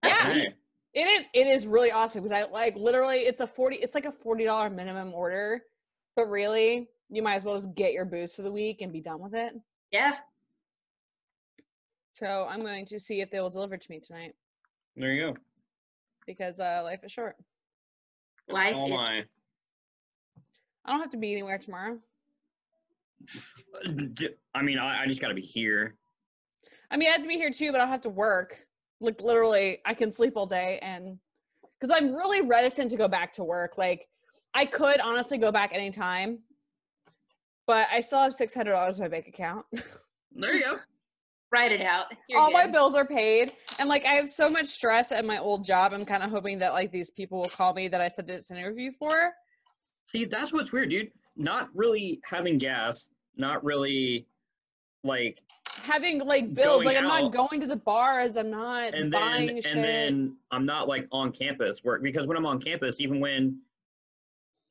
S3: Yeah.
S2: That's neat.
S1: Okay.
S3: It is. It is really awesome because I like literally. It's a forty. It's like a forty dollar minimum order, but really, you might as well just get your booze for the week and be done with it.
S2: Yeah.
S3: So I'm going to see if they will deliver to me tonight
S1: There you go.
S3: because uh, life is short.
S2: Life
S1: Oh
S2: is-
S1: my.
S3: I don't have to be anywhere tomorrow.
S1: D- I mean, I, I just got to be here.
S3: I mean, I have to be here too, but I'll have to work. Like literally, I can sleep all day, and because I'm really reticent to go back to work. Like, I could honestly go back anytime, but I still have six hundred dollars in my bank account.
S1: There you go.
S2: Write it out. You're
S3: all my
S2: good.
S3: bills are paid and like i have so much stress at my old job i'm kind of hoping that like these people will call me that i said this interview for
S1: See, that's what's weird, dude. Not really having gas, not really like,
S3: having like bills
S1: Going
S3: like i'm
S1: out.
S3: not going to the bars i'm not
S1: and
S3: buying
S1: then, and
S3: shit
S1: then I'm not like on campus work because when I'm on campus, even when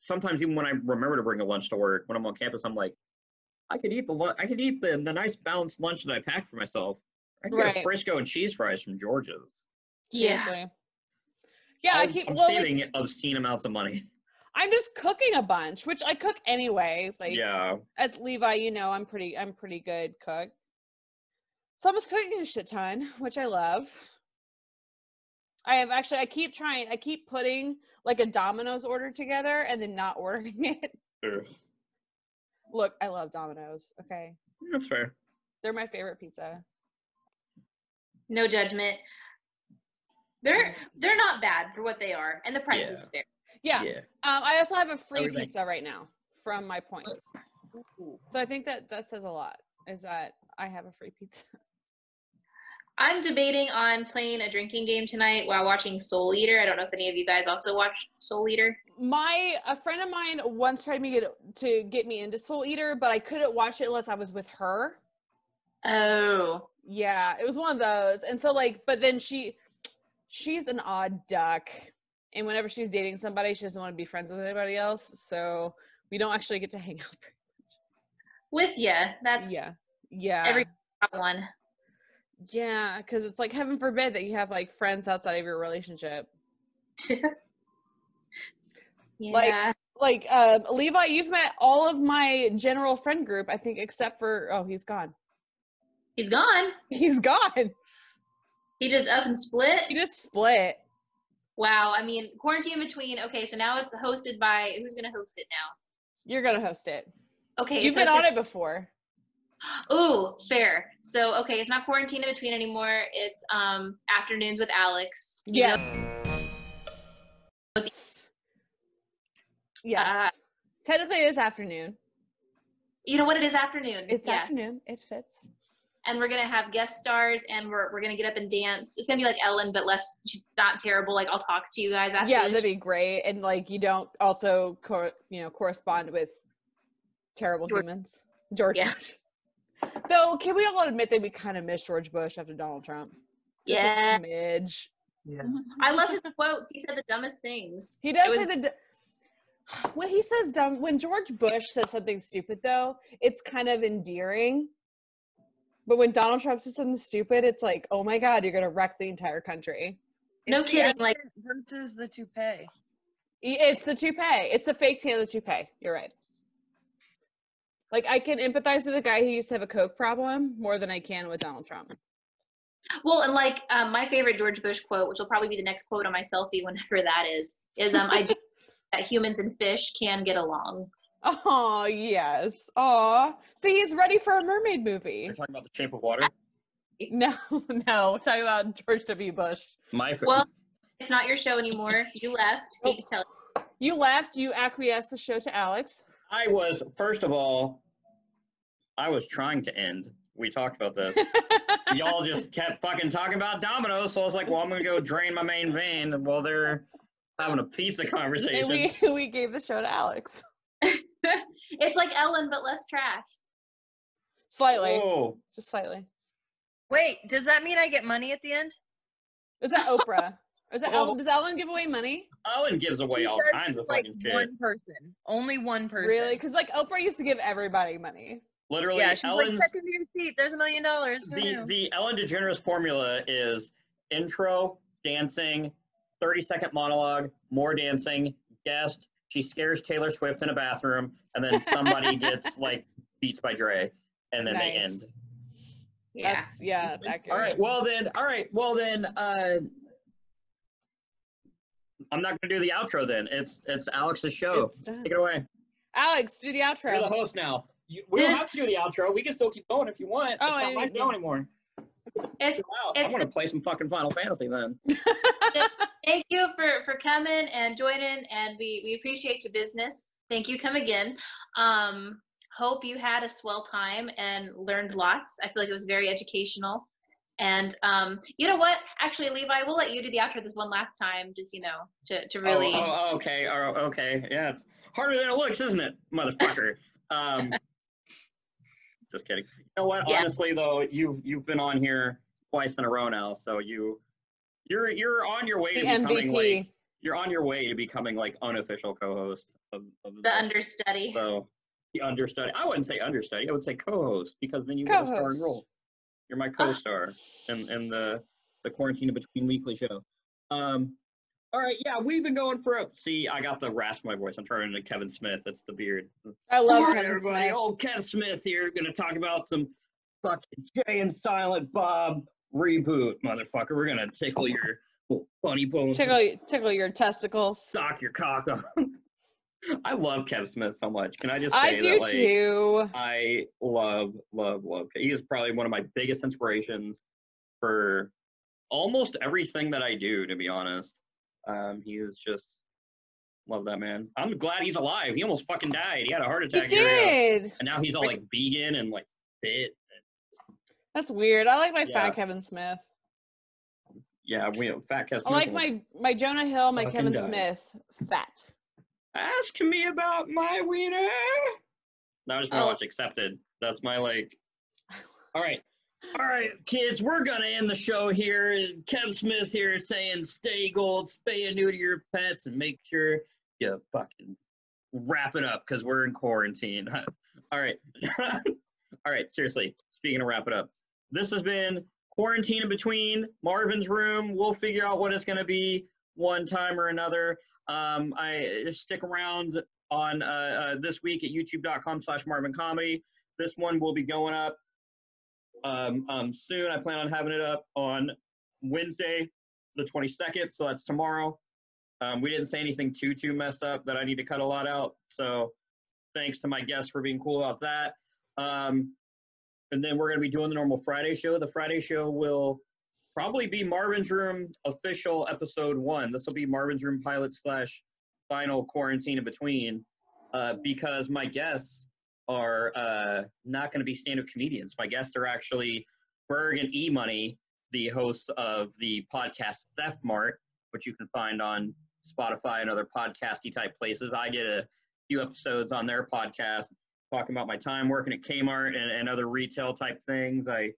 S1: sometimes even when I remember to bring a lunch to work, when I'm on campus, I'm like, I could eat the lunch. I could eat the, the nice balanced lunch that I packed for myself, I can get a
S3: Right.
S1: Frisco and cheese fries from George's.
S2: Yeah.
S3: Seriously. Yeah, I
S1: I'm-
S3: keep.
S1: I'm
S3: well, like,
S1: saving obscene amounts of money.
S3: I'm just cooking a bunch, which I cook anyway. Like
S1: yeah.
S3: as Levi, you know, I'm pretty. I'm pretty good cook. So I'm just cooking a shit ton, which I love. I have actually. I keep trying. I keep putting like a Domino's order together and then not ordering it.
S1: Ugh,
S3: Look, I love Domino's. Okay,
S1: That's fair.
S3: they're my favorite pizza.
S2: No judgment. They're they're not bad for what they are, and the price is fair.
S3: Yeah.
S1: yeah.
S3: Um, I also have a free
S1: Everything.
S3: pizza right now from my points. So I think that that says a lot. Is that I have a free pizza?
S2: I'm debating on playing a drinking game tonight while watching Soul Eater. I don't know if any of you guys also watch Soul Eater.
S3: My a friend of mine once tried me get, to get me into Soul Eater, but I couldn't watch it unless I was with her.
S2: Oh,
S3: Yeah, it was one of those. And so like, but then she, she's an odd duck, and whenever she's dating somebody, she doesn't want to be friends with anybody else. So we don't actually get to hang out.
S2: with ya. That's
S3: yeah, yeah.
S2: every one.
S3: Yeah, because it's like heaven forbid that you have like friends outside of your relationship.
S2: yeah.
S3: Like um, Levi, you've met all of my general friend group, I think, except for oh, he's gone.
S2: he's gone.
S3: He's gone.
S2: He just up and split.
S3: He just split.
S2: Wow. I mean, quarantine in between. Okay, so now it's hosted by who's gonna host it now?
S3: You're gonna host it.
S2: Okay, it's
S3: You've been
S2: hosted-
S3: on it before.
S2: Ooh, fair. So okay, it's not quarantine in between anymore. It's um afternoons with Alex. even
S3: Yeah.
S2: though-
S3: Yes.
S2: Uh,
S3: Yes. Technically, it is afternoon.
S2: You know what? It is afternoon.
S3: It's
S2: yeah.
S3: afternoon. It fits.
S2: and we're gonna have guest stars, and we're we're gonna get up and dance. It's gonna be like Ellen, but less. She's not terrible. Like I'll talk to you guys after.
S3: Yeah, that'd be great. And like, you don't also cor- you know correspond with terrible
S2: George-
S3: humans. George
S2: Yeah.
S3: Bush. Though, can we all admit that we kind of miss George Bush after Donald Trump? Just a
S2: yeah.
S3: smidge.
S4: Yeah.
S2: I love his quotes. He said the dumbest things.
S3: He
S2: It
S3: does
S2: was-
S3: say that when he says dumb. When George Bush says something stupid, though, it's kind of endearing. But when Donald Trump says something stupid, it's like, oh my god, you're gonna wreck the entire country.
S2: No
S6: It's the
S2: kidding, like-
S6: accent versus the toupee.
S3: Y- E, It's the toupee. It's the fake tan, the toupee. You're right. Like I can empathize with a guy who used to have a coke problem more than I can with Donald Trump.
S2: Well, and like um, my favorite George Bush quote, which will probably be the next quote on my selfie, whenever that is, is um, I do that humans and fish can get along.
S3: Oh yes. Oh, see, he's ready for a mermaid movie.
S1: You're talking about the shape of water?
S3: No, no, we're talking about George W. Bush.
S1: My favorite.
S2: Well, it's not your show anymore. You left.
S3: Oh.
S2: Hate to tell you.
S3: You left. You acquiesced the show to Alex.
S1: I was, first of all, I was trying to end. We talked about this. Y'all just kept fucking talking about Domino's, so I was like, well, I'm gonna go drain my main vein while they're having a pizza
S3: and
S1: conversation.
S3: we we gave the show to Alex
S2: It's like Ellen, but less trash.
S3: slightly,
S1: Whoa.
S3: just slightly.
S6: Wait, does that mean I get money at the end?
S3: Is that Oprah? Is that
S1: Well-
S3: Ellen? Does Ellen give away money?
S1: Owen gives away
S6: He
S1: all
S6: does
S1: kinds of
S6: Like
S1: fucking shit.
S6: one person, only one person.
S3: Really? Because like Oprah used to give everybody money.
S1: Literally,
S6: yeah, she's
S1: Ellen's
S6: like, check into your seat. There's a million dollars. Who
S1: the
S6: knew?
S1: the Ellen DeGeneres formula is intro, dancing, 30 second monologue, more dancing, guest, she scares Taylor Swift in a bathroom, and then somebody gets like beats by Dre, and then they
S3: Nice.
S1: end.
S2: Yeah.
S3: That's, yeah, that's accurate.
S1: All right, well then, all right, well then, uh I'm not gonna do the outro then. It's it's Alex's show.
S3: It's done.
S1: Take it away.
S3: Alex, do the
S1: You're the
S3: outro.
S1: host now. You, we don't have to do the outro. We can still keep going if you want.
S3: Oh,
S1: it's
S3: I
S1: not my
S3: didn't-
S1: show anymore.
S2: It's
S1: Wow, I
S2: it's-
S1: want to play some fucking Final Fantasy then.
S2: thank you for for coming and joining, and we we appreciate your business. Thank you. Come again. Um, hope you had a swell time and learned lots. I feel like it was very educational. And um, you know what? Actually, Levi, we'll let you do the outro this one last time, just you know, to to really.
S1: Oh, oh, oh, okay. Oh, okay. Yeah, it's harder than it looks, isn't it, motherfucker? um, just kidding. You know what?
S2: Yeah.
S1: Honestly, though, you you've been on here twice in a row now, so you you're you're on your way
S3: The
S1: to becoming
S3: MVP.
S1: like you're on your way to becoming like unofficial co-host of, of
S2: the understudy.
S1: so the understudy. I wouldn't say understudy. I would say co-host because then you get a starring
S3: Co-host. Ah.
S1: role. You're my co-star and and the the quarantine in between weekly show. Um, all right, yeah, we've been going for. A, see, I got the rasp in my voice. I'm turning into Kevin Smith. That's the beard.
S3: I love
S1: All right,
S3: Kevin
S1: everybody.
S3: Smith.
S1: Old Kevin Smith here. Going to talk about some fucking Jay and Silent Bob reboot, motherfucker. We're going to tickle your little funny bones.
S3: Tickle, y- tickle your testicles.
S1: Sock your cock off. I love Kevin Smith so much. Can I just say
S3: I do
S1: that, like,
S3: too.
S1: I love, love, love. He is probably one of my biggest inspirations for almost everything that I do, to be honest. Um, he is just love that man. I'm glad he's alive. He almost fucking died. He had a heart
S3: He
S1: attack. years ago.
S3: did.
S1: And now he's all like vegan and like fit.
S3: That's weird. I like my
S1: Yeah.
S3: fat Kevin Smith.
S1: Yeah, we fat Kevin
S3: I
S1: Smith
S3: like
S1: was-
S3: my my Jonah Hill, my
S1: Fucking
S3: Kevin
S1: died.
S3: Smith, fat.
S1: Ask me about my wiener. That was
S3: Oh.
S1: pretty much accepted. That's my like. All right. All right, kids, we're going to end the show here. Kev Smith here saying stay gold, spay and neuter your pets, and make sure you fucking wrap it up because we're in quarantine. All right. All right, seriously, speaking of wrap it up, this has been Quarantine in Between, Marvin's Room. We'll figure out what it's going to be one time or another. Um, I stick around on uh, uh, this week at youtube.com slash Marvin Comedy. This one will be going up um, um, soon. I plan on having it up on Wednesday, the 22nd, so that's tomorrow. Um, we didn't say anything too, too messed up that I need to cut a lot out. So thanks to my guests for being cool about that. Um, and then we're going to be doing the normal Friday show. The Friday show will probably be Marvin's Room official episode one. This will be Marvin's Room pilot slash final quarantine in between uh, because my guests are uh, not going to be stand up comedians. My guests are actually Berg and E Money, the hosts of the podcast Theft Mart, which you can find on Spotify and other podcasty type places. I did a few episodes on their podcast talking about my time working at Kmart and, and other retail type things. I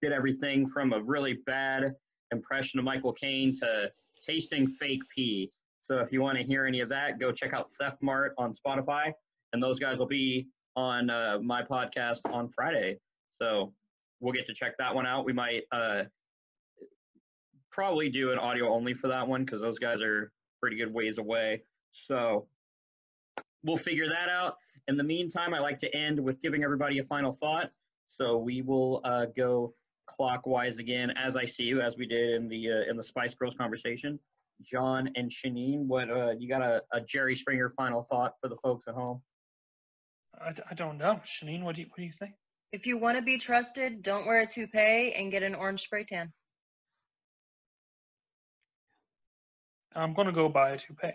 S1: did everything from a really bad impression of Michael Caine to tasting fake pee. So if you want to hear any of that, go check out Theft Mart on Spotify, and those guys will be on uh, my podcast on Friday. So we'll get to check that one out. We might uh, probably do an audio only for that one because those guys are pretty good ways away. So we'll figure that out. In the meantime, I like to end with giving everybody a final thought. So we will uh, go clockwise again, as I see you, as we did in the uh, in the Spice Girls conversation. John and Shanine, what uh, you got a, a Jerry Springer final thought for the folks at home?
S4: I, d- I don't know, Shanine. What do you, what do you think?
S6: If you want to be trusted, don't wear a toupee and get an orange spray tan.
S4: I'm gonna go buy a toupee.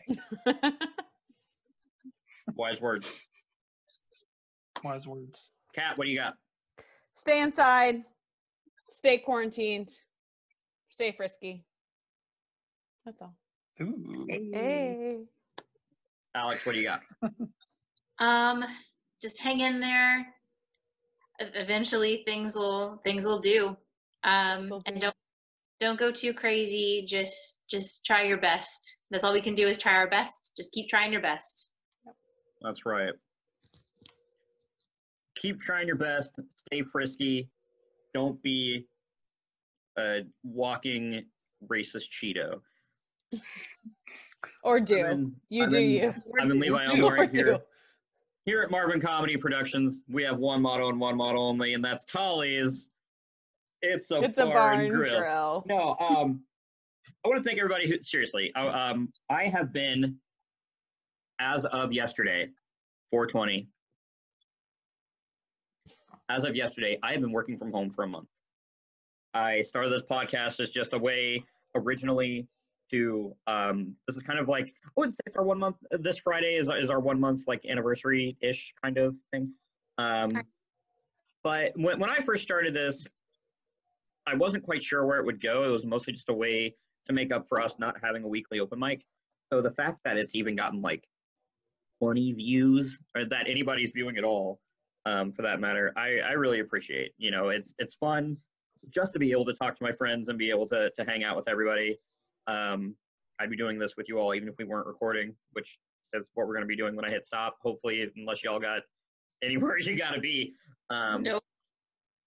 S1: Wise words.
S4: Wise words.
S1: Kat, what do you got?
S3: stay inside. Stay quarantined. Stay frisky. That's all. Mm-hmm.
S4: Ooh.
S3: Hey.
S1: Alex, what do you got?
S2: Um, just hang in there. E- Eventually, things will things will do. Um,
S3: Will do.
S2: and don't don't go too crazy. Just just try your best. That's all we can do is try our best. Just keep trying your best.
S1: That's right. Keep trying your best. Stay frisky. Don't be a walking racist Cheeto.
S3: Or do.
S1: I'm in-
S3: you
S1: I'm
S3: do
S1: in-
S3: you.
S1: I'm in Levi
S3: Or
S1: Elmore
S3: do.
S1: here. Here at Marvin Comedy Productions, we have one motto and one motto only, and that's Tolly's. It's a
S3: It's a
S1: barn,
S3: barn
S1: grill.
S3: grill.
S1: No, um, I want to thank everybody who, seriously, I- um, I have been, as of yesterday, 420, as of yesterday, I have been working from home for a month. I started this podcast as just a way originally to, um, this is kind of like, I wouldn't say it's our one month, this Friday is, is our one month like anniversary ish kind of thing. Um, but when, when I first started this, I wasn't quite sure where it would go. It was mostly just a way to make up for us not having a weekly open mic. So the fact that it's even gotten like 20 views, or that anybody's viewing at all, um, for that matter, I, I really appreciate. You know, it's it's fun just to be able to talk to my friends and be able to to hang out with everybody. Um, I'd be doing this with you all, even if we weren't recording, which is what we're going to be doing when I Um, hit stop. Hopefully, unless y'all got anywhere you got to be. Um,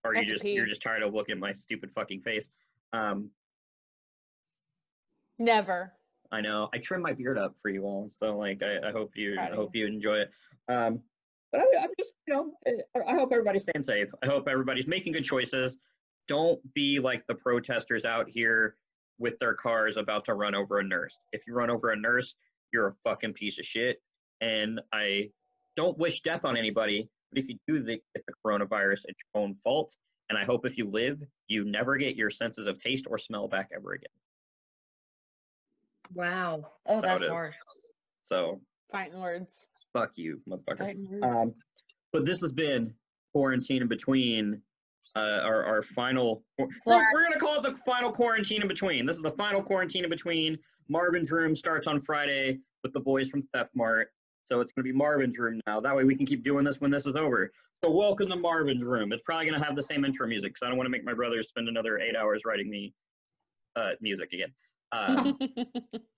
S1: or you
S3: That's a
S1: just you're
S3: pee.
S1: just tired of looking at my stupid fucking face. Um,
S3: Never.
S1: I know. I trim my beard up for you all, so like I, I hope you
S3: Proud
S1: I
S3: of
S1: hope you enjoy it. Um, but I, I'm just you know I, I hope everybody's staying safe. I hope everybody's making good choices. Don't be like the protesters out here with their cars about to run over a nurse. If you run over a nurse, you're a fucking piece of shit. And I don't wish death on anybody. But if you do the, get the coronavirus, it's your own fault. And I hope if you live, you never get your senses of taste or smell back ever again.
S6: Wow. Oh,
S1: That's how it
S6: that's
S1: is.
S6: hard.
S1: So
S3: Fighting words.
S1: fuck you, motherfucker.
S6: Right.
S1: Um, but this has been quarantine in between. Uh, our, our final, we're, we're gonna call it the final quarantine in between. This is the final quarantine in between. Marvin's room starts on Friday with the boys from Theft Mart, so it's gonna be Marvin's room now. That way we can keep doing this when this is over. So welcome to Marvin's room. It's probably gonna have the same intro music because I don't want to make my brother spend another eight hours writing me uh, music again. Um,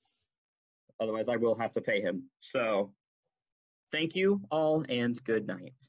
S1: otherwise, I will have to pay him. So thank you all and good night.